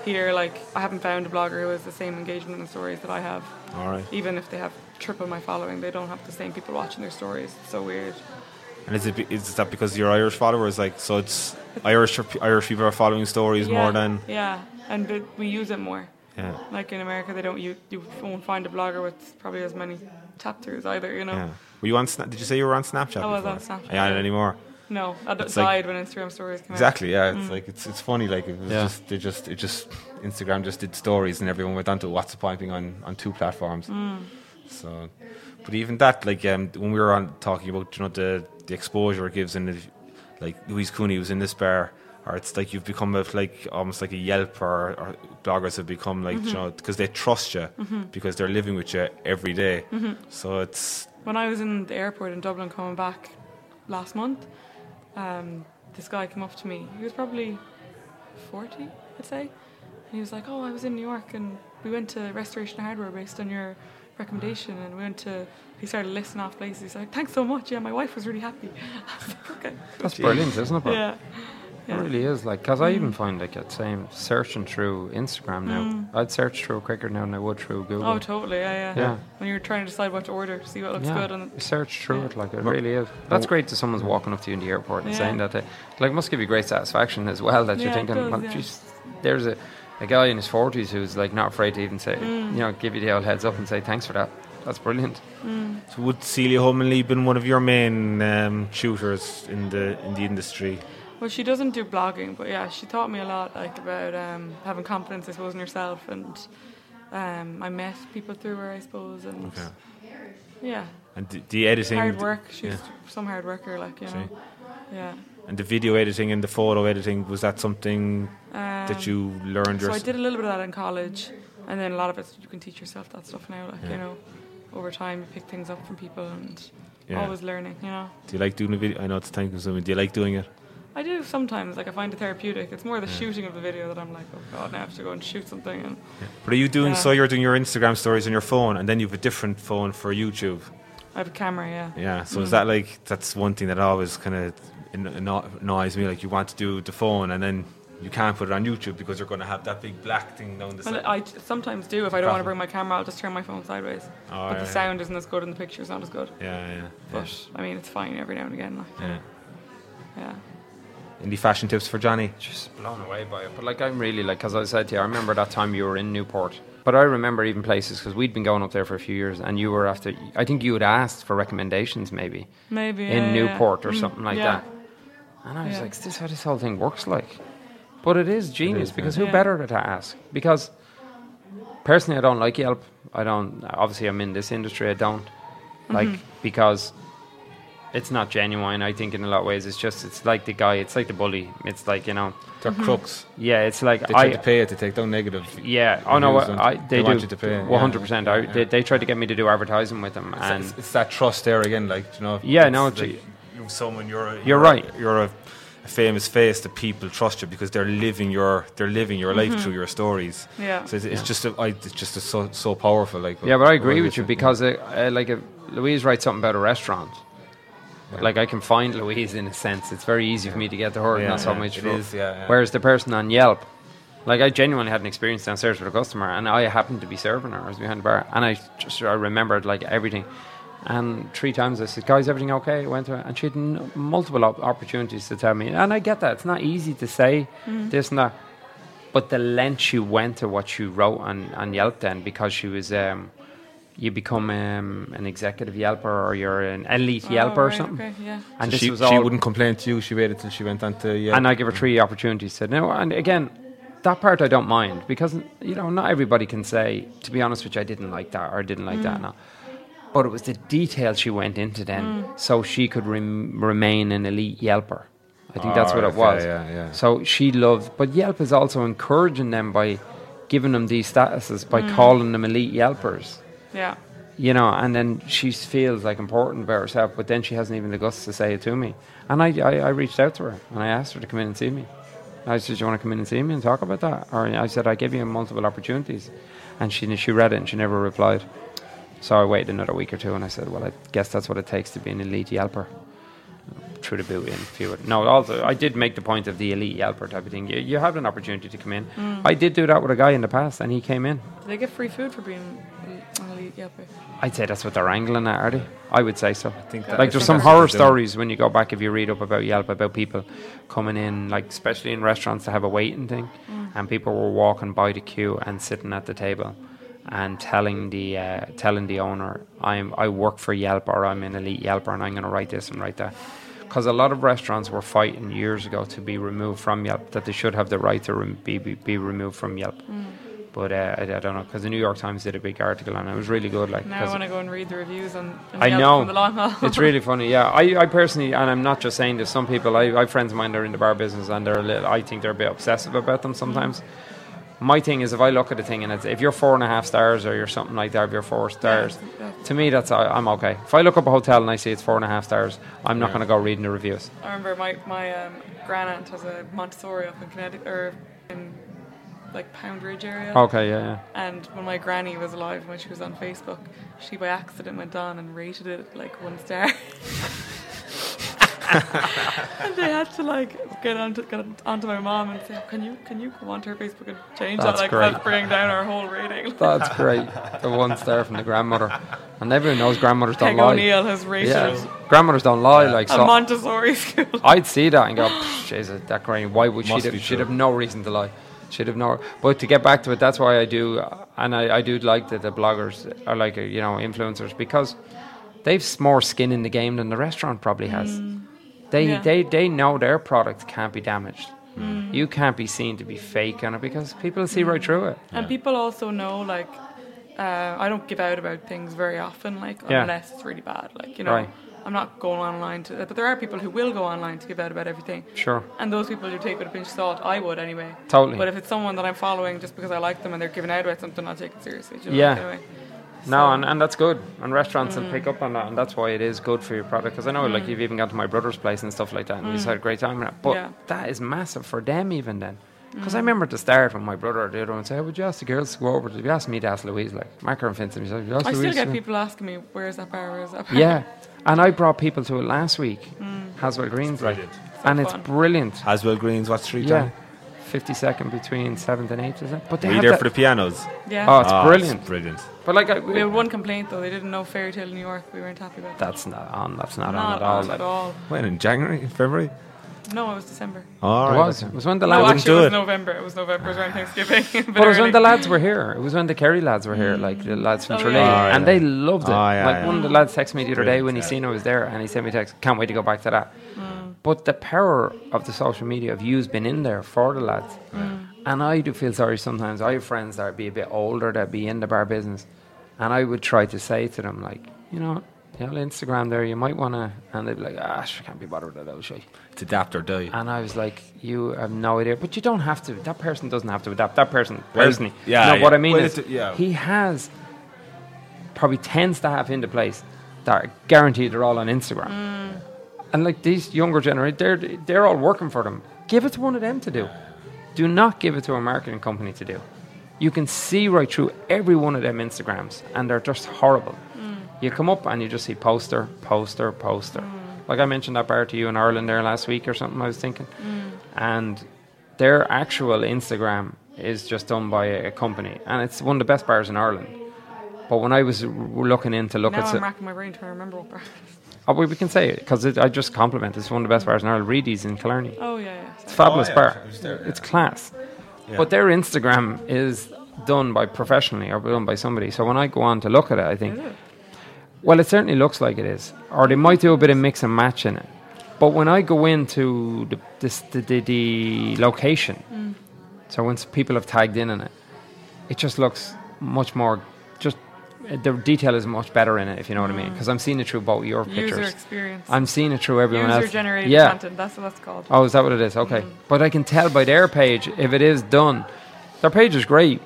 C: Here, like I haven't found a blogger who has the same engagement and stories that I have.
B: all right?
C: Even if they have triple my following, they don't have the same people watching their stories. It's so weird.
B: And is it be- is that because your Irish followers like so it's Irish Irish people are following stories more than
C: yeah, and but we use it more.
B: yeah
C: Like in America, they don't you you won't find a blogger with probably as many tap throughs either. You know,
B: yeah. Were you on? Sna- did you say you were on Snapchat?
C: I was
B: before?
C: on Snapchat,
B: Yeah, not
C: yeah.
B: anymore.
C: no, I d-
B: It's like-
C: died when Instagram stories came
B: Exactly. Yeah, it's like it's it's funny. Like it was
D: Yeah.
B: just they just it just Instagram just did stories and everyone went onto what's the point being on on two platforms. So, but even that like um when we were on talking about you know the the exposure it gives and if, like Louise Cooney was in this bar. Or it's like you've become a, like almost like a Yelp or, or bloggers have become like you know because they trust you because they're living with you every day. So it's
C: out. When I was in the airport in Dublin coming back last month, um, this guy came up to me. He was probably forty, I'd say, and he was like, "Oh, I was in New York and we went to Restoration Hardware based on your." Recommendation, and we went to. He started listing off places. He's like, "Thanks so much. Yeah, my wife was really happy." [laughs] I was like, "Okay."
D: That's brilliant, isn't it? bro?
C: Yeah. Mm.
D: It really is. Like, because I even find like that same searching through Instagram now. I'd search through quicker now than I would through Google.
C: Oh, totally. Yeah, yeah.
D: Yeah.
C: When you're trying to decide what to order, see what looks good, and
D: you search through
C: Yeah.
D: it like it really is. That's great that someone's walking up to you in the airport and
C: Yeah.
D: saying that. They, like, it must give you great satisfaction as well that
C: Yeah,
D: you're
C: it
D: thinking,
C: does,
D: well,
C: yeah.
D: geez, there's a, a guy in his forties who's like not afraid to even say,
C: Mm.
D: you know, give you the old heads up and say thanks for that. That's brilliant.
B: So would Celia Homanley been one of your main um, tutors in the in the industry?
C: well, she doesn't do blogging, but yeah, she taught me a lot, like about um, having confidence, I suppose, in yourself, and um, I met people through her, I suppose, and
B: Okay.
C: yeah,
B: And the, the editing,
C: hard work. She's
B: yeah.
C: some hard worker, like you know,
B: See.
C: yeah.
B: and the video editing and the photo editing was that something
C: Um,
B: that you learned
C: So I
B: yourself?
C: did a little bit of that in college, and then a lot of it you can teach yourself that stuff now, like you know, over time you pick things up from people and
B: Yeah.
C: always learning, you know.
B: Do you like doing the video? I know it's time consuming. Do you like doing it?
C: I do sometimes. Like I find it therapeutic. It's more the shooting of the video that I'm like, oh god, now I have to go and shoot something. And
B: But are you doing
C: Yeah.
B: so? You're doing your Instagram stories on your phone, and then you have a different phone for YouTube.
C: I have a camera, yeah.
B: Yeah. So
C: Hmm.
B: is that like that's one thing that always kind of annoys me? Like you want to do the phone, and then you can't put it on YouTube because you're going to have that big black thing down the
C: Well,
B: side.
C: I t- sometimes do. If I don't want
B: Graphic.
C: to bring my camera, I'll just turn my phone sideways.
B: Oh,
C: but
B: yeah,
C: the sound isn't as good, and the picture's not as good.
B: Yeah, yeah, yeah.
C: But I mean, it's fine every now and again. Like,
B: yeah.
C: yeah.
B: Any fashion tips for Johnny?
D: Just blown away by it. But like, I'm really like, as I said to you, I remember that time you were in Newport. But I remember even places because we'd been going up there for a few years, and you were after. I think you had asked for recommendations, maybe.
C: Maybe yeah,
D: in
C: yeah.
D: Newport or
C: Mm,
D: something like
C: yeah.
D: that. And I was
C: Yeah.
D: like, "Is this how this whole thing works like?" But it is genius because who
C: Yeah.
D: better to ask? Because personally, I don't like Yelp. I don't. Obviously, I'm in this industry. I don't
C: Mm-hmm.
D: like because it's not genuine. I think in a lot of ways, it's just it's like the guy. It's like the bully. It's like you know.
B: They're
C: Mm-hmm.
B: crooks.
D: Yeah, it's like
B: They
D: I.
B: try to pay it to take down negative.
D: yeah. Oh no.
B: views on-
D: I, they,
B: they
D: do.
B: want you to pay, yeah.
D: 100%. I,
B: Yeah.
D: They, they tried to get me to do advertising with them,
B: It's-
D: and
B: it's, it's that trust there again, like you know.
D: Yeah,
B: it's
D: no,
B: like
D: it's-
B: you're someone you're. A, you're,
D: right.
B: A, you're a, a famous face that people trust you because they're living your they're living your
D: Mm-hmm.
B: life through your stories.
C: Yeah.
B: So it's, it's just a, I, it's just a so so powerful. Like
D: Yeah, but I agree
B: what
D: with
B: is
D: you
B: it?
D: because uh uh, like if Louise writes something about a restaurant. Like I can find Louise in a sense. It's very easy for me to get to her,
B: Yeah,
D: and that's how
B: yeah,
D: much.
B: it
D: for-
B: is, yeah, yeah.
D: Whereas the person on Yelp, like I genuinely had an experience downstairs with a customer, and I happened to be serving her. I was behind the bar, and I just I remembered like everything. And three times I said, "Guys, everything okay?" I went to her, and she had n- multiple op- opportunities to tell me. And I get that it's not easy to say this and that, but the length you went to what you wrote on, on Yelp then, because she was, um, you become um, an executive Yelper or you're an elite
C: Oh,
D: Yelper or
C: right,
D: something.
C: Okay, yeah.
D: And
B: So
D: this
B: she,
D: was
B: she
D: all,
B: wouldn't complain to you. She waited till she went on to yeah.
D: and I give her three opportunities to no. And again, that part I don't mind because you know not everybody can say. To be honest, which I didn't like that or I didn't like that. No. But it was the detail she went into then, so she could rem- remain an elite Yelper. I think that's what
B: Ah,
D: it
B: okay,
D: was.
B: yeah, yeah.
D: So she loved, but Yelp is also encouraging them by giving them these statuses by calling them elite Yelpers
C: Yeah.
D: you know, and then she feels like important about herself, but then she hasn't even the guts to say it to me. And I, I, I reached out to her and I asked her to come in and see me. I said, "Do you want to come in and see me and talk about that?" Or I said, "I gave you multiple opportunities," and she she read it and she never replied. So I waited another week or two, and I said, "Well, I guess that's what it takes to be an elite yelper." through the boot in. If you would. No, also I did make the point of the elite Yelper type of thing. You, you have an opportunity to come in. I did do that with a guy in the past, and he came in.
C: Do they get free food for being an elite yelper?
D: I'd say that's what they're angling at, are they? I would say so.
B: think that- I
D: like there's
B: think
D: some
B: that's what
D: horror
B: they're doing.
D: stories when you go back if you read up about Yelp about people coming in, like especially in restaurants to have a waiting thing, and people were walking by the queue and sitting at the table, and telling the uh, telling the owner, "I'm I work for Yelp or I'm an elite Yelper and I'm going to write this and write that." Because a lot of restaurants were fighting years ago to be removed from Yelp, that they should have the right to rem- be, be be removed from Yelp. But uh, I, I don't know because the New York Times did a big article and it was really good. Like
C: Now I
D: 'cause
C: want to go and read the reviews on, on
D: I
C: Yelp
D: know.
C: from the long haul.
D: it's really funny, yeah. I, I personally, and I'm not just saying this. Some people, I, I have friends of mine, that are in the bar business, and they're a little, I think they're a bit obsessive about them
C: Mm.
D: sometimes. My thing is, if I look at a thing and it's if you're four and a half stars or you're something like that, if you're four stars,
C: yeah.
D: to me that's I, I'm okay. If I look up a hotel and I see it's four and a half stars, I'm not going to go reading the reviews.
C: [laughs] I remember my my um, grand aunt has a Montessori up in Connecticut or in like Pound Ridge area.
D: Okay, yeah, yeah.
C: And when my granny was alive, when she was on Facebook, she by accident went on and rated it like one star. [laughs] and they had to like get onto get onto my mom and say, "Can you can you go onto her Facebook and change
D: That's
C: that? Like
D: great.
C: that's bringing down our whole rating."
D: That's great. the one star from the grandmother, and everyone knows grandmothers
C: [laughs]
D: don't
C: Peg
D: lie.
C: O'Neill has rated
D: Yeah, grandmothers don't lie. Like
C: a
D: so,
C: Montessori
D: [laughs]
C: school.
D: I'd see that and go, "Pfft, Jesus, that granny, why would she?
B: Must be
D: Have, she'd
B: true.
D: have no reason to lie. She'd have no. But to get back to it, that's why I do, uh, and I, I do like that the bloggers are like, uh, you know, influencers because they've s- more skin in the game than the restaurant probably has. They,
C: Yeah.
D: they, they know their product can't be damaged. You can't be seen to be fake on it because people see right through it.
C: And people also know, like, uh, I don't give out about things very often, like,
D: Yeah.
C: unless it's really bad. Like, you know,
D: Right.
C: I'm not going online to, but there are people who will go online to give out about everything.
D: Sure.
C: And those people you take with a pinch of salt, I would anyway.
D: Totally.
C: But if it's someone that I'm following just because I like them and they're giving out about something, I'll take it seriously. do you know,
D: Yeah.
C: Anyway.
D: No, and, and that's good. And restaurants
C: Mm.
D: will pick up on that, and that's why it is good for your product. Because I know, like, you've even gone to my brother's place and stuff like that, and he's had a great time. in it. But
C: Mm. Yeah. Mm.
D: that is massive for them, even then. Because I remember at the start when my brother or the other one said, "Oh, Would you ask the girls to go over? If you asked me to ask Louise, like, Macker and Vincent, he said, "Would you ask
C: I
D: Louise?
C: still get
D: to-"
C: people asking me, where's that bar? Where's that bar?
D: Yeah. And I brought people to it last week, Haswell Greens, like,
B: brilliant.
D: and it's
C: Mm. fun.
D: brilliant.
B: Haswell Greens, what street?
D: Yeah.
B: Dan?
D: 52nd between 7th and 8th, is it? But they
B: Were you
D: have
B: there
D: that-
B: for the pianos?
C: [laughs] Yeah.
D: Oh, it's
B: Ah,
D: brilliant.
B: It's brilliant.
D: But, like, I,
C: we had one complaint, though. They didn't know Fairy Tale New York. We weren't happy about that.
D: that's not on, that's not,
C: Not
D: on
C: on
D: like.
C: at all.
B: When in January, in February?
C: No, it was December.
B: All
D: It
B: right.
D: was. It was when the
C: No,
D: lads.
B: wouldn't
C: actually,
B: do
C: it was
B: it.
C: November. It was November. It was around Thanksgiving. [laughs]
D: but it was
C: early.
D: when the lads were here. It was when the Kerry lads were here, like the lads from
C: Oh,
D: Tralee,
C: yeah.
B: Oh,
D: and
B: yeah.
D: they loved it.
B: Oh, yeah,
D: like
B: yeah.
D: one of the lads texted me the other day
B: Brilliant,
D: when he
B: yeah.
D: seen I was there, and he sent me a text. Can't wait to go back to that.
C: Mm.
D: But the power of the social media of you's been in there for the lads, and I do feel sorry sometimes. I have friends that would be a bit older that be in the bar business, and I would try to say to them like, you know. You know, Instagram there, you might want to, and they'd be like, ah, I can't be bothered with those shit.
B: It's adapt or die.
D: And I was like, you have no idea. But you don't have to. That person doesn't have to adapt. That person,
B: Well,
D: personally.
B: yeah,
D: No,
B: yeah.
D: what I mean
B: Well,
D: is,
B: it- yeah.
D: he has probably 10 staff in the place that are guaranteed they're all on Instagram. And like these younger generation, they're, they're all working for them. Give it to one of them to do. Do not give it to a marketing company to do. You can see right through every one of them Instagrams, and they're just horrible. You come up and you just see poster, poster, poster.
C: Mm.
D: Like I mentioned that bar to you in Ireland there last week or something, I was thinking.
C: Mm.
D: And their actual Instagram is just done by a, a company, and it's one of the best bars in Ireland. But when I was r- looking in to look
C: Now
D: at
C: I'm
D: so-
C: racking my brain trying to remember what bar. it is.
D: Oh, well, we can say it because I just compliment. It's one of the best bars in Ireland. Reedy's in Killarney.
C: Oh yeah, yeah.
D: It's
C: sorry.
D: a fabulous
B: Oh, yeah,
D: bar.
B: I was there, yeah.
D: It's class. But their Instagram is done by professionally or done by somebody. So when I go on to look at it, I think,
C: Is it?
D: well, it certainly looks like it is. Or they might do a bit of mix and match in it. But when I go into the, this, the, the, the location,
C: Mm.
D: so once people have tagged in on it, it just looks much more, just the detail is much better in it, if you know what I mean. Because I'm seeing it through both your
C: Mm. User
D: pictures.
C: experience.
D: I'm seeing it through everyone else.
C: User generated
D: yeah.
C: content. That's what that's called.
D: Oh, is that what it is? Okay. But I can tell by their page if it is done. Their page is great,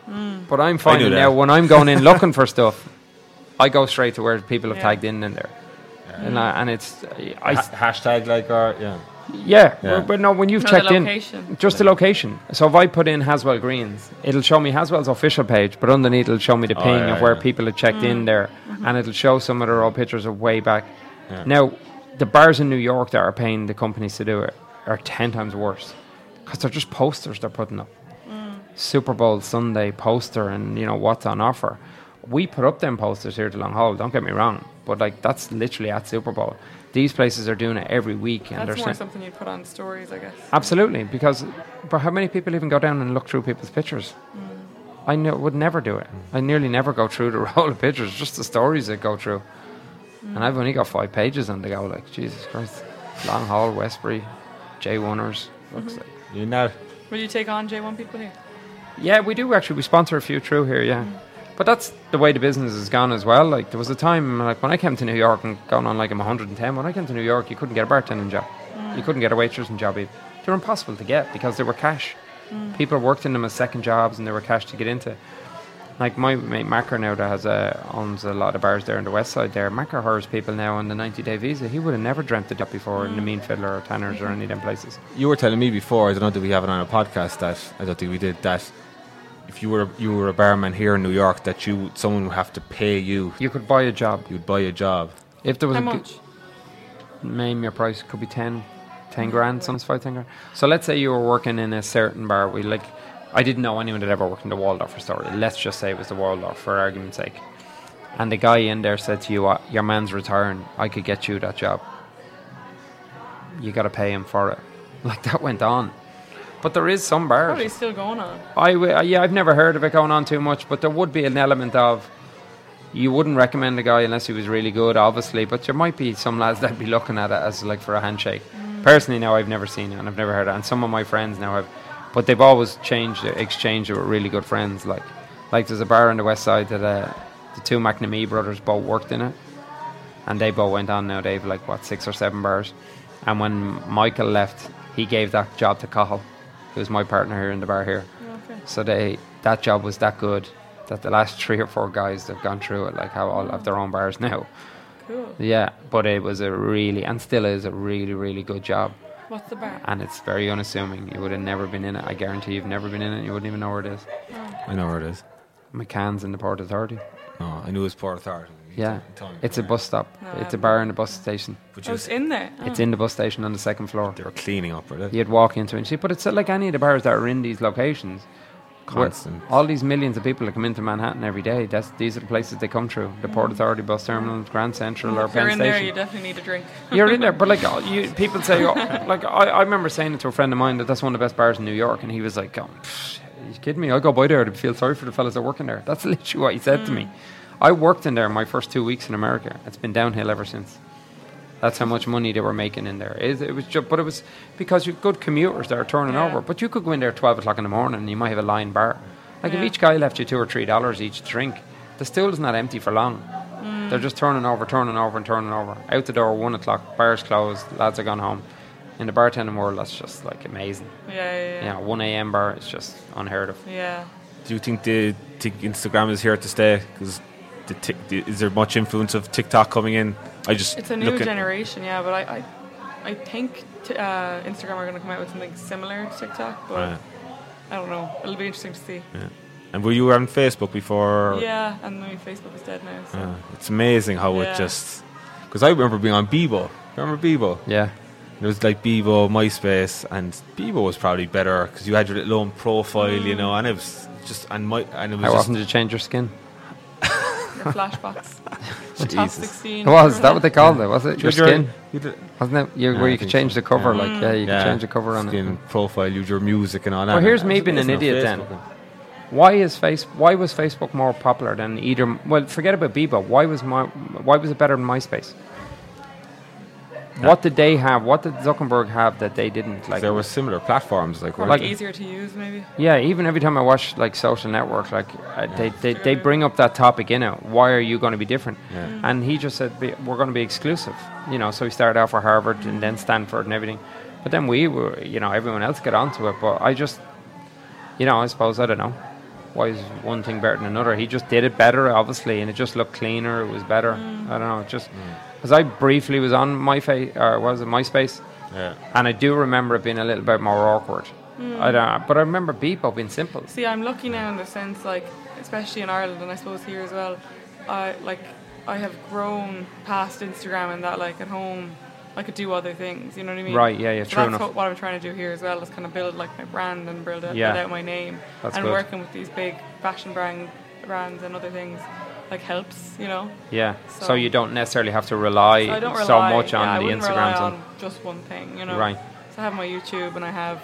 D: but I'm finding
B: that.
D: now when I'm
B: [laughs]
D: going in looking for stuff, I go straight to where people have
C: Yeah.
D: tagged in in there. And, I, and it's, I,
B: Ha- hashtag like our yeah.
D: yeah,
B: Yeah.
D: But, but no, when you've
C: No, the
D: checked in,
C: location.
D: just the location. So if I put in Haswell Greens, it'll show me Haswell's official page, but underneath it'll show me the ping
B: Oh, yeah,
D: of where
B: yeah.
C: Mm. Mm-hmm.
D: people have checked in there, and it'll show some of their old pictures of way back. Now, the bars in New York that are paying the companies to do it are 10 times worse because they're just posters they're putting up.
C: Mm.
D: Super Bowl Sunday poster and, you know, what's on offer. We put up them posters here to Long Hall, don't get me wrong, but like that's literally at Super Bowl. These places are doing it every week and
C: That's
D: they're
C: more
D: saying-
C: something you'd put on stories, I guess.
D: Absolutely, because but how many people even go down and look through people's pictures? I ne- would never do it. I nearly never go through the [laughs] roll of pictures, just the stories that go through. And I've only got five pages on the go. Like Jesus Christ, Long Hall, Westbury, J Oneers. Looks like.
B: You know,
C: Will you take on J1 people here?
D: Yeah, we do actually. We sponsor a few through here, yeah. But that's the way the business has gone as well. Like there was a time, like when I came to New York and going on like I'm 110. When I came to New York, you couldn't get a bartending job, you couldn't get a waitressing job. even. They were impossible to get because they were cash.
C: Mm.
D: People worked in them as second jobs, and they were cash to get into. Like my mate Macker now that has uh, owns a lot of bars there on the west side there. Macker hires people now on the 90 day visa. He would have never dreamt of that before
C: Mm.
D: in the Mean Fiddler or Tanners or any of them places.
B: you were telling me before. I don't know. Did we have it on a podcast? That I don't think we did. That if you were you were a barman here in New York, that you someone would have to pay you.
D: You could buy a job
B: You'd buy a job.
D: if there was
C: How
D: a good-
C: much?
D: name your price could be 10 10 grand sometimes five, 10 grand so let's say you were working in a certain bar we like i didn't know anyone that ever worked in the waldorf store let's just say it was the waldorf for argument's sake and the guy in there said to you "Uh, your man's retiring i could get you that job you got to pay him for it [laughs] like that went on but there is some bars
C: Probably still going on.
D: I w- uh, yeah, I've never heard of it going on too much, but there would be an element of you wouldn't recommend a guy unless he was really good, obviously. But there might be some lads that'd be looking at it as like for a handshake. Personally, now I've never seen it and I've never heard it, and some of my friends now have, but they've always changed it, exchanged it with really good friends. Like, like there's a bar on the west side that uh, the two McNamee brothers both worked in it and they both went on now. They've like what six or seven bars. And when Michael left, he gave that job to Cahill, who's my partner here in the bar here.
C: Okay.
D: So they that job was that good that the last [laughs] three or four guys that've gone through it like have all have their own bars now. [laughs]
C: Cool.
D: Yeah, but it was a really and still is a really really good job,
C: What's the bar?
D: and it's very unassuming. You would have never been in it. I guarantee you've never been in it. You wouldn't even know where it is.
B: I know where it is.
D: McCann's in the Port Authority.
B: No, I knew it was Port Authority. You
D: Yeah,
B: told me.
D: it's a bus stop.
C: No,
D: It's a bar in the bus station.
B: But
C: Oh,
B: you
C: it's in there. Oh.
D: It's in the bus station on the second floor.
B: they were cleaning up, were they?
D: you'd walk into it and see. But it's like any of the bars that are in these locations. where
B: Constant.
D: All these millions of people that come into Manhattan every day. That's these are the places they come through: the Port Authority bus terminal, Grand Central, or
C: If you're Mm, in
D: Penn
C: there, you
D: Station.
C: definitely need a drink. [laughs]
D: You're in there, but like oh, you, people say, oh, like I, I remember saying it to a friend of mine that that's one of the best bars in New York, and he was like, oh, pff, "You kidding me? I go by there to feel sorry for the fellas that work in there." That's [laughs] literally what he said to me. I worked in there my first two weeks in America. It's been downhill ever since. That's how much money they were making in there. It, it was just, but it was because you've good commuters that are turning
C: Yeah.
D: over. But you could go in there at twelve o'clock in the morning and you might have a line bar. Like if
C: Yeah.
D: each guy left you two or three dollars each drink, the stool's not empty for long.
C: Mm.
D: They're just turning over, turning over, and turning over. Out the door, one o'clock, bars closed, lads are gone home. In the bartending world, that's just like amazing.
C: Yeah, yeah,
D: Yeah,
C: yeah.
D: one a.m. bar is just unheard of.
C: Yeah.
B: Do you think the think Instagram is here to stay? Because the tick, the, is there much influence of TikTok coming in? I just
C: It's a new
B: look at-
C: generation, yeah, but I, I, I think t- uh, Instagram are going to come out with something similar to TikTok, but
B: Uh,
C: I don't know. It'll be interesting to see.
B: and were you on Facebook before?
C: Yeah, and then Facebook is dead now. So.
D: [laughs]
B: Uh, it's amazing how
C: Yeah.
B: it just. Because I remember being on Bebo. Remember Bebo?
D: Yeah,
B: There was like Bebo, MySpace, and Bebo was probably better because you had your little own profile, you know, and it was just and my and it was
D: how
B: just
D: often did you change your skin?
C: The Flashbox. Top 16.
D: It was that what they called it? Was it your
B: Did you-
D: skin?
B: you did-
D: Wasn't it you,
B: Yeah,
D: where
B: I
D: you
B: think
D: could change
B: so.
D: the cover?
B: Yeah.
C: Mm.
D: Like yeah, you
B: Yeah.
D: could change the cover on
B: skin
D: it.
B: profile, you your music and all that.
D: Well, here's me
B: It's-
D: being
B: it's
D: an
B: no
D: idiot then.
B: Facebook.
D: Why is face? Why was Facebook more popular than either? Well, forget about Bebo. Why was my? Why was it better than MySpace? What did they have? What did Zuckerberg have that they didn't? Like
B: there were similar platforms like,
C: Probably
B: weren't
D: Like-
C: easier to use, maybe.
D: Yeah, even every time I watch like Social Network, like uh, they, they, they bring up that topic in it. Why are you going to be different?
B: Yeah.
D: And he just said "Be- we're going to be exclusive. You know, so he started off with Harvard and then Stanford and everything. But then we were, you know, everyone else got onto it. But I just, you know, I suppose I don't know. Why is one thing better than another? He just did it better, obviously, and it just looked cleaner. It was better.
B: Mm.
D: I don't know. It just because I briefly was on my face, or was it MySpace?
B: Yeah.
D: And I do remember it being a little bit more awkward.
C: Hmm.
D: I don't, but I remember Bebo being simple.
C: See, I'm lucky now in the sense, like, especially in Ireland, and I suppose here as well. I like, I have grown past Instagram, and that, like, at home, I could do other things. You know what I mean?
D: Right, yeah, yeah,
C: So
D: true
C: that's
D: enough.
C: What, what I'm trying to do here as well is kind of build like my brand and build, out-
D: Yeah.
C: build out my name.
D: That's
C: and
D: good.
C: working with these big fashion brand, brands and other things like helps, you know.
D: Yeah. So,
C: So-
D: you don't necessarily have to rely
C: So I don't rely
D: so much
C: yeah, I
D: on the
C: wouldn't rely
D: Instagrams.
C: on
D: and,
C: just one thing, you know.
D: Right.
C: So I have my YouTube and I have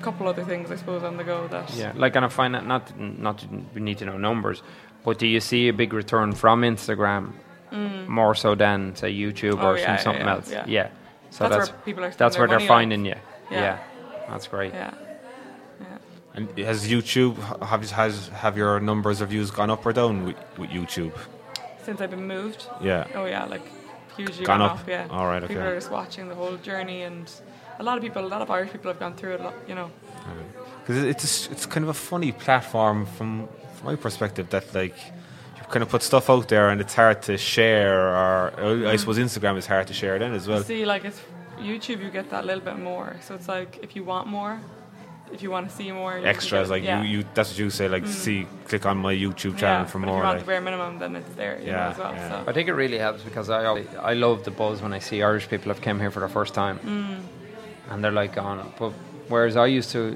C: a couple other things I suppose on the go that
D: yeah. Like, and I find that not not to- we need to know numbers, but do you see a big return from Instagram more so than say YouTube
C: Hmm. Oh,
D: or
C: yeah,
D: some,
C: yeah,
D: something
C: yeah,
D: else?
C: yeah.
D: So
C: That's
D: that's
C: where people are
D: that's
C: spending
D: where
C: their
D: they're
C: money, like.
D: finding you.
C: Yeah.
D: That's great.
C: yeah. Yeah.
B: And has YouTube have has have your numbers of views gone up or down with, with YouTube?
C: Since I've been moved.
B: Yeah.
C: Oh yeah, like hugely
B: Gone
C: gone
B: up.
C: off, yeah.
B: All right,
C: People
B: okay.
C: are just watching the whole journey and a lot of people, a lot of Irish people have gone through it, a lot, you know.
B: because it's a s it's kind of a funny platform from, from my perspective that like you kind of put stuff out there and it's hard to share or uh, I suppose Instagram is hard to share then as well.
C: Mm-hmm. See, like it's YouTube, you get that little bit more. So it's like if you want more, if you want to see more, you can
B: Extras
C: get-
B: like
C: yeah. Mm-hmm.
B: you, you that's what you say like see click on my YouTube
C: yeah.
B: channel for
C: but
B: more.
C: If you want
B: like,
C: the bare minimum, then it's there, you
B: Yeah,
C: know, as well.
B: yeah.
C: So.
D: I think it really helps because I al- I love the buzz when I see Irish people have come here for the first time,
C: Mm.
D: and they're like on. But whereas I used to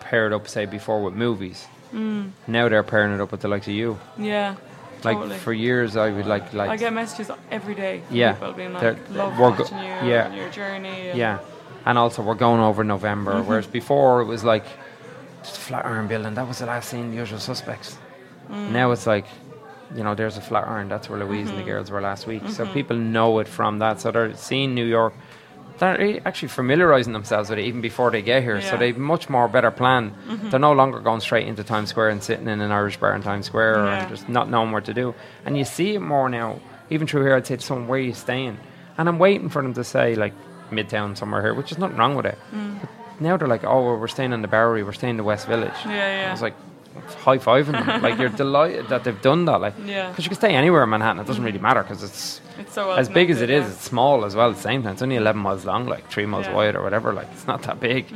D: pair it up, say before with movies,
C: Mm.
D: now they're pairing it up with the likes of you.
C: Yeah.
D: Like
C: totally.
D: for years, I would like like
C: I get messages every day. From
D: Yeah,
C: People being
D: they're-
C: like, love
D: we're go-
C: watching you
D: yeah.
C: and your journey. And
D: yeah, and also we're going over November. Whereas before it was like just a Flatiron building. That was the last scene. The Usual Suspects. Now it's like. You know, there's a Flatiron. That's where Louise and the girls were last week. So people know it from that. So they're seeing New York. They're e- actually familiarizing themselves with it even before they get here. So
C: Yeah.
D: they've much more better plan. They're no longer going straight into Times Square and sitting in an Irish bar in Times Square
C: Yeah.
D: or just not knowing what to do. And you see it more now. Even through here, I'd say to someone, where are you staying? And I'm waiting for them to say, like, Midtown somewhere here, which is nothing wrong with it.
C: Mm.
D: But now they're like, oh, well, we're staying in the Bowery, we're staying in the West Village.
C: Yeah, yeah.
D: I was like, high fiving them.
C: [laughs]
D: like, you're delighted that they've done that. Like,
C: Yeah. Mm-hmm.
D: because you can stay anywhere in Manhattan, it doesn't really matter because it's.
C: It's so well
D: As big as it
C: connected,
D: is, it's small as well at the same time. It's only 11 miles long, like three miles
C: Yeah.
D: wide or whatever. Like, it's not that big.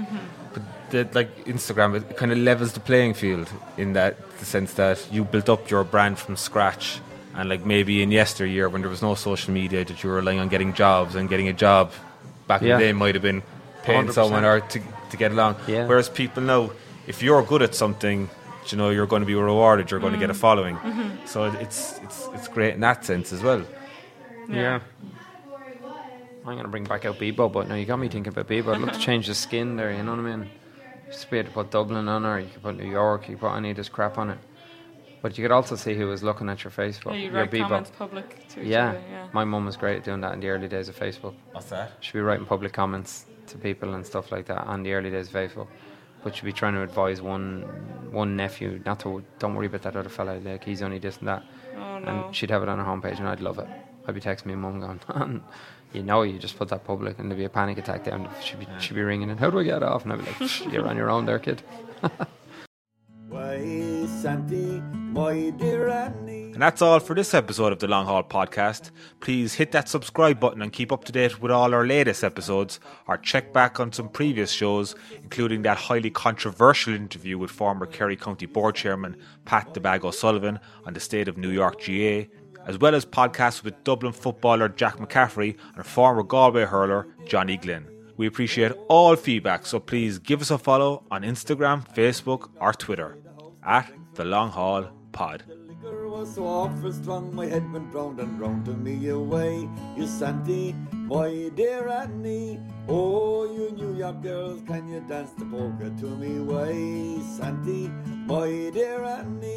B: that like Instagram it kind of levels the playing field in that the sense that you built up your brand from scratch and like maybe in yesteryear when there was no social media that you were relying on getting jobs and getting a job back
D: Yeah.
B: in the day might have been paying
D: 100%.
B: someone or to, to get along
D: Yeah.
B: whereas people know if you're good at something you know you're going to be rewarded you're going to get a following so it- it's it's it's great in that sense as well
D: Yeah. I'm gonna bring back out Bebo, but now you got me thinking about Bebo. I'd love to change the skin there. You know what I mean? Just be able to put Dublin on, or you could put New York. You could put any of this crap on it. But you could also see who was looking at your Facebook.
C: Yeah, you
D: your
C: write
D: Bebo.
C: comments public to each
D: yeah.
C: other. Yeah.
D: my mum was great at doing that in the early days of Facebook.
B: what's that
D: She'd be writing public comments to people and stuff like that on the early days of Facebook. But she'd be trying to advise one one nephew not to don't worry about that other fella. Like he's only this and that.
C: Oh no.
D: And she'd have it on her homepage, and I'd love it. I'd be texting my mum going, "Hun, you know, you just put that public, and there'd be a panic attack there, and she'd be, she'd be ringing, and how do I get off? And I'd be like, "Psh, you're on your own there, kid.
A: Why, Santi, my dear Annie.
E: And that's all for this episode of the Long Haul Podcast. Please hit that subscribe button and keep up to date with all our latest episodes or check back on some previous shows, including that highly controversial interview with former Kerry County Board Chairman Pat the Bag O'Sullivan on the state of New York GA, as well as podcasts with Dublin footballer Jack McCaffrey and former Galway hurler Johnny Glynn. We appreciate all feedback, so please give us a follow on Instagram, Facebook, or Twitter at the Long Haul Pod.
A: The liquor was so awful strong, my head went round and round to me away. You Santi, my dear Annie. Oh, you New York girls, can you dance the polka to me way? Santi, my dear Annie.